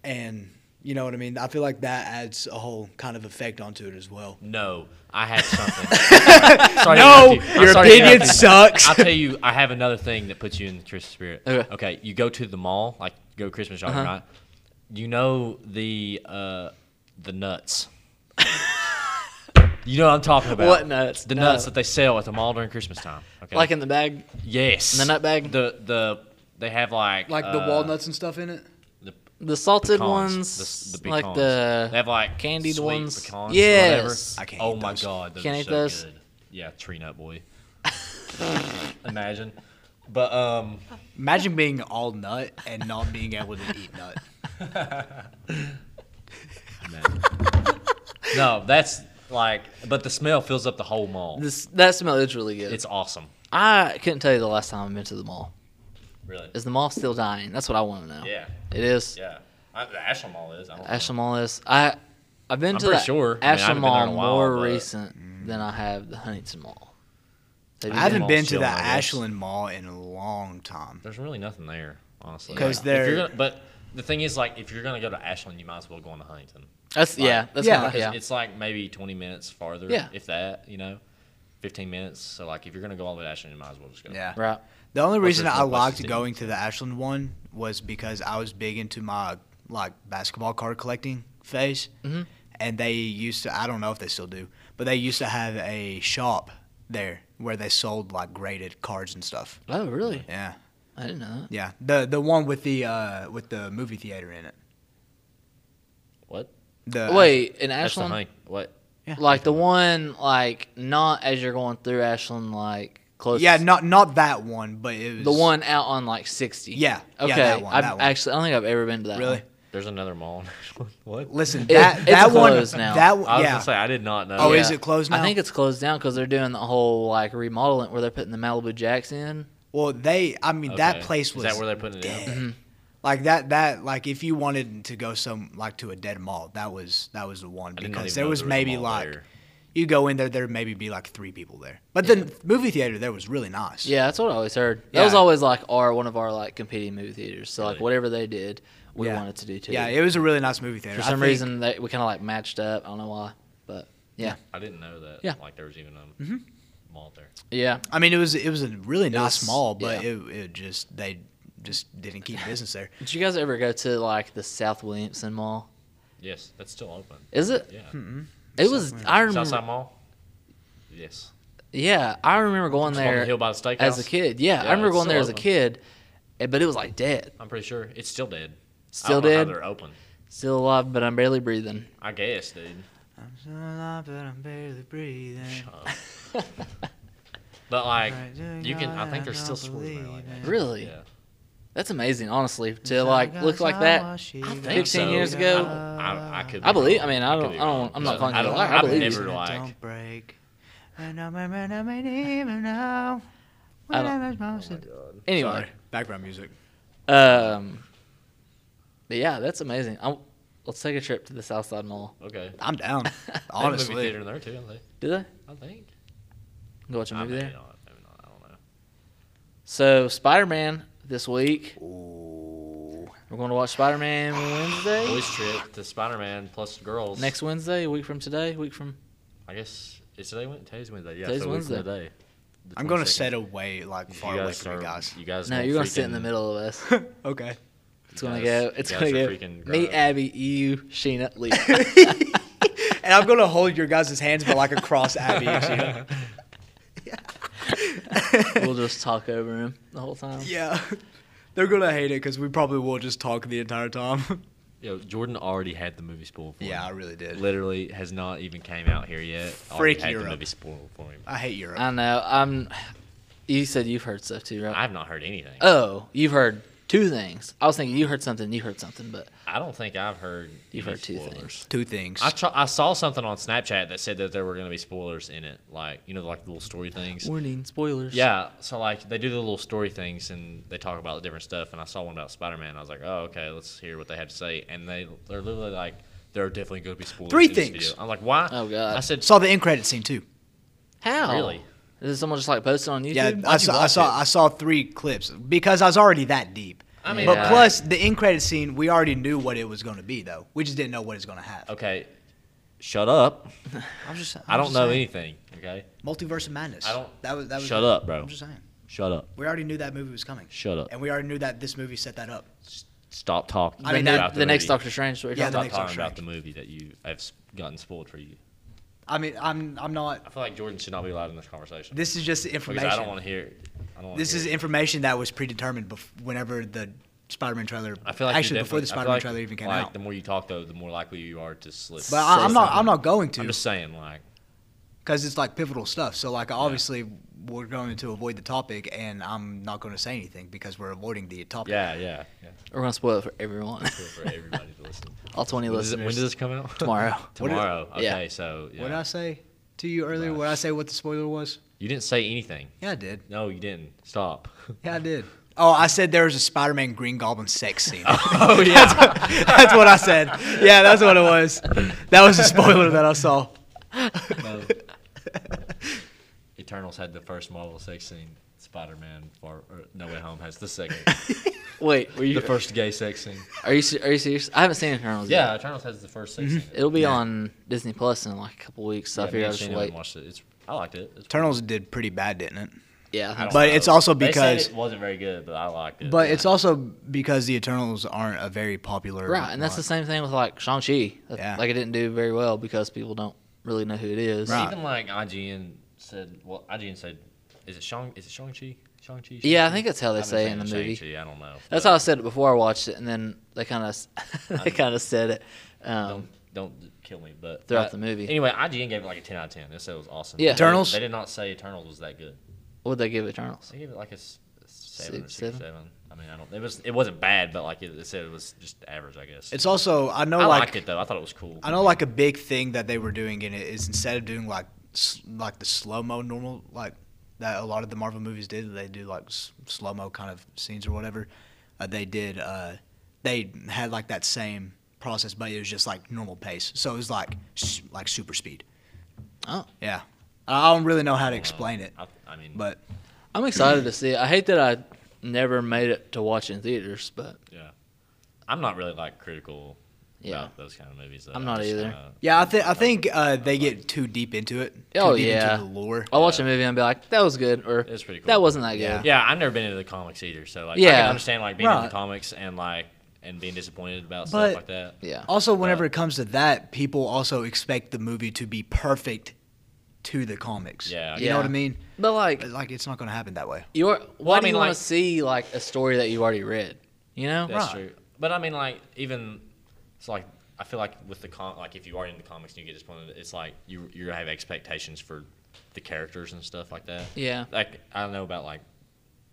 Speaker 3: and you know what I mean. I feel like that adds a whole kind of effect onto it as well.
Speaker 2: No, I had something. Sorry to interrupt you. I'm sorry to interrupt you.
Speaker 3: sucks.
Speaker 2: I'll tell you, I have another thing that puts you in the Christmas spirit.
Speaker 1: Okay.
Speaker 2: you go to the mall, like go Christmas shopping,
Speaker 1: Uh-huh.
Speaker 2: right? You know the uh, the nuts. you know what I'm talking about.
Speaker 1: What nuts?
Speaker 2: The
Speaker 1: No.
Speaker 2: nuts that they sell at the mall during Christmas time. Okay.
Speaker 1: Like in the bag,
Speaker 2: yes,
Speaker 1: the nut bag?
Speaker 2: The the they have like
Speaker 3: like the
Speaker 2: uh,
Speaker 3: walnuts and stuff in it.
Speaker 2: the
Speaker 1: the salted
Speaker 2: pecans,
Speaker 1: ones,
Speaker 2: the s- the pecans.
Speaker 1: like the
Speaker 2: they have like
Speaker 1: candied
Speaker 2: sweet
Speaker 1: ones.
Speaker 2: Pecans Or whatever.
Speaker 1: Yes.
Speaker 3: I can't
Speaker 2: Oh
Speaker 3: eat
Speaker 2: my
Speaker 3: those.
Speaker 2: god, those
Speaker 1: Can't
Speaker 2: are
Speaker 1: eat
Speaker 2: so
Speaker 1: those?
Speaker 2: good. Yeah, tree nut boy. Imagine, but um,
Speaker 3: Imagine being all nut and not being able to eat nut.
Speaker 2: imagine. no, that's like, but the smell fills up the whole mall.
Speaker 1: This, that smell is really good.
Speaker 2: It's awesome,
Speaker 1: I couldn't tell you the last time I've been to the mall.
Speaker 2: really.
Speaker 1: Is the mall still dying? That's what I want to know.
Speaker 2: Yeah,
Speaker 1: It is.
Speaker 2: yeah. I, the Ashland Mall is. I don't know.
Speaker 1: Ashland Mall is. I, I've been
Speaker 2: I'm
Speaker 1: to
Speaker 2: pretty
Speaker 1: the
Speaker 2: sure. I mean, I
Speaker 1: Ashland
Speaker 2: haven't been there in
Speaker 1: Mall
Speaker 2: a while,
Speaker 1: more
Speaker 2: but-
Speaker 1: recent than I have the Huntington Mall. Have
Speaker 3: Mm. I
Speaker 1: you
Speaker 3: haven't
Speaker 2: Mall's
Speaker 3: been to the
Speaker 2: chilling, I guess.
Speaker 3: Ashland Mall in a long time.
Speaker 2: There's really nothing there, honestly.
Speaker 3: 'Cause
Speaker 2: Like, if you're
Speaker 3: they're-
Speaker 2: gonna- but the thing is, like, if you're gonna go to Ashland, you might as well go on to Huntington.
Speaker 1: That's
Speaker 2: Like,
Speaker 1: yeah. That's
Speaker 3: yeah,
Speaker 1: yeah.
Speaker 2: Because
Speaker 1: Oh, yeah.
Speaker 2: it's like maybe 20 minutes farther,
Speaker 1: Yeah.
Speaker 2: if that, you know, 15 minutes. So, like, if you're going to go all the way to Ashland, you might as well just go.
Speaker 3: Yeah.
Speaker 1: Right.
Speaker 3: The only
Speaker 2: Plus
Speaker 3: reason
Speaker 2: there's
Speaker 3: I
Speaker 2: no places
Speaker 3: liked
Speaker 2: to eat.
Speaker 3: going to the Ashland one was because I was big into my like basketball card collecting phase,
Speaker 1: Mhm.
Speaker 3: and they used to. I don't know if they still do, but they used to have a shop there where they sold like graded cards and stuff.
Speaker 1: Oh really?
Speaker 3: Yeah,
Speaker 1: I didn't know
Speaker 3: yeah. The the one with the uh, with the movie theater in it.
Speaker 2: What?
Speaker 3: The
Speaker 1: that. Wait, in
Speaker 2: That's the
Speaker 1: Ashland,
Speaker 2: Hun- What?
Speaker 3: Yeah.
Speaker 1: like the one, like not as you're going through Ashland, like close.
Speaker 3: uh, yeah, not not that one, but it was
Speaker 1: the one out on like sixty.
Speaker 3: Yeah, yeah,
Speaker 1: Okay.
Speaker 3: that one,
Speaker 1: I've
Speaker 3: that one.
Speaker 1: actually, I don't think I've ever been to that.
Speaker 3: Really?
Speaker 1: one.
Speaker 2: There's another mall in Ashland. What?
Speaker 3: Listen,
Speaker 1: It-
Speaker 3: that
Speaker 1: it's
Speaker 3: that one
Speaker 1: closed now.
Speaker 3: that
Speaker 2: I was
Speaker 3: yeah.
Speaker 2: going to say, I did not know.
Speaker 3: Oh,
Speaker 2: that.
Speaker 3: is it closed
Speaker 1: I
Speaker 3: now?
Speaker 1: think it's closed down because they're doing the whole like remodeling where they're putting the Malibu Jacks in.
Speaker 3: Well, they I mean that
Speaker 2: Okay.
Speaker 3: place was
Speaker 2: Is that where they're putting it
Speaker 3: dead.
Speaker 2: in?
Speaker 1: Mm-hmm.
Speaker 3: Like that, that like if you wanted to go some like to a dead mall, that was that was the one
Speaker 2: I did not
Speaker 3: because
Speaker 2: even
Speaker 3: there
Speaker 2: know
Speaker 3: was
Speaker 2: there was a
Speaker 3: maybe
Speaker 2: mall
Speaker 3: like
Speaker 2: there.
Speaker 3: you go in there, there maybe be like three people there. But
Speaker 1: Yeah.
Speaker 3: the movie theater there was really nice.
Speaker 1: Yeah, that's what I always heard. That was
Speaker 3: Yeah.
Speaker 1: always like our one of our like competing movie theaters. So like
Speaker 2: Really?
Speaker 1: whatever they did, we
Speaker 3: Yeah.
Speaker 1: wanted to do too.
Speaker 3: yeah, it was a really nice movie theater.
Speaker 1: for
Speaker 3: I
Speaker 1: some
Speaker 3: think-
Speaker 1: reason they, we kind of like matched up. I don't know why, but yeah,
Speaker 2: I didn't know that.
Speaker 1: Yeah.
Speaker 2: Like, there was even a mall there.
Speaker 1: yeah.
Speaker 3: I mean, it was it was a really nice
Speaker 1: was-
Speaker 3: mall, but
Speaker 1: yeah.
Speaker 3: it it just they just didn't keep business there.
Speaker 1: Did you guys ever go to like the South Williamson Mall?
Speaker 2: Yes, that's still open.
Speaker 1: Is it?
Speaker 2: Yeah.
Speaker 3: Hmm.
Speaker 1: It was. I
Speaker 2: Southside
Speaker 1: remember.
Speaker 2: Mall. Yes.
Speaker 1: Yeah, I remember going
Speaker 2: It's on the
Speaker 1: there
Speaker 2: hill by the steakhouse.
Speaker 1: as a kid. Yeah,
Speaker 2: Yeah,
Speaker 1: I remember
Speaker 2: it's
Speaker 1: going there as
Speaker 2: still
Speaker 1: a
Speaker 2: open.
Speaker 1: kid, eh, but it was like dead,
Speaker 2: I'm pretty sure it's still dead.
Speaker 1: Still
Speaker 2: I don't know how
Speaker 1: dead?
Speaker 2: they're open.
Speaker 1: still alive, but I'm barely breathing.
Speaker 2: I guess, dude.
Speaker 3: I'm still alive, but I'm barely breathing.
Speaker 2: Shut up. but like,
Speaker 3: Right, yeah,
Speaker 2: you can. I
Speaker 3: God,
Speaker 2: think
Speaker 3: I
Speaker 2: there's still
Speaker 3: don't
Speaker 2: scores in there. Like
Speaker 3: believe
Speaker 2: that.
Speaker 3: it.
Speaker 1: Really,
Speaker 2: Yeah.
Speaker 1: that's amazing. Honestly, to like look like that.
Speaker 3: I
Speaker 1: think
Speaker 2: think
Speaker 1: 15
Speaker 2: so.
Speaker 1: years ago?
Speaker 2: I, I, I could. Be
Speaker 1: I believe. I
Speaker 2: wrong.
Speaker 1: mean, I
Speaker 2: could
Speaker 1: don't.
Speaker 2: be
Speaker 1: I
Speaker 2: wrong.
Speaker 1: don't. I'm not
Speaker 2: So,
Speaker 1: calling
Speaker 2: I
Speaker 1: you a
Speaker 2: don't-
Speaker 1: liar. I
Speaker 2: I've
Speaker 1: believe
Speaker 2: never
Speaker 1: you.
Speaker 2: like-
Speaker 3: Don't break. And I'm a man, I might even know
Speaker 1: I
Speaker 3: when
Speaker 1: don't-
Speaker 3: I Oh was most in-
Speaker 1: Anyway,
Speaker 3: Sorry, background music.
Speaker 1: um, but yeah, that's amazing. i let's take a trip to the Southside Mall.
Speaker 2: Okay.
Speaker 3: I'm down.
Speaker 2: They have a movie
Speaker 3: honestly,
Speaker 2: theater in there too. don't they?
Speaker 1: Do they
Speaker 2: I think.
Speaker 1: go watch a
Speaker 2: I
Speaker 1: movie
Speaker 2: may
Speaker 1: there?
Speaker 2: not, maybe not, I don't know.
Speaker 1: So Spider Man this week.
Speaker 3: Ooh.
Speaker 1: We're going to watch Spider Man Wednesday.
Speaker 2: Boys trip to Spider Man plus girls.
Speaker 1: Next Wednesday, a week from today, a week from
Speaker 2: I guess it's today. Wed- Today's Wednesday. Yeah.
Speaker 1: Today's
Speaker 2: so Wednesday.
Speaker 1: Wednesday.
Speaker 2: Today. The
Speaker 3: I'm gonna
Speaker 2: 22nd.
Speaker 3: set away like
Speaker 2: You
Speaker 3: far away from
Speaker 2: are-
Speaker 3: you guys.
Speaker 2: You guys.
Speaker 1: No,
Speaker 2: will
Speaker 1: you're gonna sit in the
Speaker 2: freaking-
Speaker 1: middle of us.
Speaker 3: okay.
Speaker 1: It's gonna
Speaker 2: guys-
Speaker 1: go.
Speaker 2: you
Speaker 1: It's
Speaker 2: guys
Speaker 1: gonna
Speaker 2: are
Speaker 1: go.
Speaker 2: freaking
Speaker 1: Me,
Speaker 2: gross.
Speaker 1: Abby, you, Sheena, Lee.
Speaker 3: And I'm gonna hold your guys' hands, but like across Abby. and Sheena.
Speaker 1: we'll just talk over him the whole time.
Speaker 3: yeah. They're gonna hate it because we probably will just talk the entire time.
Speaker 2: Yo, Jordan already had the movie spoiled for
Speaker 3: yeah, I
Speaker 2: him.
Speaker 3: really did.
Speaker 2: Literally has not even came out here yet. already
Speaker 3: Freak
Speaker 2: had
Speaker 3: Europe.
Speaker 2: the movie spoiled for him.
Speaker 3: I hate Europe.
Speaker 1: I know. I'm. You said you've heard stuff too, right?
Speaker 2: I've not heard anything.
Speaker 1: oh, you've heard two things. I was thinking you heard something. You heard something, but
Speaker 2: I don't think I've heard.
Speaker 1: you've
Speaker 2: any
Speaker 1: heard two
Speaker 2: spoilers.
Speaker 1: things.
Speaker 3: Two things.
Speaker 2: I tr- I saw something on Snapchat that said that there were going to be spoilers in it, like you know, like the little story things.
Speaker 1: Warning, spoilers.
Speaker 2: Yeah, so like they do the little story things and they talk about different stuff. And I saw one about Spider Man. I was like, oh okay, let's hear what they had to say. And they they're literally like, there are definitely going to be spoilers.
Speaker 3: Three
Speaker 2: in this
Speaker 3: things.
Speaker 2: video." I'm like, why?
Speaker 1: Oh, God.
Speaker 2: I said,
Speaker 3: saw the end credit scene too.
Speaker 1: How?
Speaker 2: Really?
Speaker 1: Did someone just like post it on YouTube?
Speaker 3: Yeah,
Speaker 1: Why'd
Speaker 3: I
Speaker 1: you
Speaker 3: saw, I
Speaker 1: watch
Speaker 3: saw,
Speaker 1: it?
Speaker 3: I saw three clips because I was already that deep.
Speaker 2: I mean,
Speaker 3: but
Speaker 2: yeah.
Speaker 3: plus the end credit scene, we already knew what it was going to be though. We just didn't know what it's going to have.
Speaker 2: okay, shut up.
Speaker 3: I'm just, I'm
Speaker 2: I don't
Speaker 3: just
Speaker 2: know
Speaker 3: saying.
Speaker 2: anything. Okay,
Speaker 3: Multiverse of Madness.
Speaker 2: I don't-
Speaker 3: That was that was.
Speaker 2: Shut up, bro.
Speaker 3: I'm just saying.
Speaker 2: shut up.
Speaker 3: We already knew that movie was coming.
Speaker 2: Shut up.
Speaker 3: And we already knew that this movie set that up.
Speaker 2: Stop talking.
Speaker 3: I mean,
Speaker 1: the,
Speaker 3: that-
Speaker 2: about
Speaker 1: the next
Speaker 2: movie.
Speaker 1: Doctor Strange. is what you're
Speaker 3: Yeah,
Speaker 1: talking
Speaker 2: Stop
Speaker 3: next Doctor
Speaker 2: talking about
Speaker 3: Strange.
Speaker 2: the movie that you have s- gotten spoiled for you.
Speaker 3: I mean, I'm I'm not.
Speaker 2: I feel like Jordan should not be allowed in this conversation.
Speaker 3: This is just
Speaker 2: because
Speaker 3: information.
Speaker 2: I don't want to hear. I don't wanna
Speaker 3: this
Speaker 2: hear
Speaker 3: is
Speaker 2: it.
Speaker 3: information that was predetermined bef- whenever the Spider-Man trailer.
Speaker 2: I feel like you
Speaker 3: actually before
Speaker 2: definitely- I
Speaker 3: the Spider-Man
Speaker 2: feel like-
Speaker 3: trailer even came
Speaker 2: like,
Speaker 3: out.
Speaker 2: The more you talk, though, the more likely you are to slip.
Speaker 3: but I,
Speaker 1: say
Speaker 3: I'm not.
Speaker 1: something.
Speaker 3: I'm not going
Speaker 2: I'm
Speaker 3: to
Speaker 2: just saying, like,
Speaker 3: because it's like pivotal stuff. So like obviously we're going to avoid the topic, and I'm not going to say anything because we're avoiding the topic.
Speaker 2: yeah, yeah, yeah.
Speaker 1: about. We're gonna spoil it for everyone,
Speaker 2: For, for everybody to listen.
Speaker 1: all twenty
Speaker 2: When does, it-
Speaker 1: listeners.
Speaker 2: when does this come out?
Speaker 1: Tomorrow.
Speaker 3: What did-
Speaker 2: Tomorrow.
Speaker 1: yeah.
Speaker 2: Okay, so yeah.
Speaker 3: What did I say to you earlier? What I say? What the spoiler was?
Speaker 2: you didn't say anything.
Speaker 3: Yeah, I did.
Speaker 2: No, you didn't. Stop.
Speaker 3: Yeah, I did. Oh, I said there was a Spider-Man Green Goblin sex scene.
Speaker 2: oh yeah.
Speaker 3: that's what I said. Yeah, that's what it was. That was a spoiler that I saw.
Speaker 2: no. Eternals had the first Marvel sex scene. Spider-Man Far or No Way Home has the second,
Speaker 1: Wait, were you?
Speaker 2: the first gay sex scene.
Speaker 1: Are you? se- Are you serious? I haven't seen Eternals yet.
Speaker 2: Yeah, Eternals has the first sex scene.
Speaker 1: It'll be on Disney Plus in like a couple weeks. So Mm-hmm. I
Speaker 2: Yeah, me
Speaker 1: figured
Speaker 2: and
Speaker 1: I'll just
Speaker 2: Shane haven't
Speaker 1: wait.
Speaker 2: watched it. It's, I liked it. It's
Speaker 3: Eternals did pretty bad, didn't it?
Speaker 1: Yeah, I
Speaker 2: I
Speaker 1: think
Speaker 2: don't
Speaker 1: so.
Speaker 3: But it's also
Speaker 2: They said
Speaker 3: because-
Speaker 2: it wasn't very good, but I liked it.
Speaker 3: But it's also because the Eternals aren't a very popular.
Speaker 1: right, and that's the same thing with like Shang Chi.
Speaker 3: Yeah.
Speaker 1: Like it didn't do very well because people don't really know who it is.
Speaker 3: Right.
Speaker 2: even like IGN said. Well, IGN said, "Is it Shang? Is it Shang Chi? Shang Chi?"
Speaker 1: Yeah, I think that's how they say it in the movie.
Speaker 2: Shang-Chi, I don't know.
Speaker 1: That's
Speaker 2: but
Speaker 1: how I said it before I watched it, and then they kind of they kind of said it. Um,
Speaker 2: Don't don't kill me, but
Speaker 1: Throughout
Speaker 2: but
Speaker 1: the movie.
Speaker 2: Anyway, IGN gave it like a ten out of ten. They said it was awesome.
Speaker 1: Yeah.
Speaker 2: They-
Speaker 3: Eternals?
Speaker 2: They, did not say Eternals was that good.
Speaker 1: what'd they give Eternals?
Speaker 2: They gave it like a s- a seven,
Speaker 1: Six,
Speaker 2: six, seven.
Speaker 1: seven?
Speaker 2: I mean, I don't. It was it wasn't bad, but like it, it said, it was just average, I guess.
Speaker 3: It's also I know
Speaker 2: I
Speaker 3: like
Speaker 2: liked it though. I thought it was cool.
Speaker 3: I know like a big thing that they were doing in it is instead of doing like s- like the slow mo normal like that a lot of the Marvel movies did they do like s- slow mo kind of scenes or whatever uh, they did uh, they had like that same process but it was just like normal pace so it was like s- like super speed
Speaker 1: Oh,
Speaker 3: yeah I I don't really know how to
Speaker 2: I don't know.
Speaker 3: explain it
Speaker 2: I, I mean,
Speaker 3: but
Speaker 1: I'm excited to see it. I hate that I never made it to watch in theaters, but
Speaker 2: yeah, I'm not really like critical
Speaker 1: Yeah.
Speaker 2: about those kind of movies. Though.
Speaker 1: I'm not
Speaker 2: just uh,
Speaker 1: either.
Speaker 2: kinda-
Speaker 3: Yeah, I think I think uh, they get too deep into it. Too
Speaker 1: Oh,
Speaker 3: deep
Speaker 1: yeah.
Speaker 3: into the lore.
Speaker 1: I'll watch a movie and be like, that was good, or
Speaker 2: It's pretty cool.
Speaker 1: that wasn't that good.
Speaker 3: Yeah.
Speaker 2: Yeah, I've never been into the comics either, so like I
Speaker 1: Yeah.
Speaker 2: can understand like being into
Speaker 3: Right.
Speaker 2: comics and like and being disappointed about
Speaker 3: But-
Speaker 2: stuff like that.
Speaker 1: Yeah.
Speaker 3: Also, whenever
Speaker 2: But-
Speaker 3: it comes to that, people also expect the movie to be perfect to the comics.
Speaker 2: Yeah.
Speaker 3: you know what I
Speaker 1: Yeah.
Speaker 3: mean.
Speaker 1: But like,
Speaker 3: But, Like it's not going to happen that way.
Speaker 1: you're why
Speaker 2: I
Speaker 1: do
Speaker 2: mean,
Speaker 1: you want
Speaker 2: like-
Speaker 1: to see like a story that you already read? You know?
Speaker 2: That's
Speaker 3: Right.
Speaker 2: true. But I mean, like even it's like I feel like with the com like if you are into comics and you get disappointed, it's like you you have expectations for the characters and stuff like that.
Speaker 1: Yeah.
Speaker 2: Like I know about like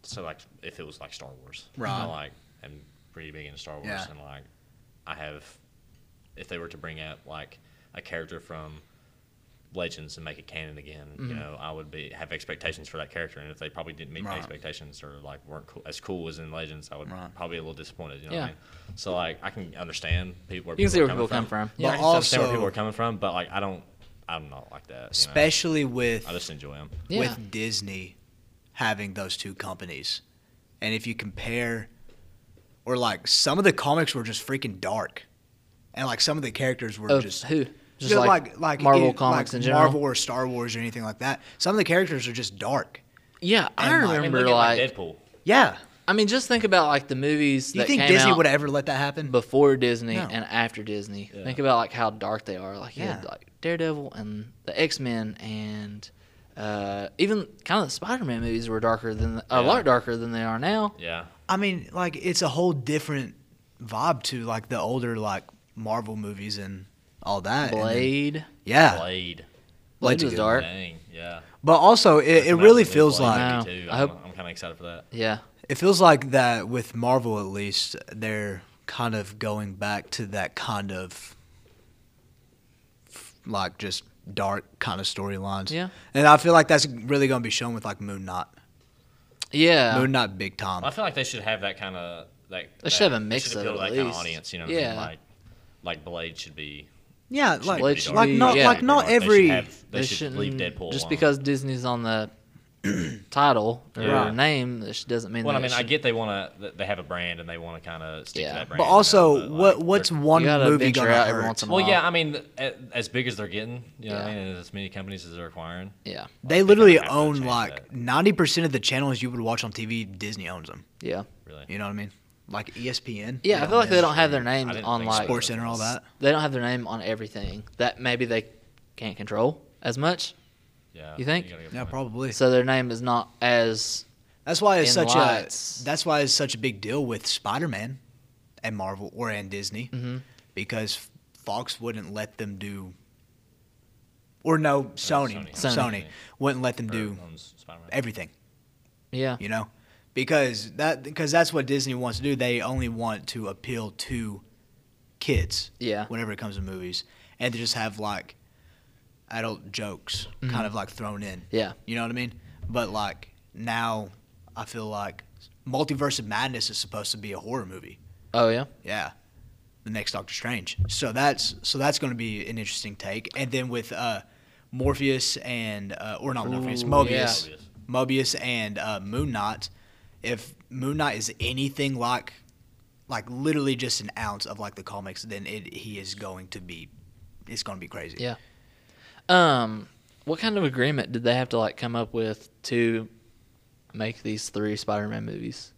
Speaker 2: so like if it was like Star Wars,
Speaker 3: Right.
Speaker 2: I like am pretty big into Star Wars
Speaker 3: Yeah.
Speaker 2: and like I have if they were to bring out like a character from Legends and make it canon again, you know, I would be have expectations for that character, and if they probably didn't meet my
Speaker 3: Mm-hmm. Right.
Speaker 2: expectations or like weren't cool, as cool as in Legends, I would
Speaker 3: Right.
Speaker 2: probably be a little disappointed. You know
Speaker 1: Yeah.
Speaker 2: what I mean? So like I can understand people. Where
Speaker 1: You can
Speaker 2: people
Speaker 1: see
Speaker 2: are
Speaker 1: where
Speaker 2: coming
Speaker 1: people come from.
Speaker 3: But
Speaker 2: I
Speaker 1: Yeah.
Speaker 2: can understand where
Speaker 3: also-
Speaker 2: people are coming from, but like I don't, I'm not like that. you know?
Speaker 3: Especially with
Speaker 2: I just enjoy them.
Speaker 1: Yeah.
Speaker 3: with Disney having those two companies, and if you compare, or like some of the comics were just freaking dark, and like some of the characters were
Speaker 1: Of
Speaker 3: just
Speaker 1: who? Just
Speaker 3: Yeah,
Speaker 1: like, Marvel comics in general.
Speaker 3: Marvel or Star Wars or anything like that. Some of the characters are just dark.
Speaker 1: Yeah, I
Speaker 3: And, like-
Speaker 2: I mean,
Speaker 1: remember
Speaker 2: look at,
Speaker 1: like,
Speaker 2: Deadpool.
Speaker 3: Yeah.
Speaker 1: I mean, just think about like the movies
Speaker 3: Do you
Speaker 1: that
Speaker 3: think
Speaker 1: came
Speaker 3: Disney
Speaker 1: out
Speaker 3: would have ever let that happen?
Speaker 1: before Disney
Speaker 3: No.
Speaker 1: and after Disney.
Speaker 2: Yeah.
Speaker 1: Think about like how dark they are. Like you had,
Speaker 3: Yeah.
Speaker 1: like Daredevil and the X Men and uh, even kind of the Spider Man movies were darker than a
Speaker 2: Yeah.
Speaker 1: lot darker than they are now.
Speaker 2: Yeah.
Speaker 3: I mean, like it's a whole different vibe to like the older like Marvel movies and all that. And then-
Speaker 1: Blade,
Speaker 3: yeah,
Speaker 2: Blade.
Speaker 1: Blade
Speaker 3: Blade's a
Speaker 1: was
Speaker 3: good one.
Speaker 1: dark.
Speaker 2: Dang. Yeah.
Speaker 3: but also it, it
Speaker 2: Coming out
Speaker 3: really
Speaker 2: with a new
Speaker 3: feels
Speaker 2: Blade
Speaker 3: like
Speaker 1: now.
Speaker 2: movie,
Speaker 1: Wow.
Speaker 2: too.
Speaker 1: I
Speaker 2: I'm,
Speaker 1: hope-
Speaker 2: I'm kind of excited for that.
Speaker 1: Yeah,
Speaker 3: it feels like that with Marvel at least they're kind of going back to that kind of like just dark kind of storylines.
Speaker 1: Yeah.
Speaker 3: and I feel like that's really going to be shown with like Moon Knight.
Speaker 1: yeah.
Speaker 3: Moon Knight, big time.
Speaker 2: I feel like they should have that kind of that.
Speaker 1: They
Speaker 2: that-
Speaker 1: should have a
Speaker 2: they
Speaker 1: mix of
Speaker 2: appeal
Speaker 1: it
Speaker 2: to
Speaker 1: at
Speaker 2: that kind of
Speaker 1: least.
Speaker 2: audience. You know what I mean?
Speaker 1: Yeah.
Speaker 2: Like, like Blade should be.
Speaker 3: Yeah, like
Speaker 1: pretty dark.
Speaker 3: like not
Speaker 1: Yeah.
Speaker 3: like not
Speaker 2: They should
Speaker 3: every.
Speaker 2: have- They should leave
Speaker 1: shouldn't-
Speaker 2: Deadpool
Speaker 1: just
Speaker 2: alone.
Speaker 1: because Disney's on the title or
Speaker 2: Yeah.
Speaker 3: Right.
Speaker 1: name. This doesn't mean.
Speaker 2: Well, I
Speaker 1: that it
Speaker 2: mean, I
Speaker 1: should-
Speaker 2: get they want to. They have a brand and they want to kind of stick
Speaker 1: Yeah.
Speaker 2: to that
Speaker 1: But
Speaker 2: brand.
Speaker 3: But
Speaker 2: you know,
Speaker 3: also,
Speaker 2: but,
Speaker 3: what
Speaker 2: like,
Speaker 3: what's
Speaker 2: they're-
Speaker 3: one
Speaker 1: You gotta
Speaker 3: movie
Speaker 1: venture
Speaker 3: gonna
Speaker 1: out
Speaker 3: hurt?
Speaker 1: every once in a
Speaker 2: Well,
Speaker 1: while.
Speaker 2: yeah, I mean, a- as big as they're getting, you know, what I
Speaker 1: Yeah.
Speaker 2: mean, and as many companies as they're acquiring,
Speaker 1: Yeah,
Speaker 3: They
Speaker 2: Like, they
Speaker 3: literally
Speaker 2: kinda have to
Speaker 3: own
Speaker 2: change
Speaker 3: like
Speaker 2: that.
Speaker 3: ninety percent of the channels you would watch on TV. Disney owns them.
Speaker 1: yeah,
Speaker 2: really.
Speaker 3: You know what I mean? Like E ESPN.
Speaker 1: yeah. I feel like they don't have their
Speaker 2: I
Speaker 1: names
Speaker 2: didn't
Speaker 1: on
Speaker 2: think so.
Speaker 1: like
Speaker 3: Sports Center, all that.
Speaker 1: they don't have their name on everything that maybe they can't control as much.
Speaker 2: Yeah.
Speaker 1: You think?
Speaker 2: got a good
Speaker 3: Yeah,
Speaker 2: point.
Speaker 3: probably.
Speaker 1: So their name is not as
Speaker 3: That's why it's
Speaker 1: In
Speaker 3: such
Speaker 1: lights.
Speaker 3: a that's why it's such a big deal with Spider Man and Marvel or and Disney
Speaker 1: Mm. mm-hmm.
Speaker 3: because Fox wouldn't let them do or no Sony Sony,
Speaker 2: Sony.
Speaker 1: Sony.
Speaker 3: wouldn't let them
Speaker 2: Or
Speaker 3: do
Speaker 2: owns Spider-Man.
Speaker 3: everything
Speaker 1: yeah.
Speaker 3: you know because that because that's what Disney wants to do they only want to appeal to kids
Speaker 1: Yeah.
Speaker 3: whenever it comes to movies and to just have like adult jokes kind of like thrown in
Speaker 1: Mm-hmm. Yeah.
Speaker 3: you know what I mean? But like now, I feel like Multiverse of Madness is supposed to be a horror movie.
Speaker 1: Oh yeah.
Speaker 3: Yeah, the next Doctor Strange. So that's so that's going to be an interesting take. And then with uh, Morpheus and uh, or not Morpheus,
Speaker 1: Ooh,
Speaker 3: Mobius,
Speaker 2: yeah.
Speaker 3: Mobius and uh, Moon Knight. If Moon Knight is anything like, like literally just an ounce of like the comics, then it he is going to be, it's going to be crazy.
Speaker 1: Yeah. Um, what kind of agreement did they have to like come up with to make these three Spider-Man movies?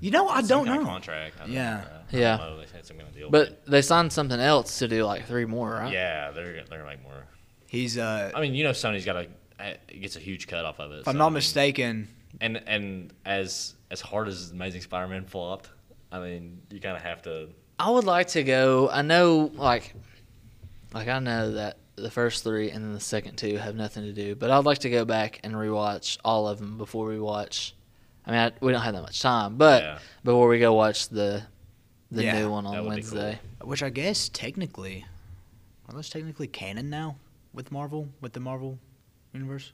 Speaker 3: You know, I
Speaker 2: Some
Speaker 3: don't
Speaker 2: kind
Speaker 3: know.
Speaker 2: of Contract. I don't
Speaker 3: Yeah.
Speaker 2: know. I don't
Speaker 1: Yeah.
Speaker 2: know. They said some kind of deal. with
Speaker 1: But they signed something else to do like three more,
Speaker 2: it.
Speaker 1: right?
Speaker 2: yeah, they're gonna- they're gonna make more.
Speaker 3: He's uh,
Speaker 2: I mean, you know, Sony's got a uh, gets a huge cut off of it.
Speaker 3: if I'm
Speaker 2: so,
Speaker 3: not
Speaker 2: I mean,
Speaker 3: mistaken.
Speaker 2: and and as as hard as Amazing Spider-Man flopped, I mean, you kind of have to.
Speaker 1: I would like to go. I know, like, like I know that the first three and then the second two have nothing to do, but I'd like to go back and rewatch all of them before we watch. I mean, I, we don't have that much time, but
Speaker 2: Yeah.
Speaker 1: before we go watch the the
Speaker 3: Yeah,
Speaker 1: new one
Speaker 2: that
Speaker 1: on
Speaker 2: would be cool.
Speaker 1: Wednesday,
Speaker 3: Which I guess technically, are those technically canon now with Marvel, with the Marvel universe?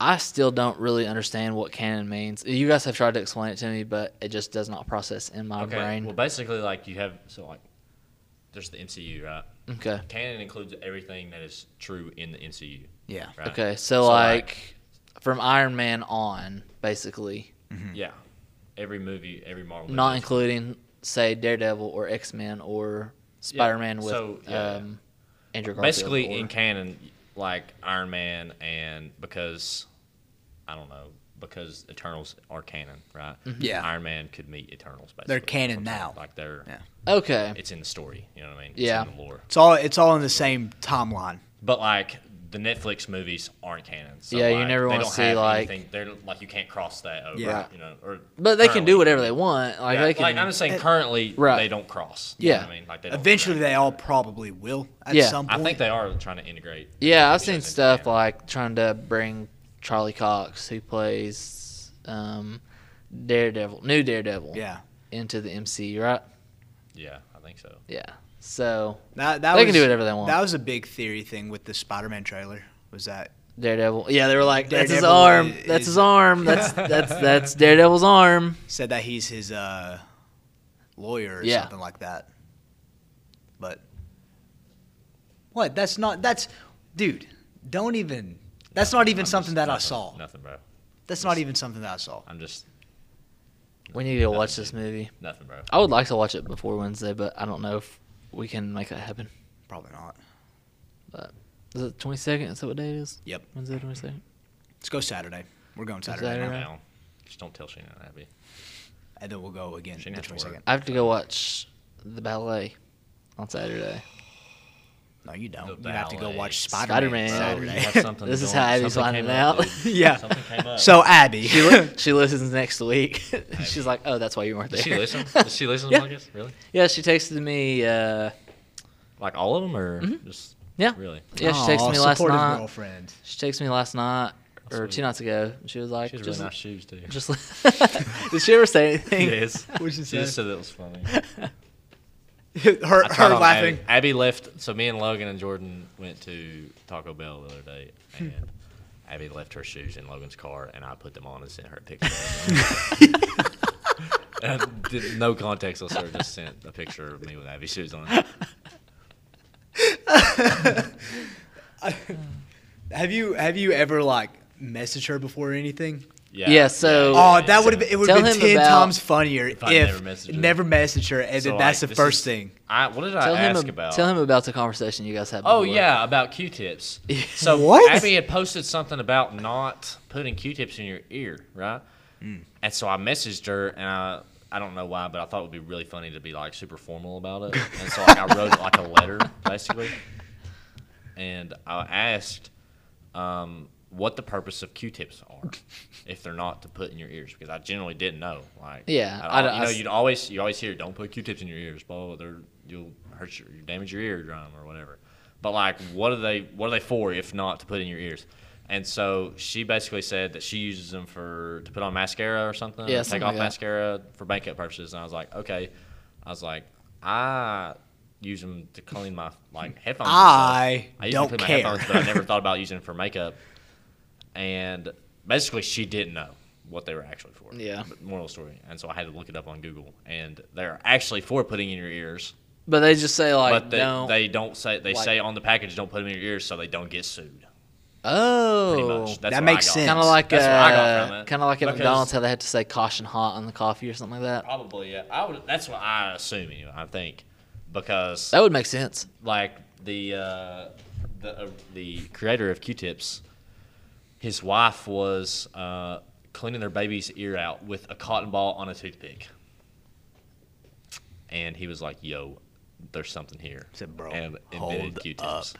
Speaker 1: I still don't really understand what canon means. You guys have tried to explain it to me, but it just does not process in my
Speaker 2: okay.
Speaker 1: brain.
Speaker 2: Well, basically, like you have so like there's the MCU, right?
Speaker 1: okay.
Speaker 2: Canon includes everything that is true in the MCU.
Speaker 3: Yeah.
Speaker 2: Right?
Speaker 1: Okay. So,
Speaker 2: So,
Speaker 1: like, from Iron Man on, basically,
Speaker 2: Yeah. Every movie, every Marvel.
Speaker 1: not
Speaker 2: movie.
Speaker 1: including say Daredevil or X Men or Spider-Man with
Speaker 2: so, yeah.
Speaker 1: um, Andrew Garfield.
Speaker 2: Basically,
Speaker 1: or-
Speaker 2: in canon, like Iron Man, and because I don't know, because Eternals are canon, right?
Speaker 1: Mm-hmm.
Speaker 3: Yeah.
Speaker 2: Iron Man could meet Eternals. Basically,
Speaker 3: They're
Speaker 2: That's what I'm
Speaker 3: canon
Speaker 2: saying.
Speaker 3: now.
Speaker 2: Like they're,
Speaker 3: Yeah.
Speaker 1: okay,
Speaker 2: it's in the story. You know what I mean?
Speaker 1: Yeah.
Speaker 2: It's in the lore.
Speaker 3: It's all it's all in the same timeline.
Speaker 2: But like the Netflix movies aren't canon. So
Speaker 1: Yeah, you
Speaker 2: like,
Speaker 1: never
Speaker 2: they
Speaker 1: wanna
Speaker 2: don't
Speaker 1: see,
Speaker 2: have
Speaker 1: like-
Speaker 2: anything. They're like you can't cross that over.
Speaker 3: Yeah.
Speaker 2: You know, or
Speaker 1: but they can
Speaker 2: currently.
Speaker 1: do whatever they want. Like
Speaker 2: Yeah,
Speaker 1: they can.
Speaker 2: like I'm just saying, currently
Speaker 1: Right.
Speaker 2: they don't cross.
Speaker 1: Yeah.
Speaker 2: I mean, like they don't
Speaker 3: Eventually,
Speaker 2: interact.
Speaker 3: they all probably will at
Speaker 1: Yeah.
Speaker 3: some point.
Speaker 2: I think they are trying to integrate.
Speaker 1: yeah, I've
Speaker 2: shows
Speaker 1: seen
Speaker 2: into
Speaker 1: stuff
Speaker 2: canon.
Speaker 1: like trying to bring Charlie Cox, who plays um, Daredevil, new Daredevil,
Speaker 3: yeah,
Speaker 1: into the MCU, right?
Speaker 2: Yeah, I think so.
Speaker 1: Yeah. So
Speaker 3: that, that
Speaker 1: They
Speaker 3: was,
Speaker 1: can do whatever they want.
Speaker 3: That was a big theory thing with the Spider-Man trailer. Was that
Speaker 1: Daredevil, yeah, they were like, "That's his
Speaker 3: Daredevil
Speaker 1: arm.
Speaker 3: i-
Speaker 1: That's
Speaker 3: is-
Speaker 1: his arm. That's that's that's Daredevil's arm."
Speaker 3: said that he's his uh, lawyer or
Speaker 1: Yeah.
Speaker 3: something like that? But what? That's not. That's dude. Don't even. That's not even
Speaker 2: I'm just-
Speaker 3: something that I
Speaker 2: nothing-
Speaker 3: saw.
Speaker 2: Nothing, bro.
Speaker 3: That's not even something that I saw.
Speaker 2: I'm just
Speaker 1: We need to watch this movie.
Speaker 2: nothing, bro.
Speaker 1: I would like to watch it before Wednesday, but I don't know if we can make that happen.
Speaker 3: Probably not.
Speaker 1: Is it twenty second? Is that what day it is?
Speaker 3: Yep.
Speaker 1: Wednesday twenty second.
Speaker 3: Let's go Saturday. We're going Saturday,
Speaker 1: Saturday.
Speaker 3: now.
Speaker 1: Yeah.
Speaker 2: Now, just don't tell Shayna and Abby.
Speaker 3: and then we'll go again
Speaker 2: Shouldn't
Speaker 3: the
Speaker 2: have to work.
Speaker 3: 22nd.
Speaker 1: I have to go watch the ballet on Saturday.
Speaker 3: No, you
Speaker 2: The
Speaker 3: don't. You have to go
Speaker 2: ballet.
Speaker 3: watch Spider-Man,
Speaker 1: Spider-Man.
Speaker 2: Bro, you have
Speaker 3: Saturday.
Speaker 2: something
Speaker 1: This is
Speaker 2: going-
Speaker 1: how Abby's
Speaker 2: something
Speaker 1: finding
Speaker 2: came up,
Speaker 1: out.
Speaker 2: dude.
Speaker 3: yeah.
Speaker 2: Something came up.
Speaker 3: So Abby,
Speaker 1: She li- she listens next week. She's like, "Oh, that's why you weren't there."
Speaker 2: Does she listen? Does she listen to
Speaker 1: Yeah.
Speaker 2: podcasts? Really?
Speaker 1: yeah, she texted me. Uh,
Speaker 2: Like all of them, or just
Speaker 1: Mm-hmm. yeah,
Speaker 2: really?
Speaker 1: yeah, she texted
Speaker 3: Aw,
Speaker 1: me last
Speaker 3: supportive
Speaker 1: night.
Speaker 3: girlfriend.
Speaker 1: She texted me last night or
Speaker 2: Sweet.
Speaker 1: two nights ago. and She was like,
Speaker 2: She has really
Speaker 1: "Just,
Speaker 2: nice shoes too.
Speaker 1: just." li- Did she ever say anything?
Speaker 2: Yes.
Speaker 3: What'd she
Speaker 2: She just
Speaker 3: say?
Speaker 2: said it was funny.
Speaker 3: her
Speaker 2: I tried
Speaker 3: her
Speaker 2: on
Speaker 3: laughing.
Speaker 2: Abby, Abby left. So me and Logan and Jordan went to Taco Bell the other day,
Speaker 1: Hmm.
Speaker 2: and Abby left her shoes in Logan's car, and I put them on and sent her a picture. of them. And I did- no context whatsoever. Just sent a picture of me with Abby's shoes on.
Speaker 3: Have you have you ever like messaged her before or anything?
Speaker 2: Yeah.
Speaker 1: Yeah, so-
Speaker 3: Oh, that would have been it would
Speaker 1: Tell
Speaker 3: have been
Speaker 1: him
Speaker 3: ten
Speaker 1: about-
Speaker 3: times funnier if,
Speaker 2: I
Speaker 3: never,
Speaker 2: never messaged
Speaker 3: messaged
Speaker 2: her.
Speaker 3: her, and
Speaker 2: So,
Speaker 3: then that's
Speaker 2: like,
Speaker 3: the
Speaker 2: this
Speaker 3: first
Speaker 2: is-
Speaker 3: thing.
Speaker 2: I, what did
Speaker 1: Tell
Speaker 2: I
Speaker 1: him,
Speaker 2: ask
Speaker 1: ab-
Speaker 2: about?
Speaker 1: tell him about the conversation you guys had.
Speaker 2: Oh
Speaker 1: before.
Speaker 2: yeah, about Q-tips. So
Speaker 3: What?
Speaker 2: Abby had posted something about not putting Q-tips in your ear, right? And so I messaged her, and I I don't know why, but I thought it would be really funny to be like super formal about it. And so like, I wrote like a letter basically, and I asked um, what the purpose of Q-tips are. If they're not to put in your ears, because I generally didn't know. Like,
Speaker 1: Yeah,
Speaker 2: I,
Speaker 1: I
Speaker 2: don't-
Speaker 1: don't-
Speaker 2: you know,
Speaker 1: I s-
Speaker 2: you'd always you always hear, "Don't put Q-tips in your ears," blah, blah, blah they're you'll hurt your you damage your eardrum or whatever. But like, what are they what are they for if not to put in your ears? And so she basically said that she uses them for to put on mascara or something.
Speaker 1: Yeah,
Speaker 2: or
Speaker 1: something
Speaker 2: take off
Speaker 1: like that.
Speaker 2: mascara for makeup purposes. And I was like, okay. I was like, I use them to clean my like headphones. and stuff.
Speaker 3: I
Speaker 2: I use
Speaker 3: don't
Speaker 2: them to clean
Speaker 3: care.
Speaker 2: my headphones, but I never thought about using them for makeup. And basically, she didn't know what they were actually for.
Speaker 1: Yeah.
Speaker 2: But moral story. And so I had to look it up on Google, and they're actually for putting in your ears.
Speaker 1: But they just say like,
Speaker 2: but they
Speaker 1: "Don't."
Speaker 2: they don't say they
Speaker 1: like-
Speaker 2: say on the package don't put them in your ears so they don't get sued. Pretty
Speaker 1: oh,
Speaker 2: much. That's
Speaker 3: That
Speaker 2: what I
Speaker 3: makes
Speaker 2: got.
Speaker 3: sense.
Speaker 1: Kind of like
Speaker 2: That's what I got from
Speaker 1: uh,
Speaker 2: it.
Speaker 1: kind of like at
Speaker 2: Because-
Speaker 1: McDonald's how they had to say caution hot on the coffee or something like that.
Speaker 2: Probably, yeah. I would. That's what I assume. Anyway, I think because
Speaker 1: That would make sense.
Speaker 2: like the uh, the uh, the creator of Q-tips, his wife was uh, cleaning their baby's ear out with a cotton ball on a toothpick, and he was like, "Yo, there's something here."
Speaker 3: said, "Bro,
Speaker 2: and invented
Speaker 3: hold
Speaker 2: Q-tips.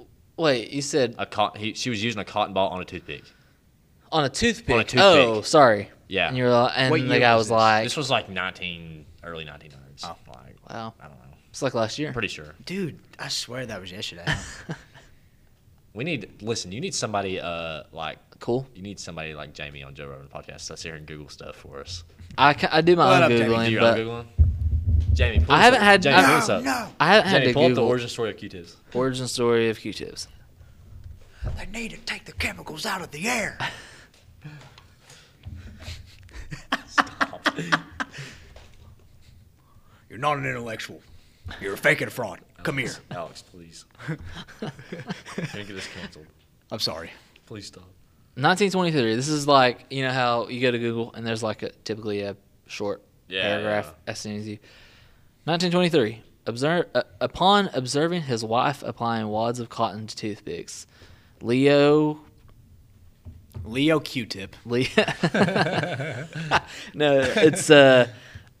Speaker 3: up."
Speaker 1: Wait, you said
Speaker 2: A cotton. He, she was using a cotton ball on a toothpick.
Speaker 1: on a toothpick.
Speaker 2: On a toothpick.
Speaker 1: Oh, sorry.
Speaker 2: Yeah.
Speaker 1: And you were like, and
Speaker 3: What
Speaker 1: the
Speaker 3: year
Speaker 1: guy was,
Speaker 3: was this?
Speaker 1: like,
Speaker 2: this was like 19, early 1900s.
Speaker 3: Oh.
Speaker 2: Like,
Speaker 1: "Wow,
Speaker 2: I don't know.
Speaker 1: it's like last year."
Speaker 2: Pretty sure.
Speaker 3: Dude, I swear that was yesterday.
Speaker 2: We need listen. You need somebody uh like
Speaker 1: cool.
Speaker 2: you need somebody like Jamie on Joe Rogan podcast. Let's hear and Google stuff for us.
Speaker 1: I, ca- I do my
Speaker 3: What
Speaker 1: own
Speaker 3: up, Jamie?
Speaker 2: Do
Speaker 1: googling,
Speaker 2: your own
Speaker 1: but
Speaker 2: googling. Jamie, pull
Speaker 1: I
Speaker 2: us
Speaker 1: haven't
Speaker 2: up.
Speaker 1: had-
Speaker 2: Jamie,
Speaker 1: I-
Speaker 2: pull us
Speaker 3: No,
Speaker 2: up.
Speaker 3: no.
Speaker 1: I haven't had
Speaker 2: Jamie,
Speaker 1: to
Speaker 2: pull up the
Speaker 1: Google origin.
Speaker 2: origin story of Q-tips.
Speaker 1: story of Q-tips.
Speaker 3: they need to take the chemicals out of the air. You're not an intellectual. You're a fake and a fraud. Come here.
Speaker 2: Alex, please. Can you get this canceled?
Speaker 3: I'm sorry.
Speaker 2: Please stop.
Speaker 1: 1923. This is like you know how you go to Google and there's like a typically a short
Speaker 2: Yeah,
Speaker 1: paragraph as soon as you. 1923. Observe uh, upon observing his wife applying wads of cotton to toothpicks, Leo
Speaker 3: Leo Q-tip.
Speaker 1: Lee.
Speaker 2: Uh,
Speaker 1: no, it's uh,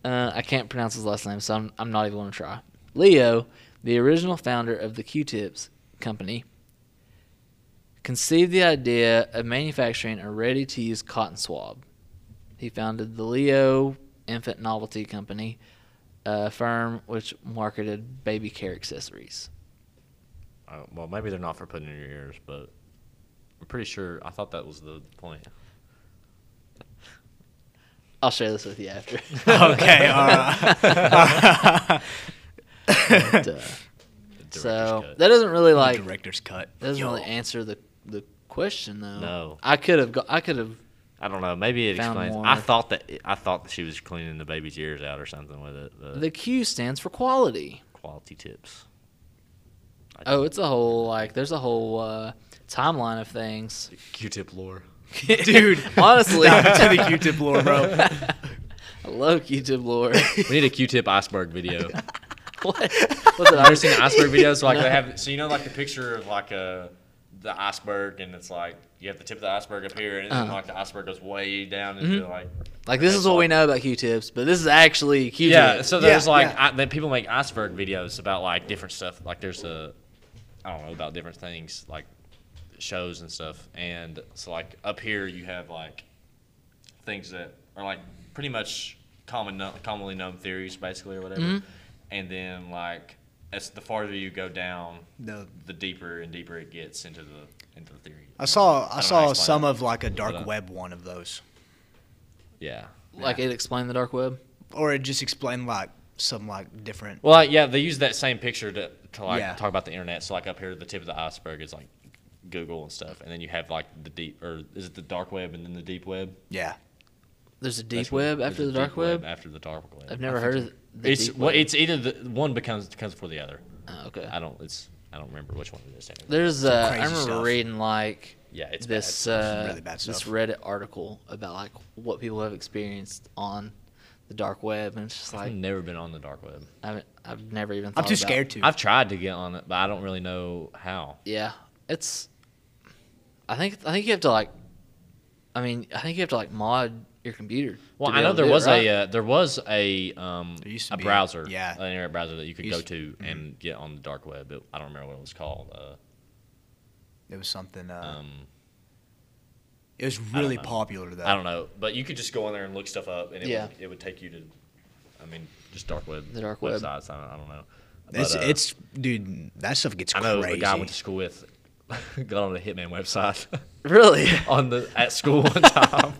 Speaker 1: uh, I can't pronounce his last name, so I'm I'm not even going to try. Leo, the original founder of the Q-Tips company, conceived the idea of manufacturing a ready-to-use cotton swab. He founded the Leo Infant Novelty Company, a firm which marketed baby care accessories.
Speaker 2: Uh, well, maybe they're not for putting in your ears, but I'm pretty sure. I thought that was the point.
Speaker 1: I'll share this with you after.
Speaker 3: okay, all right.
Speaker 1: But, uh,
Speaker 2: Director's
Speaker 1: so
Speaker 2: cut.
Speaker 1: that doesn't really like
Speaker 3: Director's cut.
Speaker 1: That doesn't
Speaker 3: Yo.
Speaker 1: really answer the the question though.
Speaker 2: No.
Speaker 1: I could have. Go- I could have.
Speaker 2: I don't know. Maybe it
Speaker 1: Found
Speaker 2: explains.
Speaker 1: more.
Speaker 2: I thought that I thought that she was cleaning the baby's ears out or something with it. But
Speaker 1: The Q stands for quality.
Speaker 2: quality tips. I-
Speaker 1: Oh, it's a whole like. There's a whole uh, timeline of things.
Speaker 2: Q-tip lore.
Speaker 3: Dude,
Speaker 1: honestly,
Speaker 3: Dive
Speaker 1: I
Speaker 3: into the Q-tip lore, bro.
Speaker 1: love YouTube lore.
Speaker 2: We need a Q-tip iceberg video.
Speaker 1: what? What's it?
Speaker 2: I've never seen an iceberg video. So like
Speaker 1: No.
Speaker 2: they have, so you know, like the picture of like a the iceberg, and it's like you have the tip of the iceberg up here, and then
Speaker 1: Uh-huh.
Speaker 2: like the iceberg goes way down into like.
Speaker 1: Like this is what we know about Q-tips, but this is actually Q-tip.
Speaker 2: Yeah, so
Speaker 3: Yeah,
Speaker 2: there's like
Speaker 3: yeah.
Speaker 2: I, then people make iceberg videos about like different stuff. Like there's a, I don't know about different things like shows and stuff. And so like up here you have like things that are like pretty much common, kno- commonly known theories basically or whatever.
Speaker 3: Mm-hmm.
Speaker 2: And then like as the farther you go down,
Speaker 3: No.
Speaker 2: the deeper and deeper it gets into the into the theory.
Speaker 3: I saw
Speaker 2: don't know
Speaker 3: I
Speaker 2: how to
Speaker 3: saw
Speaker 2: explain
Speaker 3: some
Speaker 2: it.
Speaker 3: of like a dark
Speaker 2: But, uh,
Speaker 3: web one of those,
Speaker 2: Yeah.
Speaker 1: like it explained the dark web.
Speaker 3: or it just explained like some like different.
Speaker 2: Well, like, yeah, they use that same picture to, to like
Speaker 3: Yeah.
Speaker 2: talk about the internet. So like up here, the tip of the iceberg is like Google and stuff, and then you have like the deep, or is it the dark web and then the deep web?
Speaker 3: Yeah,
Speaker 1: There's a deep
Speaker 2: That's what-
Speaker 1: web
Speaker 2: there's
Speaker 1: after
Speaker 2: a
Speaker 1: the dark
Speaker 2: deep
Speaker 1: web.
Speaker 2: After the dark web.
Speaker 1: I've never
Speaker 2: I
Speaker 1: heard
Speaker 2: think
Speaker 1: of the
Speaker 2: it's
Speaker 1: deep
Speaker 2: well,
Speaker 1: web.
Speaker 2: it's either the one becomes comes before the other.
Speaker 1: oh, okay.
Speaker 2: I don't. It's I don't remember which one it is. Technically.
Speaker 1: There's uh, I
Speaker 3: crazy
Speaker 1: remember
Speaker 3: stuff.
Speaker 1: reading like
Speaker 2: Yeah, it's bad.
Speaker 1: this
Speaker 3: Some
Speaker 1: uh,
Speaker 3: really bad
Speaker 1: this
Speaker 3: stuff.
Speaker 1: Reddit article about like what people have experienced on the dark web, and it's just
Speaker 2: I've
Speaker 1: like
Speaker 2: never been on the dark web.
Speaker 1: I've, I've never even. Thought
Speaker 3: I'm too
Speaker 1: about-
Speaker 3: scared to.
Speaker 2: I've tried to get on it, but I don't really know how.
Speaker 1: Yeah, it's. I think I think you have to like. I mean, I think you have to like mod your computer.
Speaker 2: Well,
Speaker 1: to be
Speaker 2: I know
Speaker 1: able to
Speaker 2: there
Speaker 1: do it,
Speaker 2: was
Speaker 1: right?
Speaker 2: a uh, there was a um
Speaker 3: There used to
Speaker 2: a
Speaker 3: be a-
Speaker 2: browser,
Speaker 3: yeah.
Speaker 2: an internet browser that you could go
Speaker 3: Used- mm-hmm.
Speaker 2: to and get on the dark web. It, I don't remember what it was called. Uh,
Speaker 3: it was something. Uh,
Speaker 2: um,
Speaker 3: it was really
Speaker 2: know.
Speaker 3: popular though.
Speaker 2: I don't know, but you could just go in there and look stuff up, and it
Speaker 1: Yeah.
Speaker 2: would, it would take you to, I mean, just dark web.
Speaker 1: The dark web.
Speaker 2: websites. I, don't, I don't know.
Speaker 3: It's
Speaker 2: But, uh,
Speaker 3: it's dude, that stuff gets
Speaker 2: I know
Speaker 3: crazy.
Speaker 2: a guy I went to school with got on the hitman website
Speaker 1: really.
Speaker 2: on the at school one time.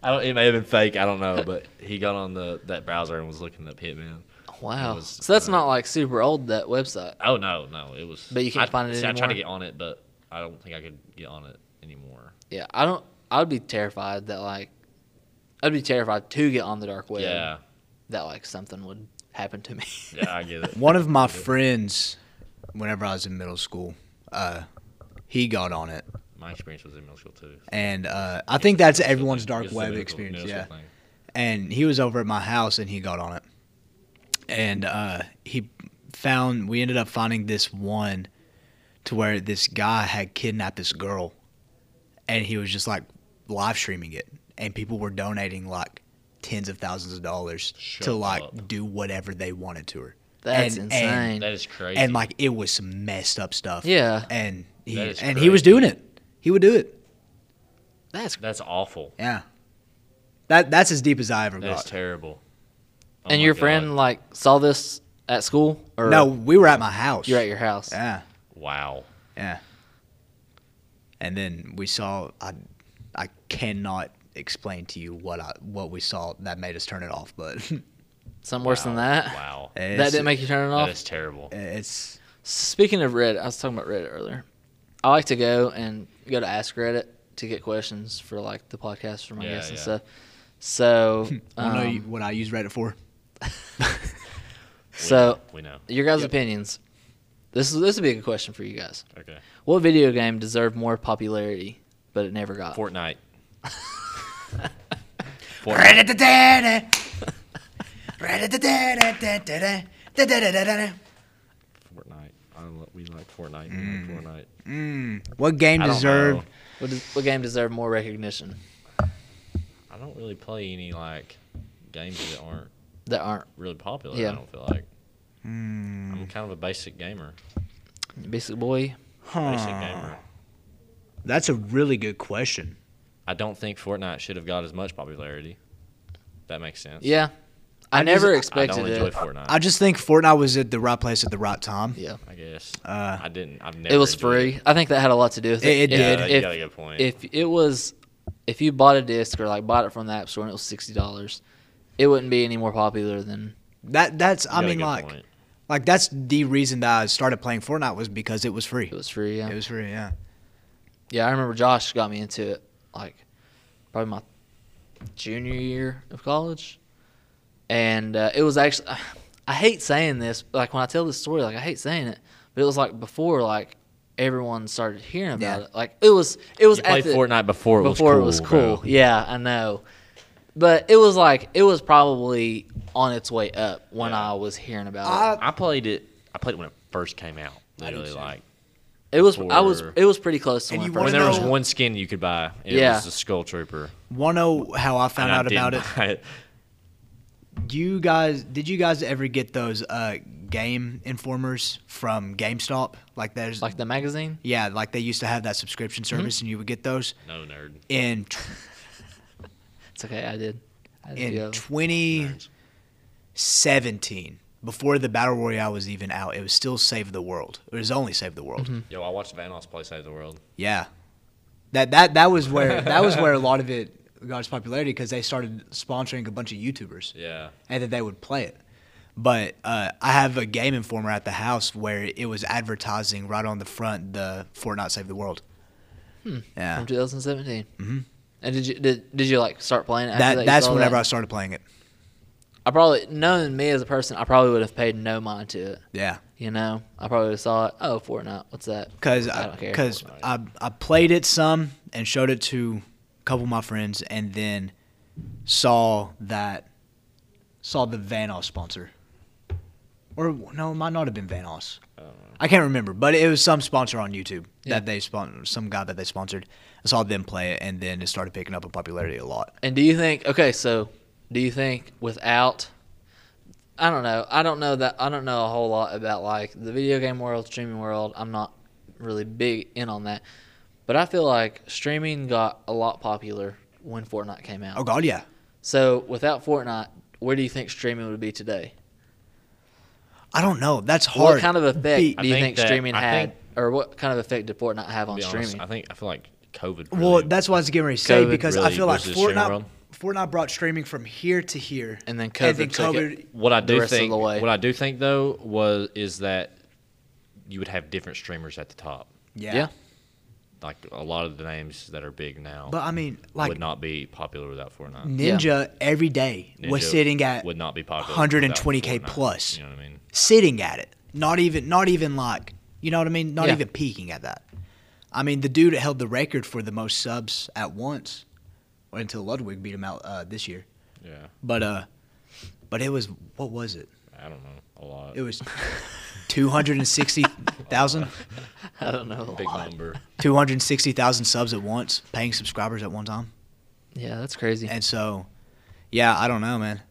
Speaker 2: I don't. It may have been fake. I don't know, but he got on the that browser and was looking up hitman.
Speaker 1: wow.
Speaker 2: was,
Speaker 1: so that's
Speaker 2: uh,
Speaker 1: not like super old that website.
Speaker 2: Oh no, no, it was.
Speaker 1: But you can't
Speaker 2: I,
Speaker 1: find it
Speaker 2: see, I tried to
Speaker 1: anymore?
Speaker 2: get on it, but I don't think I could get on it anymore.
Speaker 1: Yeah, I don't. I'd be terrified that like. I'd be terrified to get on the dark web.
Speaker 2: Yeah,
Speaker 1: That like something would happen to me.
Speaker 2: yeah, I get it.
Speaker 3: One of my friends, whenever I was in middle school, uh, he got on it,
Speaker 2: My experience was in middle school too.
Speaker 3: and uh, I think that's
Speaker 2: It's the-
Speaker 3: everyone's dark
Speaker 2: it's the
Speaker 3: web
Speaker 2: middle school-
Speaker 3: experience.
Speaker 2: middle
Speaker 3: Yeah,
Speaker 2: school thing.
Speaker 3: and he was over at my house and he got on it and uh, he found we ended up finding this one to where this guy had kidnapped this girl and he was just like live streaming it and people were donating like tens of thousands of dollars to
Speaker 2: Shut
Speaker 3: like
Speaker 2: up.
Speaker 3: do whatever they wanted to her
Speaker 1: That's
Speaker 3: And-
Speaker 1: insane.
Speaker 2: That is crazy.
Speaker 3: and like it was some messed up stuff
Speaker 1: Yeah.
Speaker 3: and he
Speaker 2: That is
Speaker 3: and he was
Speaker 2: crazy.
Speaker 3: doing it he would do it
Speaker 1: that's
Speaker 2: that's awful.
Speaker 3: yeah that that's as deep as i ever
Speaker 2: That's
Speaker 3: got
Speaker 2: terrible. Oh
Speaker 1: and
Speaker 2: my
Speaker 1: your
Speaker 2: God.
Speaker 1: friend like saw this at school or
Speaker 3: no we were at my house
Speaker 1: you're at your house.
Speaker 3: yeah
Speaker 2: Wow.
Speaker 3: Yeah. And then we saw I I cannot explain to you what I what we saw that made us turn it off, but
Speaker 1: Something worse than
Speaker 2: Wow.
Speaker 1: that.
Speaker 2: Wow.
Speaker 3: Eh.
Speaker 1: That
Speaker 3: It's-
Speaker 1: didn't make you turn it
Speaker 2: That
Speaker 1: off.
Speaker 2: is terrible.
Speaker 3: it's
Speaker 1: Speaking of Reddit, I was talking about Reddit earlier. I like to go and go to Ask Reddit to get questions for like the podcast for my
Speaker 2: Yeah,
Speaker 1: guests and
Speaker 2: yeah.
Speaker 1: stuff. So,
Speaker 3: I don't know you-
Speaker 1: um,
Speaker 3: what I use Reddit for.
Speaker 2: We
Speaker 1: so
Speaker 2: know. we know.
Speaker 1: your guys'
Speaker 3: Yep.
Speaker 1: opinions. This is this would be a good question for you guys.
Speaker 2: Okay.
Speaker 1: What video game deserved more popularity, but it never got?
Speaker 2: Fortnite. Fortnite.
Speaker 3: Reddit-a-da-da. Reddit-a-da-da-da-da-da. Da-da-da-da-da-da.
Speaker 2: Fortnite. I lo- we like Fortnite. We like Fortnite.
Speaker 3: Mm. What game
Speaker 2: I don't
Speaker 3: deserved?
Speaker 2: know.
Speaker 1: What, does, what game deserved more recognition
Speaker 2: I don't really play any like games that aren't
Speaker 1: that aren't?
Speaker 2: really popular.
Speaker 1: Yeah.
Speaker 2: I don't feel like
Speaker 3: Mm.
Speaker 2: I'm kind of a basic gamer.
Speaker 1: Basic Boy.
Speaker 2: Basic
Speaker 3: Huh.
Speaker 2: gamer.
Speaker 3: That's a really good question.
Speaker 2: I don't think Fortnite should have got as much popularity. That makes sense.
Speaker 1: Yeah. I,
Speaker 3: I just-
Speaker 1: never
Speaker 2: I
Speaker 1: expected
Speaker 2: don't enjoy
Speaker 1: it.
Speaker 2: Fortnite.
Speaker 3: I
Speaker 2: I,
Speaker 3: just think Fortnite was at the right place at the right time.
Speaker 1: Yeah.
Speaker 2: guess.
Speaker 3: Uh,
Speaker 2: I didn't. I've never.
Speaker 1: It was
Speaker 2: enjoyed
Speaker 1: free. I think that had a lot to do with it.
Speaker 3: It- it
Speaker 1: If-
Speaker 2: Yeah,
Speaker 3: did.
Speaker 2: you
Speaker 1: If,
Speaker 2: got a good point.
Speaker 1: if it was if you bought a disc or like bought it from the app store and it was sixty dollars, it wouldn't be any more popular than
Speaker 3: That that's
Speaker 2: You
Speaker 3: I
Speaker 2: got a
Speaker 3: mean
Speaker 2: good
Speaker 3: like
Speaker 2: point.
Speaker 3: like that's the reason that I started playing Fortnite was because it was free.
Speaker 1: it was free. Yeah,
Speaker 3: It was free, yeah.
Speaker 1: yeah. I remember Josh got me into it like probably my junior year of college, and uh, it was actually I hate saying this. Like when I tell this story, like I hate saying it, but it was like before like everyone started hearing about
Speaker 3: Yeah.
Speaker 1: it. Like it was it was
Speaker 2: you
Speaker 1: at
Speaker 2: played
Speaker 1: the-
Speaker 2: Fortnite before it was
Speaker 1: before
Speaker 2: cool.
Speaker 1: it was cool.
Speaker 2: bro.
Speaker 1: Yeah, I know. But it was like it was probably on its way up when
Speaker 2: Yeah.
Speaker 1: I was hearing about it.
Speaker 3: I,
Speaker 2: I played it. I played it when it first came out.
Speaker 3: I did
Speaker 2: Literally,
Speaker 3: too.
Speaker 2: like
Speaker 1: It was I was
Speaker 2: before-
Speaker 1: it was pretty close to
Speaker 3: And
Speaker 1: when
Speaker 3: you
Speaker 1: I
Speaker 2: when
Speaker 1: first
Speaker 3: wanna
Speaker 2: there was
Speaker 1: heard
Speaker 3: know-
Speaker 1: it.
Speaker 2: one skin you could buy. It
Speaker 1: Yeah.
Speaker 2: was the Skull Trooper.
Speaker 3: wanna know how I found
Speaker 2: and I
Speaker 3: out about it.
Speaker 2: didn't buy it.
Speaker 3: You guys did you guys ever get those uh game informers from GameStop? Like there's
Speaker 1: like Mm-hmm. the magazine.
Speaker 3: yeah, like they used to have that subscription service and you would get those
Speaker 2: No nerd.
Speaker 3: in t-
Speaker 1: It's okay, I did. I did
Speaker 3: in
Speaker 1: yeah.
Speaker 3: 2017 before the battle royale was even out it was still save the world it was only save the world
Speaker 1: Mm-hmm.
Speaker 2: Yo, I watched Vanoss play Save the World.
Speaker 3: yeah that that that was where that was where a lot of it got its popularity because they started sponsoring a bunch of youtubers
Speaker 2: Yeah.
Speaker 3: and that they would play it but uh, I have a game informer at the house where it was advertising right on the front the Fortnite Save the World. Yeah,
Speaker 1: from 2017. And did you did, did you like start playing it after that?
Speaker 3: Mm-hmm. that,
Speaker 1: you
Speaker 3: that's
Speaker 1: saw
Speaker 3: whenever I
Speaker 1: that?
Speaker 3: started playing it.
Speaker 1: I probably knowing me as a person, I probably would have paid no mind to it.
Speaker 3: Yeah,
Speaker 1: You know, I probably would have saw it. Oh, Fortnite, what's that?
Speaker 3: Cause
Speaker 1: I
Speaker 3: I,
Speaker 1: don't care.
Speaker 3: cause I, I played it some and showed it to a couple of my friends and then saw that saw the Vanoss sponsor. Or no, it might not have been Vanoss. I can't remember, but it was some sponsor on YouTube
Speaker 1: Yeah.
Speaker 3: that they sponsored, some guy that they sponsored. I saw them play it, and then it started picking up in popularity a lot.
Speaker 1: And do you think okay, so do you think without I don't know. I don't know that I don't know a whole lot about like the video game world, streaming world. I'm not really big in on that. But I feel like streaming got a lot popular when Fortnite came out.
Speaker 3: Oh God, yeah.
Speaker 1: So without Fortnite, where do you think streaming would be today?
Speaker 3: I don't know. That's hard.
Speaker 1: What kind of effect
Speaker 3: Be-
Speaker 1: do you
Speaker 2: I think
Speaker 1: think,
Speaker 2: that-
Speaker 1: streaming
Speaker 2: I
Speaker 1: had
Speaker 2: think-
Speaker 1: or what kind of effect did Fortnite have on
Speaker 2: Be
Speaker 1: streaming?
Speaker 2: honest, I think I feel like COVID. Really,
Speaker 3: well, that's why I was getting ready to say
Speaker 1: COVID
Speaker 3: because I
Speaker 2: really
Speaker 3: feel like
Speaker 2: was the streaming
Speaker 3: Fortnite,
Speaker 2: world.
Speaker 3: Fortnite brought streaming from here to here,
Speaker 1: And then
Speaker 3: and then
Speaker 1: COVID took it.
Speaker 3: COVID
Speaker 2: what I
Speaker 1: the
Speaker 2: do
Speaker 1: rest of
Speaker 2: think.
Speaker 1: the way.
Speaker 2: What I do think though was is that you would have different streamers at the top.
Speaker 1: yeah.
Speaker 3: yeah.
Speaker 2: Like a lot of the names that are big now
Speaker 3: But I mean, like
Speaker 2: would not be popular without Fortnite.
Speaker 3: Ninja every day was
Speaker 2: Ninja
Speaker 3: sitting at
Speaker 2: would not be popular.
Speaker 3: 120K
Speaker 2: without Fortnite.
Speaker 3: plus.
Speaker 2: You know what I mean?
Speaker 3: sitting at it. Not even not even like you know what I mean? Not
Speaker 1: Yeah.
Speaker 3: even peeking at that. I mean, the dude held the record for the most subs at once until Ludwig beat him out uh, this year.
Speaker 2: Yeah,
Speaker 3: But uh but it was what was it?
Speaker 2: I don't know a lot.
Speaker 3: It was 260,000
Speaker 1: I don't know. a
Speaker 2: big
Speaker 1: lot.
Speaker 2: number.
Speaker 3: 260,000 subs at once, paying subscribers at one time.
Speaker 1: Yeah, that's crazy.
Speaker 3: And so, yeah, I don't know, man.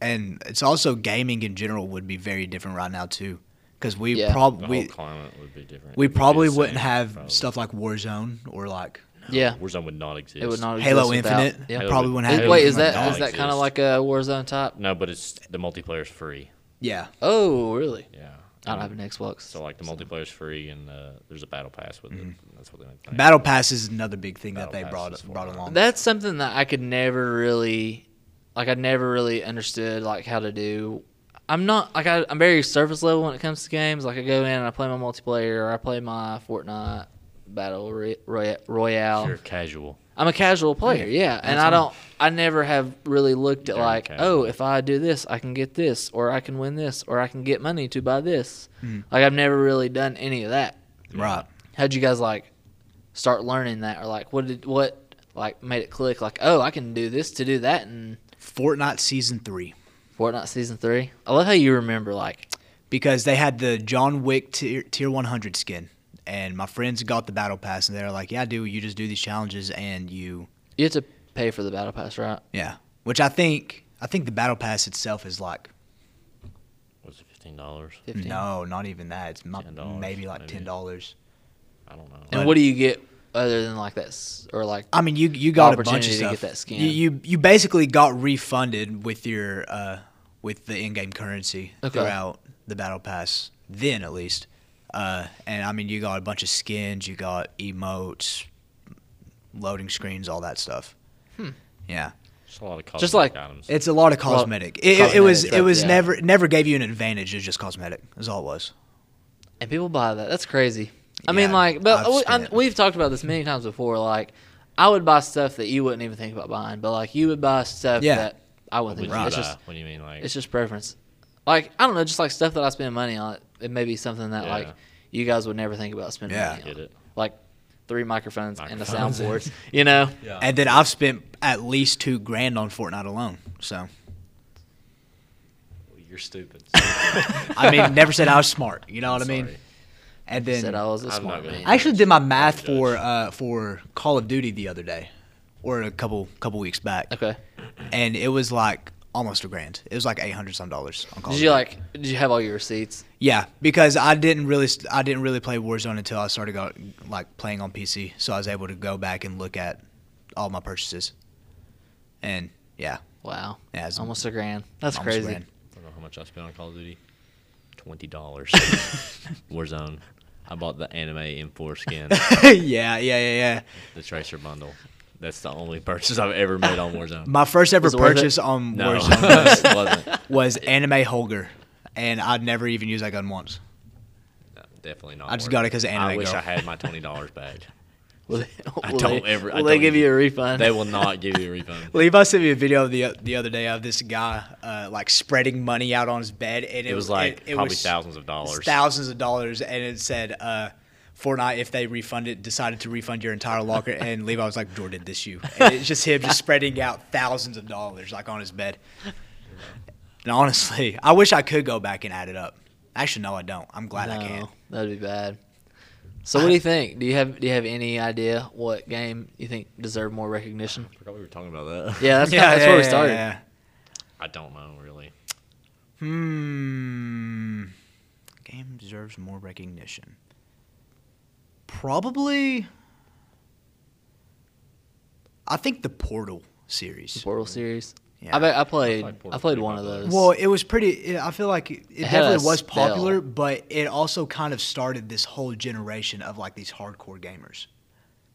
Speaker 3: And it's also gaming in general would be very different right now too, because we
Speaker 1: Yeah.
Speaker 2: The
Speaker 3: probably
Speaker 2: whole climate would be different.
Speaker 3: we
Speaker 2: It would be the
Speaker 3: probably wouldn't
Speaker 2: same,
Speaker 3: have
Speaker 2: probably.
Speaker 3: stuff like Warzone or like
Speaker 1: yeah.
Speaker 2: Warzone would not exist.
Speaker 1: It would not
Speaker 3: Halo
Speaker 1: exist without-
Speaker 3: Infinite.
Speaker 1: Yeah.
Speaker 2: Halo
Speaker 3: probably
Speaker 2: would-
Speaker 1: Is-
Speaker 3: wouldn't have.
Speaker 2: Halo
Speaker 1: wait,
Speaker 2: would
Speaker 1: is that
Speaker 2: not
Speaker 1: is that kind of like
Speaker 2: exist.
Speaker 1: a Warzone type?
Speaker 2: No, but it's the multiplayer's free.
Speaker 3: yeah?
Speaker 1: Oh, really?
Speaker 2: Yeah.
Speaker 1: I don't have an Xbox.
Speaker 2: So like the multiplayer's free and uh, there's a battle pass with it. That's what they make.
Speaker 3: Mm-hmm. Battle Pass is another big thing
Speaker 2: Battle
Speaker 3: that they
Speaker 2: Pass
Speaker 3: brought
Speaker 2: is for
Speaker 3: brought
Speaker 2: that.
Speaker 3: along.
Speaker 1: That's something that I could never really, like, I never really understood like how to do. I'm not like I, I'm very surface level when it comes to games. Like I go in and I play my multiplayer or I play my Fortnite battle Roy- Roy- royale.
Speaker 2: You're casual.
Speaker 1: I'm a casual player, yeah, and I don't. I never have really looked at
Speaker 2: Very
Speaker 1: like,
Speaker 2: casual.
Speaker 1: oh, if I do this, I can get this, or I can win this, or I can get money to buy this. Like I've never really done any of that.
Speaker 3: Right.
Speaker 1: How'd you guys like start learning that, or like what did what like made it click? Like, oh, I can do this to do that in
Speaker 3: Fortnite season three.
Speaker 1: Fortnite season three. I love how you remember like
Speaker 3: because they had the John Wick tier, tier 100 skin, and my friends got the battle pass, and they were like, "Yeah, dude, you just do these challenges, and you,
Speaker 1: You have to pay for the battle pass, right?
Speaker 3: yeah." Which I think, I think the battle pass itself is like,
Speaker 2: Was it fifteen dollars?
Speaker 1: Fifteen.
Speaker 3: no, not even that. It's not,
Speaker 2: $10,
Speaker 3: maybe like
Speaker 2: maybe.
Speaker 3: ten dollars.
Speaker 2: I don't know.
Speaker 1: And what do you get other than like that, s- or like
Speaker 3: I mean, you you got a bunch
Speaker 1: opportunity
Speaker 3: of
Speaker 1: to
Speaker 3: stuff.
Speaker 1: get that skin.
Speaker 3: You, you you basically got refunded with your uh, with the in-game currency
Speaker 1: Okay.
Speaker 3: throughout the battle pass. Then at least, uh, and I mean, you got a bunch of skins, you got emotes, loading screens, all that stuff.
Speaker 1: Hmm.
Speaker 3: Yeah,
Speaker 2: Just a lot of
Speaker 1: Just
Speaker 2: cosmetic
Speaker 1: like-
Speaker 2: items.
Speaker 3: it's a lot of cosmetic. it, it- it
Speaker 1: cosmetic
Speaker 3: was it
Speaker 1: stuff,
Speaker 3: was
Speaker 1: yeah.
Speaker 3: never it never gave you an advantage. It was just cosmetic. Is all it was.
Speaker 1: and people buy that. That's crazy. I
Speaker 3: Yeah,
Speaker 1: mean, like, but
Speaker 3: I've
Speaker 1: we,
Speaker 3: seen
Speaker 1: I,
Speaker 3: it.
Speaker 1: we've talked about this many times before. Like, I would buy stuff that you wouldn't even think about buying, but like you would buy stuff
Speaker 3: Yeah.
Speaker 1: that I
Speaker 2: What
Speaker 1: wouldn't think
Speaker 2: would you
Speaker 1: about. It's
Speaker 2: buy?
Speaker 1: just
Speaker 2: what do you mean? Like
Speaker 1: it's just preference. Like I don't know, just like stuff that I spend money on. It may be something that like
Speaker 2: Yeah.
Speaker 1: you guys would never think about spending
Speaker 3: Yeah.
Speaker 1: money on.
Speaker 2: Get it.
Speaker 1: Like three microphones,
Speaker 2: Microphones.
Speaker 1: and a soundboard. you know,
Speaker 3: And then I've spent at least two grand on Fortnite alone. So
Speaker 2: you're stupid.
Speaker 3: I mean, never said I was smart. You know what I mean?
Speaker 2: Sorry.
Speaker 3: And then
Speaker 1: said I was a
Speaker 2: I'm
Speaker 1: smart
Speaker 2: not gonna-
Speaker 1: man.
Speaker 3: I actually did my math
Speaker 2: Judge.
Speaker 3: for uh, for Call of Duty the other day, or a couple couple weeks back,
Speaker 1: okay.
Speaker 3: and it was like almost a grand. It was like eight hundred some dollars on Call
Speaker 1: Did
Speaker 3: of
Speaker 1: you
Speaker 3: Duty.
Speaker 1: like? Did you have all your receipts?
Speaker 3: yeah, because I didn't really st- I didn't really play Warzone until I started go, like playing on PC, so I was able to go back and look at all my purchases, and yeah,
Speaker 1: Wow.
Speaker 3: Yeah, it's-
Speaker 1: almost a grand. That's
Speaker 3: almost
Speaker 1: crazy.
Speaker 3: grand.
Speaker 2: I don't know how much I spent on Call of Duty. Twenty dollars. Warzone. I bought the anime M4 skin,
Speaker 3: yeah, yeah, yeah, yeah.
Speaker 2: the Tracer bundle. That's the only purchase I've ever made on Warzone.
Speaker 3: My first ever
Speaker 1: Was it worth it?
Speaker 3: purchase on
Speaker 2: No,
Speaker 3: Warzone
Speaker 2: it wasn't.
Speaker 3: was Anime Holger, and I'd never even used that gun once.
Speaker 2: No, definitely not.
Speaker 3: I just
Speaker 2: worth
Speaker 3: got it 'cause of
Speaker 2: I
Speaker 3: anime
Speaker 2: wish
Speaker 3: girl.
Speaker 2: I had my twenty dollars back.
Speaker 1: Will they, will
Speaker 2: don't
Speaker 1: they,
Speaker 2: ever- I
Speaker 1: Will they
Speaker 2: don't
Speaker 1: give
Speaker 2: even-
Speaker 1: you a refund?
Speaker 2: They will not give you a refund.
Speaker 3: Levi sent me a video the the other day of this guy uh, like spreading money out on his bed, and it,
Speaker 2: It was like
Speaker 3: it, it
Speaker 2: probably
Speaker 3: was
Speaker 2: thousands of dollars.
Speaker 3: thousands of dollars, and it said uh, Fortnite if they refund it, decided to refund your entire locker, and Levi was like, Jordan, this you, and it's just him just spreading out thousands of dollars like on his bed. And honestly, I wish I could go back and add it up. Actually, no, I don't. I'm glad I can't.
Speaker 1: No, that'd be bad. So what do you think? Do you have do you have any idea what game you think deserved more recognition?
Speaker 2: I forgot we were talking about that.
Speaker 1: Yeah, that's, kinda- that's where we started.
Speaker 3: yeah.
Speaker 2: I don't know really.
Speaker 3: Hmm. Game deserves more recognition. Probably. I think the Portal series.
Speaker 1: Portal series.
Speaker 3: Yeah.
Speaker 1: I bet I played. I,
Speaker 2: played Portal
Speaker 1: played
Speaker 2: pretty
Speaker 1: one of
Speaker 2: popular.
Speaker 1: those.
Speaker 3: Well, it was pretty. It, I feel like it, it
Speaker 1: had a
Speaker 3: definitely was
Speaker 1: spell.
Speaker 3: popular, but it also kind of started this whole generation of like these hardcore gamers,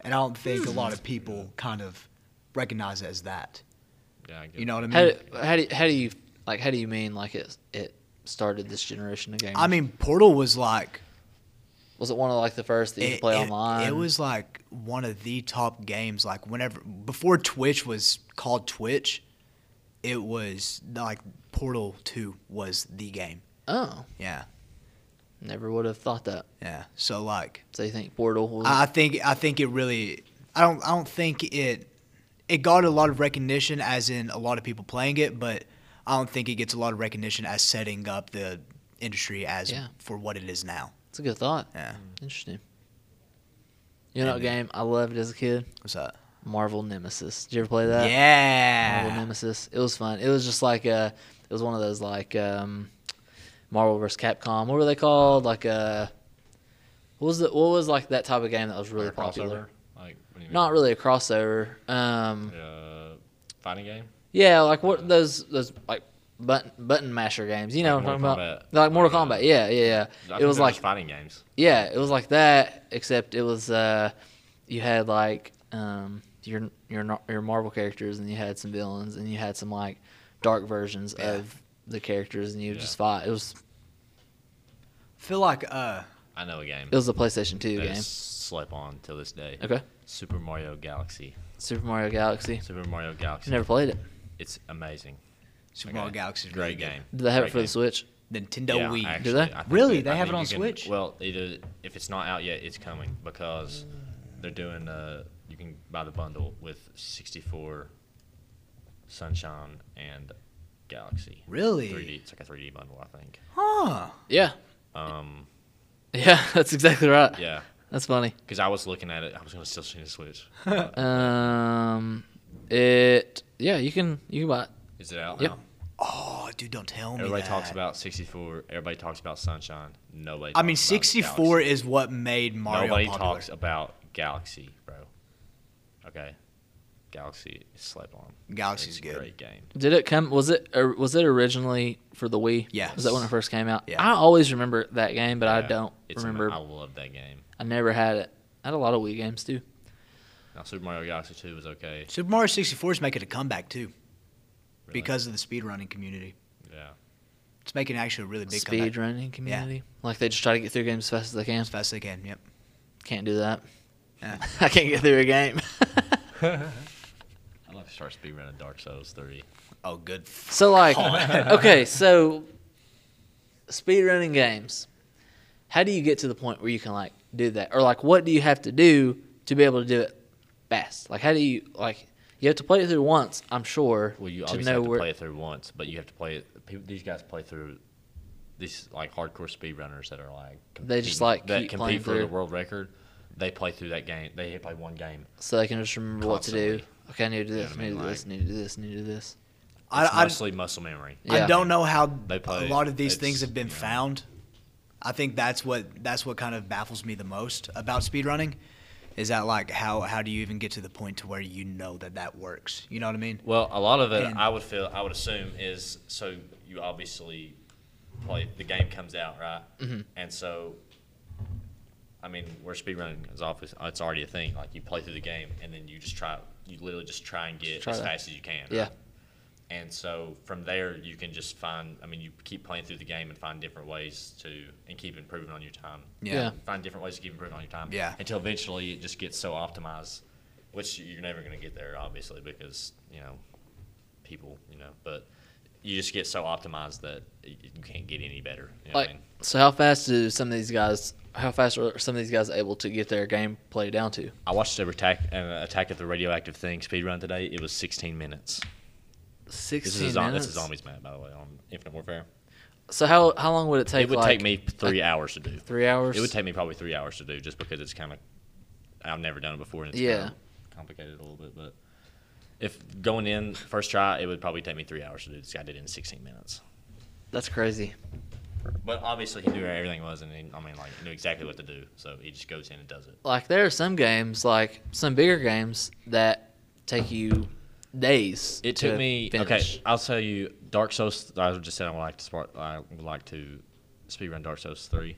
Speaker 3: and I don't think a lot of people kind of recognize it as that.
Speaker 2: Yeah, I get
Speaker 3: You know what I mean?
Speaker 1: how, do, how do how do you like? How do you mean like it it started this generation of games?
Speaker 3: I mean, Portal was like
Speaker 1: was it one of like the first that you could play online?
Speaker 3: It was like one of the top games. Like whenever before Twitch was called Twitch, it was like Portal Two was the game.
Speaker 1: Oh,
Speaker 3: Yeah,
Speaker 1: never would have thought that.
Speaker 3: yeah. So like,
Speaker 1: So you think Portal was?
Speaker 3: I I think I think it really. I don't I don't think it it got a lot of recognition as in a lot of people playing it, but I don't think it gets a lot of recognition as setting up the industry as
Speaker 1: Yeah. Mm.
Speaker 3: for what it is now.
Speaker 1: it's a good thought.
Speaker 3: Yeah.
Speaker 1: Interesting. You know what game I loved as a kid?
Speaker 3: What's that?
Speaker 1: Marvel Nemesis. Did you ever play that? Marvel
Speaker 3: yeah.
Speaker 1: Nemesis. It was fun. It was just like a. It was one of those like um, Marvel vs. Capcom. What were they called? Like a. What was the What was like that type of game that was really
Speaker 2: Like a
Speaker 1: popular?
Speaker 2: crossover? Like what do you mean?
Speaker 1: Not really a crossover. Um,
Speaker 2: Uh, fighting game.
Speaker 1: yeah, like what those those like button button masher games. You know
Speaker 2: Like
Speaker 1: what I'm
Speaker 2: Mortal
Speaker 1: talking about?
Speaker 2: Kombat.
Speaker 1: They're Like Mortal
Speaker 2: Yeah.
Speaker 1: Kombat. Yeah, yeah,
Speaker 2: I
Speaker 1: yeah. It
Speaker 2: think
Speaker 1: was
Speaker 2: they're
Speaker 1: like
Speaker 2: just fighting games.
Speaker 1: yeah, it was like that, except it was uh, you had like um, your your no- your Marvel characters, and you had some villains, and you had some like dark versions
Speaker 3: Yeah.
Speaker 1: of the characters, and you
Speaker 2: Yeah.
Speaker 1: just fought. It was
Speaker 3: feel like uh
Speaker 2: I know a game.
Speaker 1: it was a PlayStation Two
Speaker 2: that I
Speaker 1: game.
Speaker 2: slept on till this day.
Speaker 1: Okay,
Speaker 2: Super Mario Galaxy.
Speaker 1: Super Mario Galaxy.
Speaker 2: Super Mario Galaxy.
Speaker 1: You never played it?
Speaker 2: It's amazing.
Speaker 3: Super Mario Galaxy. is really
Speaker 2: Great
Speaker 3: good.
Speaker 2: game.
Speaker 1: Did they have
Speaker 2: Great
Speaker 1: it for
Speaker 2: game.
Speaker 1: the Switch?
Speaker 3: Nintendo
Speaker 2: Yeah,
Speaker 3: Wii.
Speaker 2: actually,
Speaker 1: they?
Speaker 2: I think
Speaker 3: Really? They
Speaker 2: I
Speaker 3: have it
Speaker 2: think
Speaker 3: on
Speaker 2: you can-
Speaker 3: Switch?
Speaker 2: Well, either if it's not out yet, it's coming because they're doing. Uh, you can buy the bundle with 64, Sunshine, and Galaxy.
Speaker 3: Really?
Speaker 2: 3D. It's like a 3D bundle, I think.
Speaker 3: Huh.
Speaker 1: Yeah.
Speaker 2: Um,
Speaker 1: Yeah, that's exactly right.
Speaker 2: yeah,
Speaker 1: That's funny.
Speaker 2: because I was looking at it. I was gonna still see the Switch.
Speaker 1: Um, it. Yeah, you can you can buy it.
Speaker 2: Is it out
Speaker 1: Yep.
Speaker 2: now?
Speaker 3: Oh, dude, don't tell me.
Speaker 2: Everybody
Speaker 3: that.
Speaker 2: talks about 64. Everybody talks about Sunshine. Nobody.
Speaker 3: I mean,
Speaker 2: talks about
Speaker 3: 64
Speaker 2: Galaxy.
Speaker 3: is what made Mario
Speaker 2: Nobody
Speaker 3: popular.
Speaker 2: talks about Galaxy, bro. Okay, Galaxy is slept on. It's
Speaker 3: Galaxy's
Speaker 2: a
Speaker 3: good.
Speaker 2: Great game.
Speaker 1: Did it come? Was it or was it originally for the Wii?
Speaker 3: Yes.
Speaker 1: Was that when it first came out?
Speaker 3: Yeah.
Speaker 1: I always remember that game, but I
Speaker 2: Yeah,
Speaker 1: don't
Speaker 2: it's ama-
Speaker 1: remember.
Speaker 2: I love that game.
Speaker 1: I never had it. I had a lot of Wii games too.
Speaker 2: Now Super Mario Galaxy 2 was okay.
Speaker 3: Super Mario 64 is making a comeback too,
Speaker 2: Really.
Speaker 3: because of the speedrunning community.
Speaker 2: yeah,
Speaker 3: It's making actually a really big comeback.
Speaker 1: Speed running community. Like they just try to get through games as fast as they can.
Speaker 3: As fast as they can. Yep.
Speaker 1: Can't do that.
Speaker 3: Yeah.
Speaker 1: I can't get through a game.
Speaker 2: I'd like to start speedrunning Dark Souls 3.
Speaker 3: Oh, good.
Speaker 1: So like, okay, so speedrunning games. How do you get to the point where you can like do that, or like what do you have to do to be able to do it fast? Like how do you like you have to play it through once, I'm sure,
Speaker 2: Well, you
Speaker 1: to
Speaker 2: obviously
Speaker 1: know
Speaker 2: have to
Speaker 1: where.
Speaker 2: play it through once, but you have to play it. People, these guys play through these like hardcore speedrunners that are like
Speaker 1: They just,
Speaker 2: competing-
Speaker 1: like,
Speaker 2: that
Speaker 1: keep playing
Speaker 2: compete for
Speaker 1: through.
Speaker 2: the world record. They play through that game. They play one game.
Speaker 1: so they can just remember what to do.
Speaker 2: Constantly.
Speaker 1: Okay, I need to do
Speaker 2: You know
Speaker 1: this,
Speaker 2: what I
Speaker 1: I need to do this, need to
Speaker 2: mean,
Speaker 1: do this, need to do this.
Speaker 3: I,
Speaker 2: It's
Speaker 3: I,
Speaker 2: mostly muscle memory.
Speaker 1: Yeah.
Speaker 3: I don't know how
Speaker 2: They play-
Speaker 3: a lot of these
Speaker 2: it's,
Speaker 3: things have been
Speaker 2: you know.
Speaker 3: found. I think that's what that's what kind of baffles me the most about speedrunning, is that like how how do you even get to the point to where you know that that works? You know what I mean?
Speaker 2: Well, a lot of it,
Speaker 3: And-
Speaker 2: I would feel, I would assume, is so you obviously play the game comes out right,
Speaker 1: Mm-hmm.
Speaker 2: and so I mean, where speedrunning is obvious, it's already a thing. Like you play through the game, and then you just try, you literally just try and get
Speaker 1: Try
Speaker 2: as
Speaker 1: that.
Speaker 2: fast as you can.
Speaker 1: Yeah.
Speaker 2: Right? And so from there, you can just find. I mean, you keep playing through the game and find different ways to, and keep improving on your time.
Speaker 1: Yeah.
Speaker 2: Find different ways to keep improving on your time.
Speaker 3: Yeah.
Speaker 2: Until eventually it just gets so optimized, which you're never going to get there, obviously, because you know, people, you know, but you just get so optimized that y- you can't get any better. You know
Speaker 1: Like,
Speaker 2: what I mean?
Speaker 1: so how fast do some of these guys? How fast are some of these guys able to get their gameplay down to?
Speaker 2: I watched an attack, an attack of the radioactive thing speedrun today. It was 16 minutes. This is
Speaker 1: Sixteen
Speaker 2: a, zom-
Speaker 1: minutes.
Speaker 2: this is a zombies map, by the way, on Infinite Warfare.
Speaker 1: So how how long would it take?
Speaker 2: it would
Speaker 1: like,
Speaker 2: take me three hours to do.
Speaker 1: three hours.
Speaker 2: It would take me probably three hours to do, just because it's kind of I've never done it before. And it's
Speaker 1: Yeah.
Speaker 2: kinda complicated a little bit, but if going in first try, it would probably take me three hours to do. This guy did it in 16 minutes.
Speaker 1: That's crazy.
Speaker 2: But obviously, he knew where everything was, and he, I mean, like, he knew exactly what to do. So he just goes in and does it.
Speaker 1: like there are some games like some bigger games that take you days
Speaker 2: It took
Speaker 1: to
Speaker 2: me
Speaker 1: finish.
Speaker 2: okay. I'll tell you, Dark Souls. I just said I would like to spark, I would like to speedrun Dark Souls three.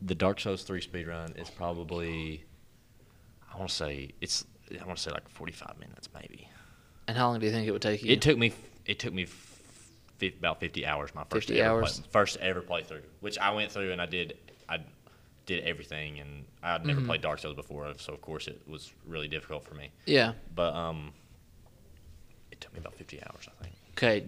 Speaker 2: The Dark Souls three speedrun is probably, I want to say it's, I want to say like forty five minutes maybe.
Speaker 1: and how long do you think it would take you
Speaker 2: It took me, it took me f- fif- about fifty hours. My first
Speaker 1: 50
Speaker 2: ever
Speaker 1: hours.
Speaker 2: Play, first ever playthrough, which I went through and I did, I did everything, and I'd
Speaker 3: Mm-hmm.
Speaker 2: never played Dark Souls before, so of course it was really difficult for me.
Speaker 1: yeah
Speaker 2: But um, it took me about fifty hours, I think.
Speaker 1: okay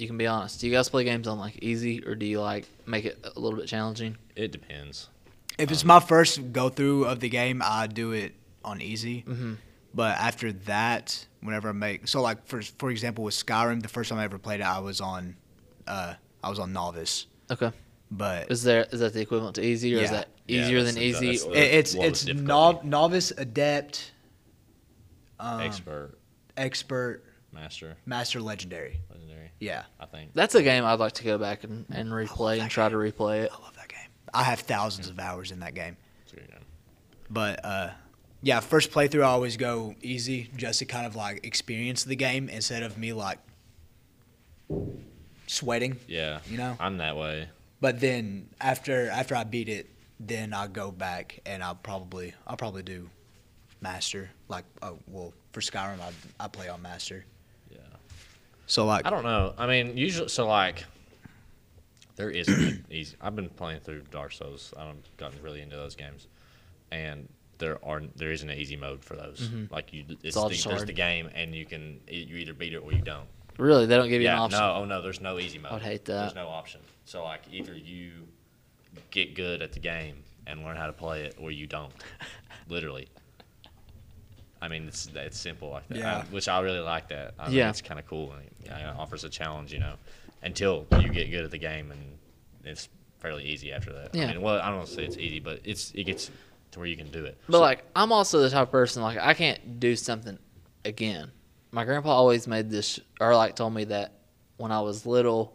Speaker 1: you can be honest do you guys play games on like easy or do you like make it a little bit challenging
Speaker 2: It depends.
Speaker 3: If it's my first go through of the game, I do it on easy. But after that, whenever I make so like for for example with Skyrim, the first time I ever played it, I was on, uh, I was on novice.
Speaker 1: okay
Speaker 3: But
Speaker 1: is there is that the equivalent to easy or is
Speaker 3: Yeah.
Speaker 1: that
Speaker 2: Yeah,
Speaker 1: easier
Speaker 2: that's
Speaker 1: than
Speaker 2: the-
Speaker 1: easy
Speaker 2: that's the-
Speaker 1: or-
Speaker 3: it, it's
Speaker 2: Lowest
Speaker 3: it's
Speaker 2: difficulty.
Speaker 3: nov- novice, adept, um,
Speaker 2: Expert,
Speaker 3: expert,
Speaker 2: master,
Speaker 3: master, legendary.
Speaker 2: legendary.
Speaker 3: Yeah,
Speaker 2: I think.
Speaker 1: that's a game i'd like to go back and, and replay and
Speaker 3: that
Speaker 1: try to replay it
Speaker 3: I love that game. I have thousands of hours in that game.
Speaker 2: That's a good game.
Speaker 3: But uh, yeah, first playthrough I always go easy, just to kind of like experience the game instead of me like sweating.
Speaker 2: Yeah.
Speaker 3: You know?
Speaker 2: I'm that way.
Speaker 3: But then after after I beat it, then I go back and I'll probably I'll probably do master. Like oh well, for Skyrim I I play on master.
Speaker 2: Yeah.
Speaker 3: So like
Speaker 2: I don't know. I mean, usually, so like, there isn't an easy. I've been playing through Dark Souls. I don't gotten really into those games, and there are there isn't an easy mode for those. Like you, it's,
Speaker 1: Mm-hmm. all
Speaker 2: the,
Speaker 1: just
Speaker 2: there's
Speaker 1: hard.
Speaker 2: the game, and you can e, you either beat it or you don't.
Speaker 1: really they don't give you an
Speaker 2: Yeah,
Speaker 1: option
Speaker 2: no, oh no, there's no easy mode.
Speaker 1: would hate that.
Speaker 2: There's no option. So like either you get good at the game and learn how to play it, or you don't. Literally. I mean, it's it's simple like that.
Speaker 3: Yeah.
Speaker 2: I- which I really like that. I
Speaker 1: Yeah.
Speaker 2: think it's kind of cool and it, yeah, it offers a challenge, you know, until you get good at the game and it's fairly easy after that.
Speaker 1: Yeah.
Speaker 2: I mean, well, I don't want to say it's easy, but it's it gets to where you can do it.
Speaker 1: But like, I'm also the type of person like I can't do something again. My grandpa always made this, or like told me that when I was little,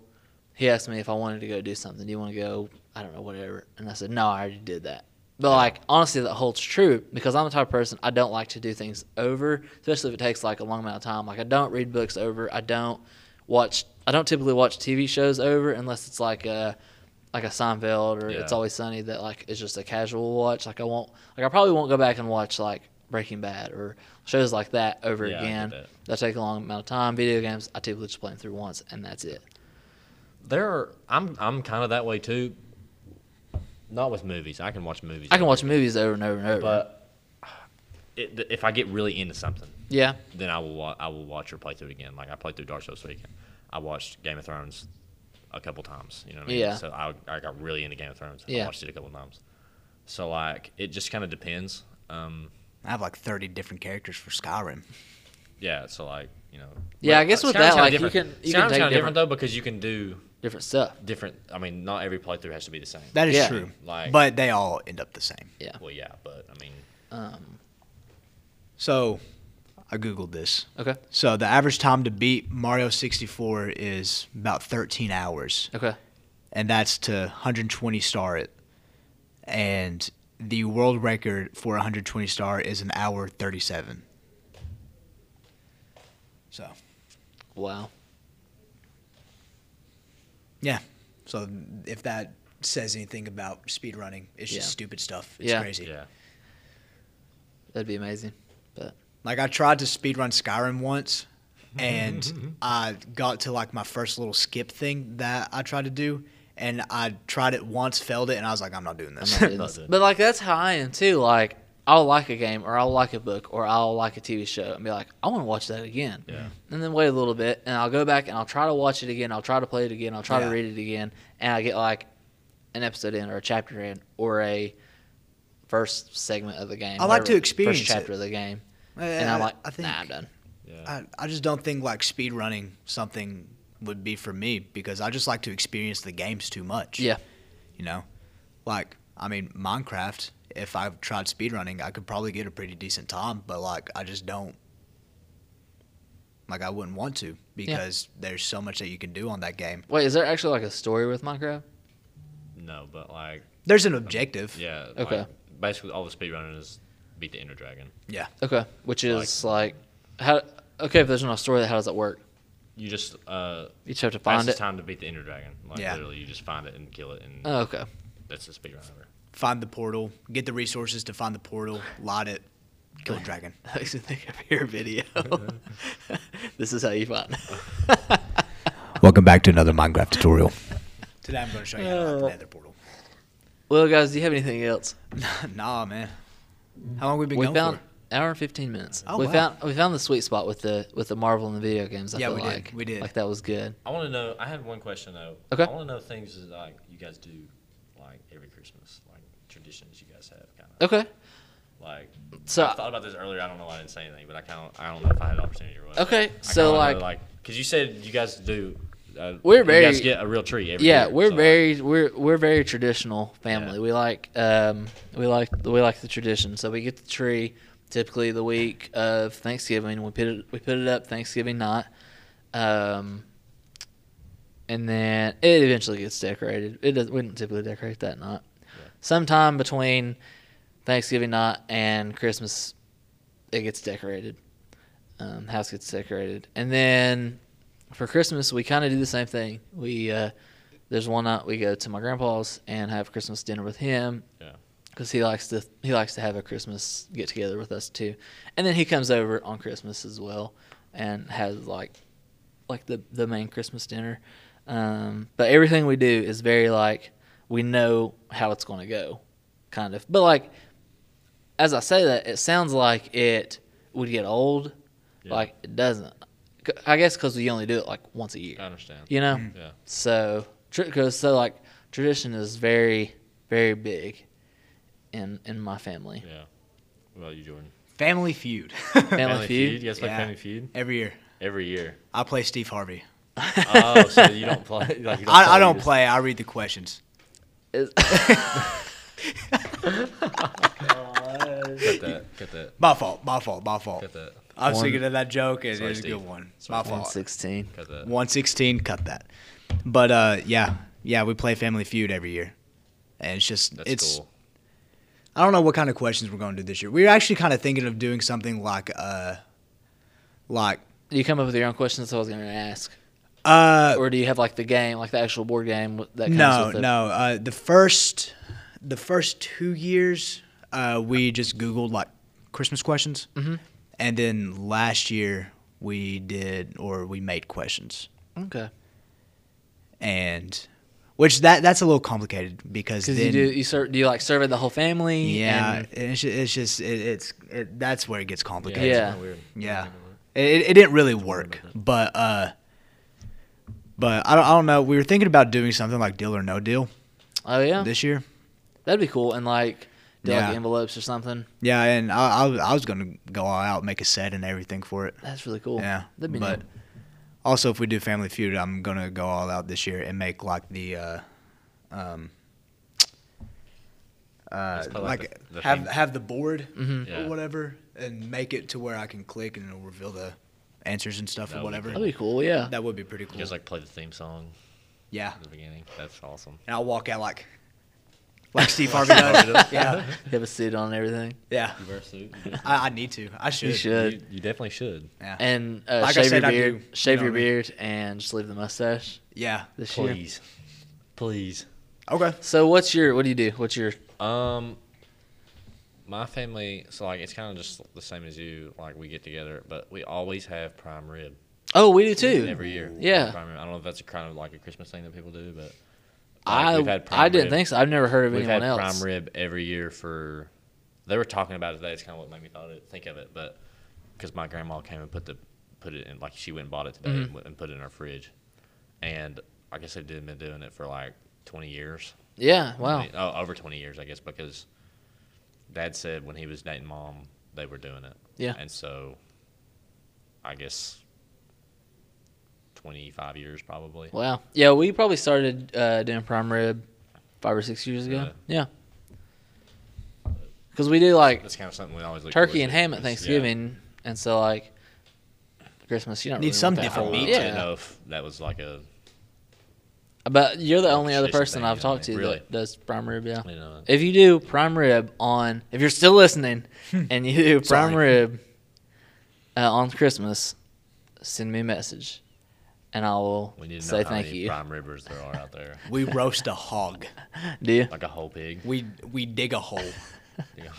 Speaker 1: he asked me if I wanted to go do something. Do you want to go? I don't know, whatever. And I said, no, I already did that. But like, honestly, that holds true because I'm the type of person I don't like to do things over, especially if it takes like a long amount of time. Like I don't read books over. I don't watch. I don't typically watch TV shows over unless it's like a like a Seinfeld or It's
Speaker 2: Yeah.
Speaker 1: Always Sunny that like is just a casual watch. Like I won't like I probably won't go back and watch like Breaking Bad or shows like that over
Speaker 2: Yeah, I get
Speaker 1: again.
Speaker 2: that.
Speaker 1: That. take a long amount of time. Video games I typically just play them through once and that's it.
Speaker 2: there are I'm I'm kind of that way too. Not with movies. I can watch movies.
Speaker 1: I can
Speaker 2: over,
Speaker 1: watch movies over and over and over.
Speaker 2: but it, if I get really into something,
Speaker 1: yeah,
Speaker 2: then I will wa- I will watch or play through it again. Like I played through Dark Souls this weekend. I watched Game of Thrones a couple times. You know what I mean?
Speaker 1: Yeah.
Speaker 2: So I, I got really into Game of Thrones. I
Speaker 1: Yeah.
Speaker 2: watched it a couple times. So like it just kind of depends. Um,
Speaker 3: I have like 30 different characters for Skyrim.
Speaker 2: yeah. So like you know.
Speaker 1: Yeah, I
Speaker 2: but
Speaker 1: guess with
Speaker 2: Skyrim's
Speaker 1: that,
Speaker 2: kinda
Speaker 1: like, you
Speaker 2: different.
Speaker 1: can- you can
Speaker 2: Skyrim's kinda
Speaker 1: take
Speaker 2: different
Speaker 1: different-
Speaker 2: though because you can do
Speaker 1: different stuff.
Speaker 2: different. I mean, not every playthrough has to be the same.
Speaker 3: That is
Speaker 1: Yeah.
Speaker 3: true.
Speaker 2: Like-
Speaker 3: but they all end up the same.
Speaker 1: Yeah.
Speaker 2: well, yeah, but I mean,
Speaker 1: Um,
Speaker 3: So I Googled this.
Speaker 1: okay.
Speaker 3: So the average time to beat Mario 64 is about 13 hours,
Speaker 1: Okay.
Speaker 3: and that's to 120 star it. And the world record for 120 star is an hour 37. So
Speaker 1: Wow.
Speaker 3: yeah, so if that says anything about speedrunning, it's just
Speaker 1: Yeah.
Speaker 3: stupid stuff. It's
Speaker 1: Yeah.
Speaker 3: crazy.
Speaker 2: yeah.
Speaker 1: That'd be amazing. But
Speaker 3: Like I tried to speedrun Skyrim once and I got to like my first little skip thing that I tried to do and I tried it once, failed it, and I was like, I'm not doing this.
Speaker 1: I'm not doing this. but like that's how I am too. Like I'll like a game or I'll like a book or I'll like a TV show and be like, I want to watch that again.
Speaker 2: Yeah.
Speaker 1: And then wait a little bit and I'll go back and I'll try to watch it again. I'll try to play it again. I'll try
Speaker 3: Yeah.
Speaker 1: to read it again. And I get like an episode in or a chapter in or a first segment of the game.
Speaker 3: I like to
Speaker 1: whatever,
Speaker 3: experience
Speaker 1: first chapter
Speaker 3: it.
Speaker 1: of the game.
Speaker 3: I-
Speaker 1: And I'm like,
Speaker 3: I think
Speaker 1: nah, I'm done.
Speaker 2: Yeah.
Speaker 3: I, I just don't think like speedrunning something would be for me because I just like to experience the games too much.
Speaker 1: Yeah.
Speaker 3: You know? Like, I mean, Minecraft, if I tried speedrunning, I could probably get a pretty decent time, but like I just don't like I wouldn't want to because there's so much that you can do on that game.
Speaker 1: Wait, is there actually like a story with Minecraft?
Speaker 2: no, but like
Speaker 3: There's an objective.
Speaker 2: yeah.
Speaker 1: Okay.
Speaker 2: Like, basically, all the speedrunning is beat the Ender Dragon.
Speaker 3: Yeah.
Speaker 1: Okay. Which is like, how? Okay, if there's not a story, how does that work?
Speaker 2: You just uh,
Speaker 1: You just have to
Speaker 2: find
Speaker 1: find it.
Speaker 2: time to beat the Ender Dragon. Like
Speaker 3: Yeah.
Speaker 2: literally, you just find it and kill it, and
Speaker 1: Oh, okay.
Speaker 2: that's the speedrun ever.
Speaker 3: Find the portal. Get the resources to find the portal. Light it. Kill the dragon.
Speaker 1: That makes me think of your video. this is how you find.
Speaker 3: Welcome back to another Minecraft tutorial. Today I'm going to show you how to light the nether portal.
Speaker 1: well, guys, do you have anything else?
Speaker 3: nah, man. How long we been
Speaker 1: we
Speaker 3: going
Speaker 1: found
Speaker 3: for?
Speaker 1: hour and fifteen minutes.
Speaker 3: Oh,
Speaker 1: we
Speaker 3: wow.
Speaker 1: found we found the sweet spot with the with the Marvel and the video games. I
Speaker 3: Yeah,
Speaker 1: feel
Speaker 3: we did.
Speaker 1: like
Speaker 3: We did.
Speaker 1: Like that was good.
Speaker 2: I want to know. I had one question though.
Speaker 1: Okay.
Speaker 2: I want to know things that like you guys do, like every Christmas, like traditions you guys have, kind of.
Speaker 1: Okay,
Speaker 2: Like
Speaker 1: so
Speaker 2: I thought about this earlier. I don't know why I didn't say anything, but I kind of I don't know if I had an opportunity or what.
Speaker 1: Okay,
Speaker 2: I kinda
Speaker 1: so,
Speaker 2: wanna
Speaker 1: like-
Speaker 2: know, like because you said you guys do. Uh,
Speaker 1: We're
Speaker 2: You guys
Speaker 1: very-
Speaker 2: get a real tree every
Speaker 1: yeah,
Speaker 2: year,
Speaker 1: we're
Speaker 2: so, like,
Speaker 1: very we're we're very traditional family.
Speaker 2: Yeah.
Speaker 1: We like um we like we like the tradition. So we get the tree typically the week of Thanksgiving. We put it we put it up Thanksgiving night. Um and then it eventually gets decorated. It does, we don't typically decorate that night. Sometime between Thanksgiving night and Christmas it gets decorated. Um, house gets decorated, and then for Christmas we kind of do the same thing. We uh, there's one night we go to my grandpa's and have Christmas dinner with him
Speaker 2: yeah.
Speaker 1: because he likes to he likes to have a Christmas get together with us too, and then he comes over on Christmas as well and has like like the the main Christmas dinner. Um, but everything we do is very like we know how it's going to go, kind of. But like as I say that, it sounds like it would get old.
Speaker 2: Yeah.
Speaker 1: Like it doesn't. C- I guess because we only do it like once a year.
Speaker 2: I understand.
Speaker 1: You know.
Speaker 2: Yeah.
Speaker 1: So, because so like tradition is very, very big in in my family.
Speaker 2: Yeah. What about you, Jordan?
Speaker 3: Family Feud.
Speaker 1: Family Feud.
Speaker 2: You guys play
Speaker 3: Yeah.
Speaker 2: Family Feud
Speaker 3: Every year,
Speaker 2: every year.
Speaker 3: I play Steve Harvey.
Speaker 2: Oh, so you don't play? Like you don't
Speaker 3: I, I
Speaker 2: you
Speaker 3: don't
Speaker 2: just-
Speaker 3: play. I read the questions.
Speaker 1: Is-
Speaker 2: Cut that. Cut that.
Speaker 3: My fault. My fault. My fault.
Speaker 2: Cut that.
Speaker 3: I was
Speaker 1: One-
Speaker 3: thinking of that joke, and it
Speaker 2: Sorry,
Speaker 3: was a
Speaker 2: Steve.
Speaker 3: good one. My
Speaker 1: One
Speaker 3: fault.
Speaker 1: sixteen.
Speaker 2: Cut that.
Speaker 3: 116. Cut that. But uh, yeah, yeah, we play Family Feud every year, and it's just
Speaker 2: That's
Speaker 3: it's.
Speaker 2: cool.
Speaker 3: I don't know what kind of questions we're going to do this year. We were actually kind of thinking of doing something like uh, like
Speaker 1: You come up with your own questions. That's what I was gonna ask.
Speaker 3: uh,
Speaker 1: Or do you have like the game, like the actual board game with- that comes
Speaker 3: no,
Speaker 1: with it?
Speaker 3: no. Uh, the first, the first two years, uh, we just Googled like Christmas questions, mm-hmm. and then last year we did or we made questions,
Speaker 1: Okay.
Speaker 3: and which that that's a little complicated because
Speaker 1: Because
Speaker 3: then
Speaker 1: you do you sur- do you like survey the whole family?
Speaker 3: yeah,
Speaker 1: and-
Speaker 3: and it's just, it's just it, it's it, that's where it gets
Speaker 2: Yeah.
Speaker 3: complicated.
Speaker 2: it's
Speaker 1: Yeah.
Speaker 2: kinda weird.
Speaker 3: Yeah, it, it didn't really work, but uh, but I don't, I don't know. We were thinking about doing something like Deal or No Deal
Speaker 1: oh yeah.
Speaker 3: this year.
Speaker 1: That'd be cool. And like do
Speaker 3: Yeah.
Speaker 1: like envelopes or something.
Speaker 3: Yeah, and I, I was- I was gonna go all out, make a set and everything for it.
Speaker 1: That's really cool.
Speaker 3: Yeah,
Speaker 1: That'd be
Speaker 3: but
Speaker 1: neat.
Speaker 3: also if we do Family Feud, I'm gonna go all out this year and make like the. Uh, um, uh,
Speaker 2: Just play, like,
Speaker 3: like
Speaker 2: the- the
Speaker 3: have
Speaker 2: theme.
Speaker 3: have the board
Speaker 1: Mm-hmm.
Speaker 2: Yeah.
Speaker 3: or whatever, and make it to where I can click and it'll reveal the answers and stuff
Speaker 2: That
Speaker 3: or
Speaker 2: would be
Speaker 3: whatever.
Speaker 1: That'd be cool. Yeah.
Speaker 3: That would be pretty cool.
Speaker 2: You guys like play the theme song
Speaker 3: yeah,
Speaker 2: at the beginning. That's awesome.
Speaker 3: and I'll walk out like like Steve Harvey does. yeah,
Speaker 1: You have a suit on and everything.
Speaker 3: yeah.
Speaker 2: You wear a suit.
Speaker 3: I, I need to. I should.
Speaker 1: You should.
Speaker 2: You, you definitely should.
Speaker 3: Yeah.
Speaker 1: And uh,
Speaker 3: Like I
Speaker 1: shave
Speaker 3: said,
Speaker 1: your
Speaker 3: I
Speaker 1: beard.
Speaker 3: do, you
Speaker 1: Shave
Speaker 3: know
Speaker 1: your
Speaker 3: what I mean.
Speaker 1: beard and just leave the mustache
Speaker 3: yeah.
Speaker 1: this year.
Speaker 2: Please, please.
Speaker 3: Okay.
Speaker 1: So what's your what do you do? What's your
Speaker 2: Um, my family. So like, it's kind of just the same as you. Like we get together, but we always have prime rib.
Speaker 1: Oh, we do too.
Speaker 2: Every year.
Speaker 1: Yeah.
Speaker 2: Prime rib. I don't know if that's a kind of like a Christmas thing that people do, but like, we've
Speaker 1: I
Speaker 2: had prime
Speaker 1: I didn't
Speaker 2: rib.
Speaker 1: think so. I've never heard of
Speaker 2: We've had
Speaker 1: anyone else.
Speaker 2: prime rib every year for. They were talking about it today. It's kind of what made me thought of, think of it, but because my grandma came and put the put it in like she went and bought it today
Speaker 1: Mm-hmm.
Speaker 2: and went and put it in her fridge, and I guess they've been doing it for like twenty years.
Speaker 1: Yeah. Wow.
Speaker 2: I mean, o- over 20 years, I guess, because dad said when he was dating mom, they were doing it.
Speaker 1: Yeah.
Speaker 2: And so I guess 25 years probably.
Speaker 1: Wow. Yeah, we probably started uh, doing prime rib five or six years ago. Yeah. Because we do like
Speaker 2: That's kind of something we always look
Speaker 1: turkey
Speaker 2: forward
Speaker 1: and
Speaker 2: to,
Speaker 1: ham at
Speaker 2: is- yeah.
Speaker 1: Thanksgiving, and so like Christmas, you don't
Speaker 3: Need
Speaker 1: really
Speaker 3: some
Speaker 1: want that.
Speaker 2: I
Speaker 3: different
Speaker 2: don't
Speaker 3: meat.
Speaker 2: know- I
Speaker 1: Yeah.
Speaker 2: didn't know if that was like a.
Speaker 1: But you're the only other
Speaker 2: Tradition
Speaker 1: person
Speaker 2: thing,
Speaker 1: I've
Speaker 2: yeah,
Speaker 1: talked to
Speaker 2: really.
Speaker 1: that does prime rib. Yeah.
Speaker 2: You know,
Speaker 1: If you do prime rib on, if you're still listening, and you do prime
Speaker 3: Sorry.
Speaker 1: rib uh, on Christmas, send me a message, and I will
Speaker 2: we need to know
Speaker 1: say
Speaker 2: how
Speaker 1: thank
Speaker 2: many
Speaker 1: you.
Speaker 2: prime ribbers there are out there.
Speaker 3: We roast a hog.
Speaker 1: Do you?
Speaker 2: Like a whole pig.
Speaker 3: We we dig a hole.
Speaker 2: You know.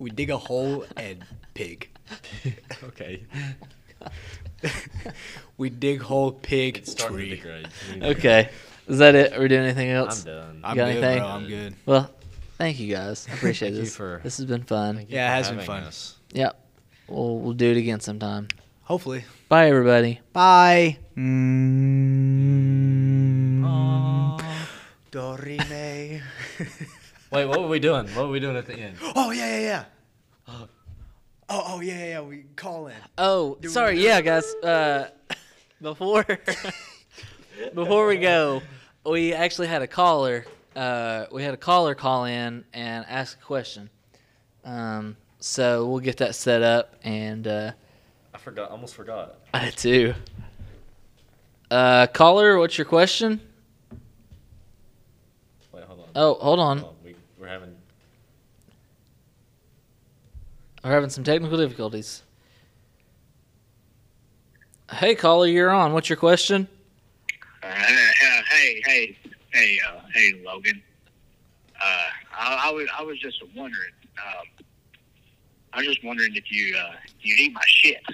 Speaker 3: We dig a hole and pig.
Speaker 2: okay.
Speaker 3: We dig hole pig
Speaker 2: It's starting to
Speaker 3: tree.
Speaker 2: degrade.
Speaker 1: Okay. Is that it? Are we doing anything
Speaker 2: I'm
Speaker 1: else?
Speaker 2: done.
Speaker 3: I'm
Speaker 1: got
Speaker 3: good,
Speaker 1: anything?
Speaker 3: bro. I'm good.
Speaker 1: Well, thank you guys. I appreciate
Speaker 2: Thank you
Speaker 1: this.
Speaker 2: for-
Speaker 1: this has been fun.
Speaker 2: Thank you
Speaker 3: Yeah, it
Speaker 2: for
Speaker 3: has been
Speaker 2: having
Speaker 3: fun.
Speaker 2: us.
Speaker 1: Yep. We'll, we'll do it again sometime.
Speaker 3: Hopefully.
Speaker 1: Bye, everybody.
Speaker 3: Bye.
Speaker 2: Mm.
Speaker 3: Dorime.
Speaker 2: Wait, what were we doing? What were we doing at the end?
Speaker 3: oh yeah yeah yeah.
Speaker 2: Uh.
Speaker 3: Oh oh yeah yeah, yeah. We call in.
Speaker 1: Oh, sorry. Yeah, guys. Uh, before before we go, we actually had a caller. Uh, we had a caller call in and ask a question. Um, so we'll get that set up, and uh,
Speaker 2: I forgot. Almost forgot.
Speaker 1: I did too. Uh, caller, what's your question?
Speaker 2: Wait, hold on.
Speaker 1: Oh, hold on.
Speaker 3: Um,
Speaker 2: Hold on. We, we're having
Speaker 1: We're having some technical difficulties. Hey, caller, you're on. What's your question?
Speaker 4: Uh, hey, hey, hey, uh, hey, Logan. Uh, I, I was I was just wondering. Um, I was just wondering if you uh, you would eat my shit.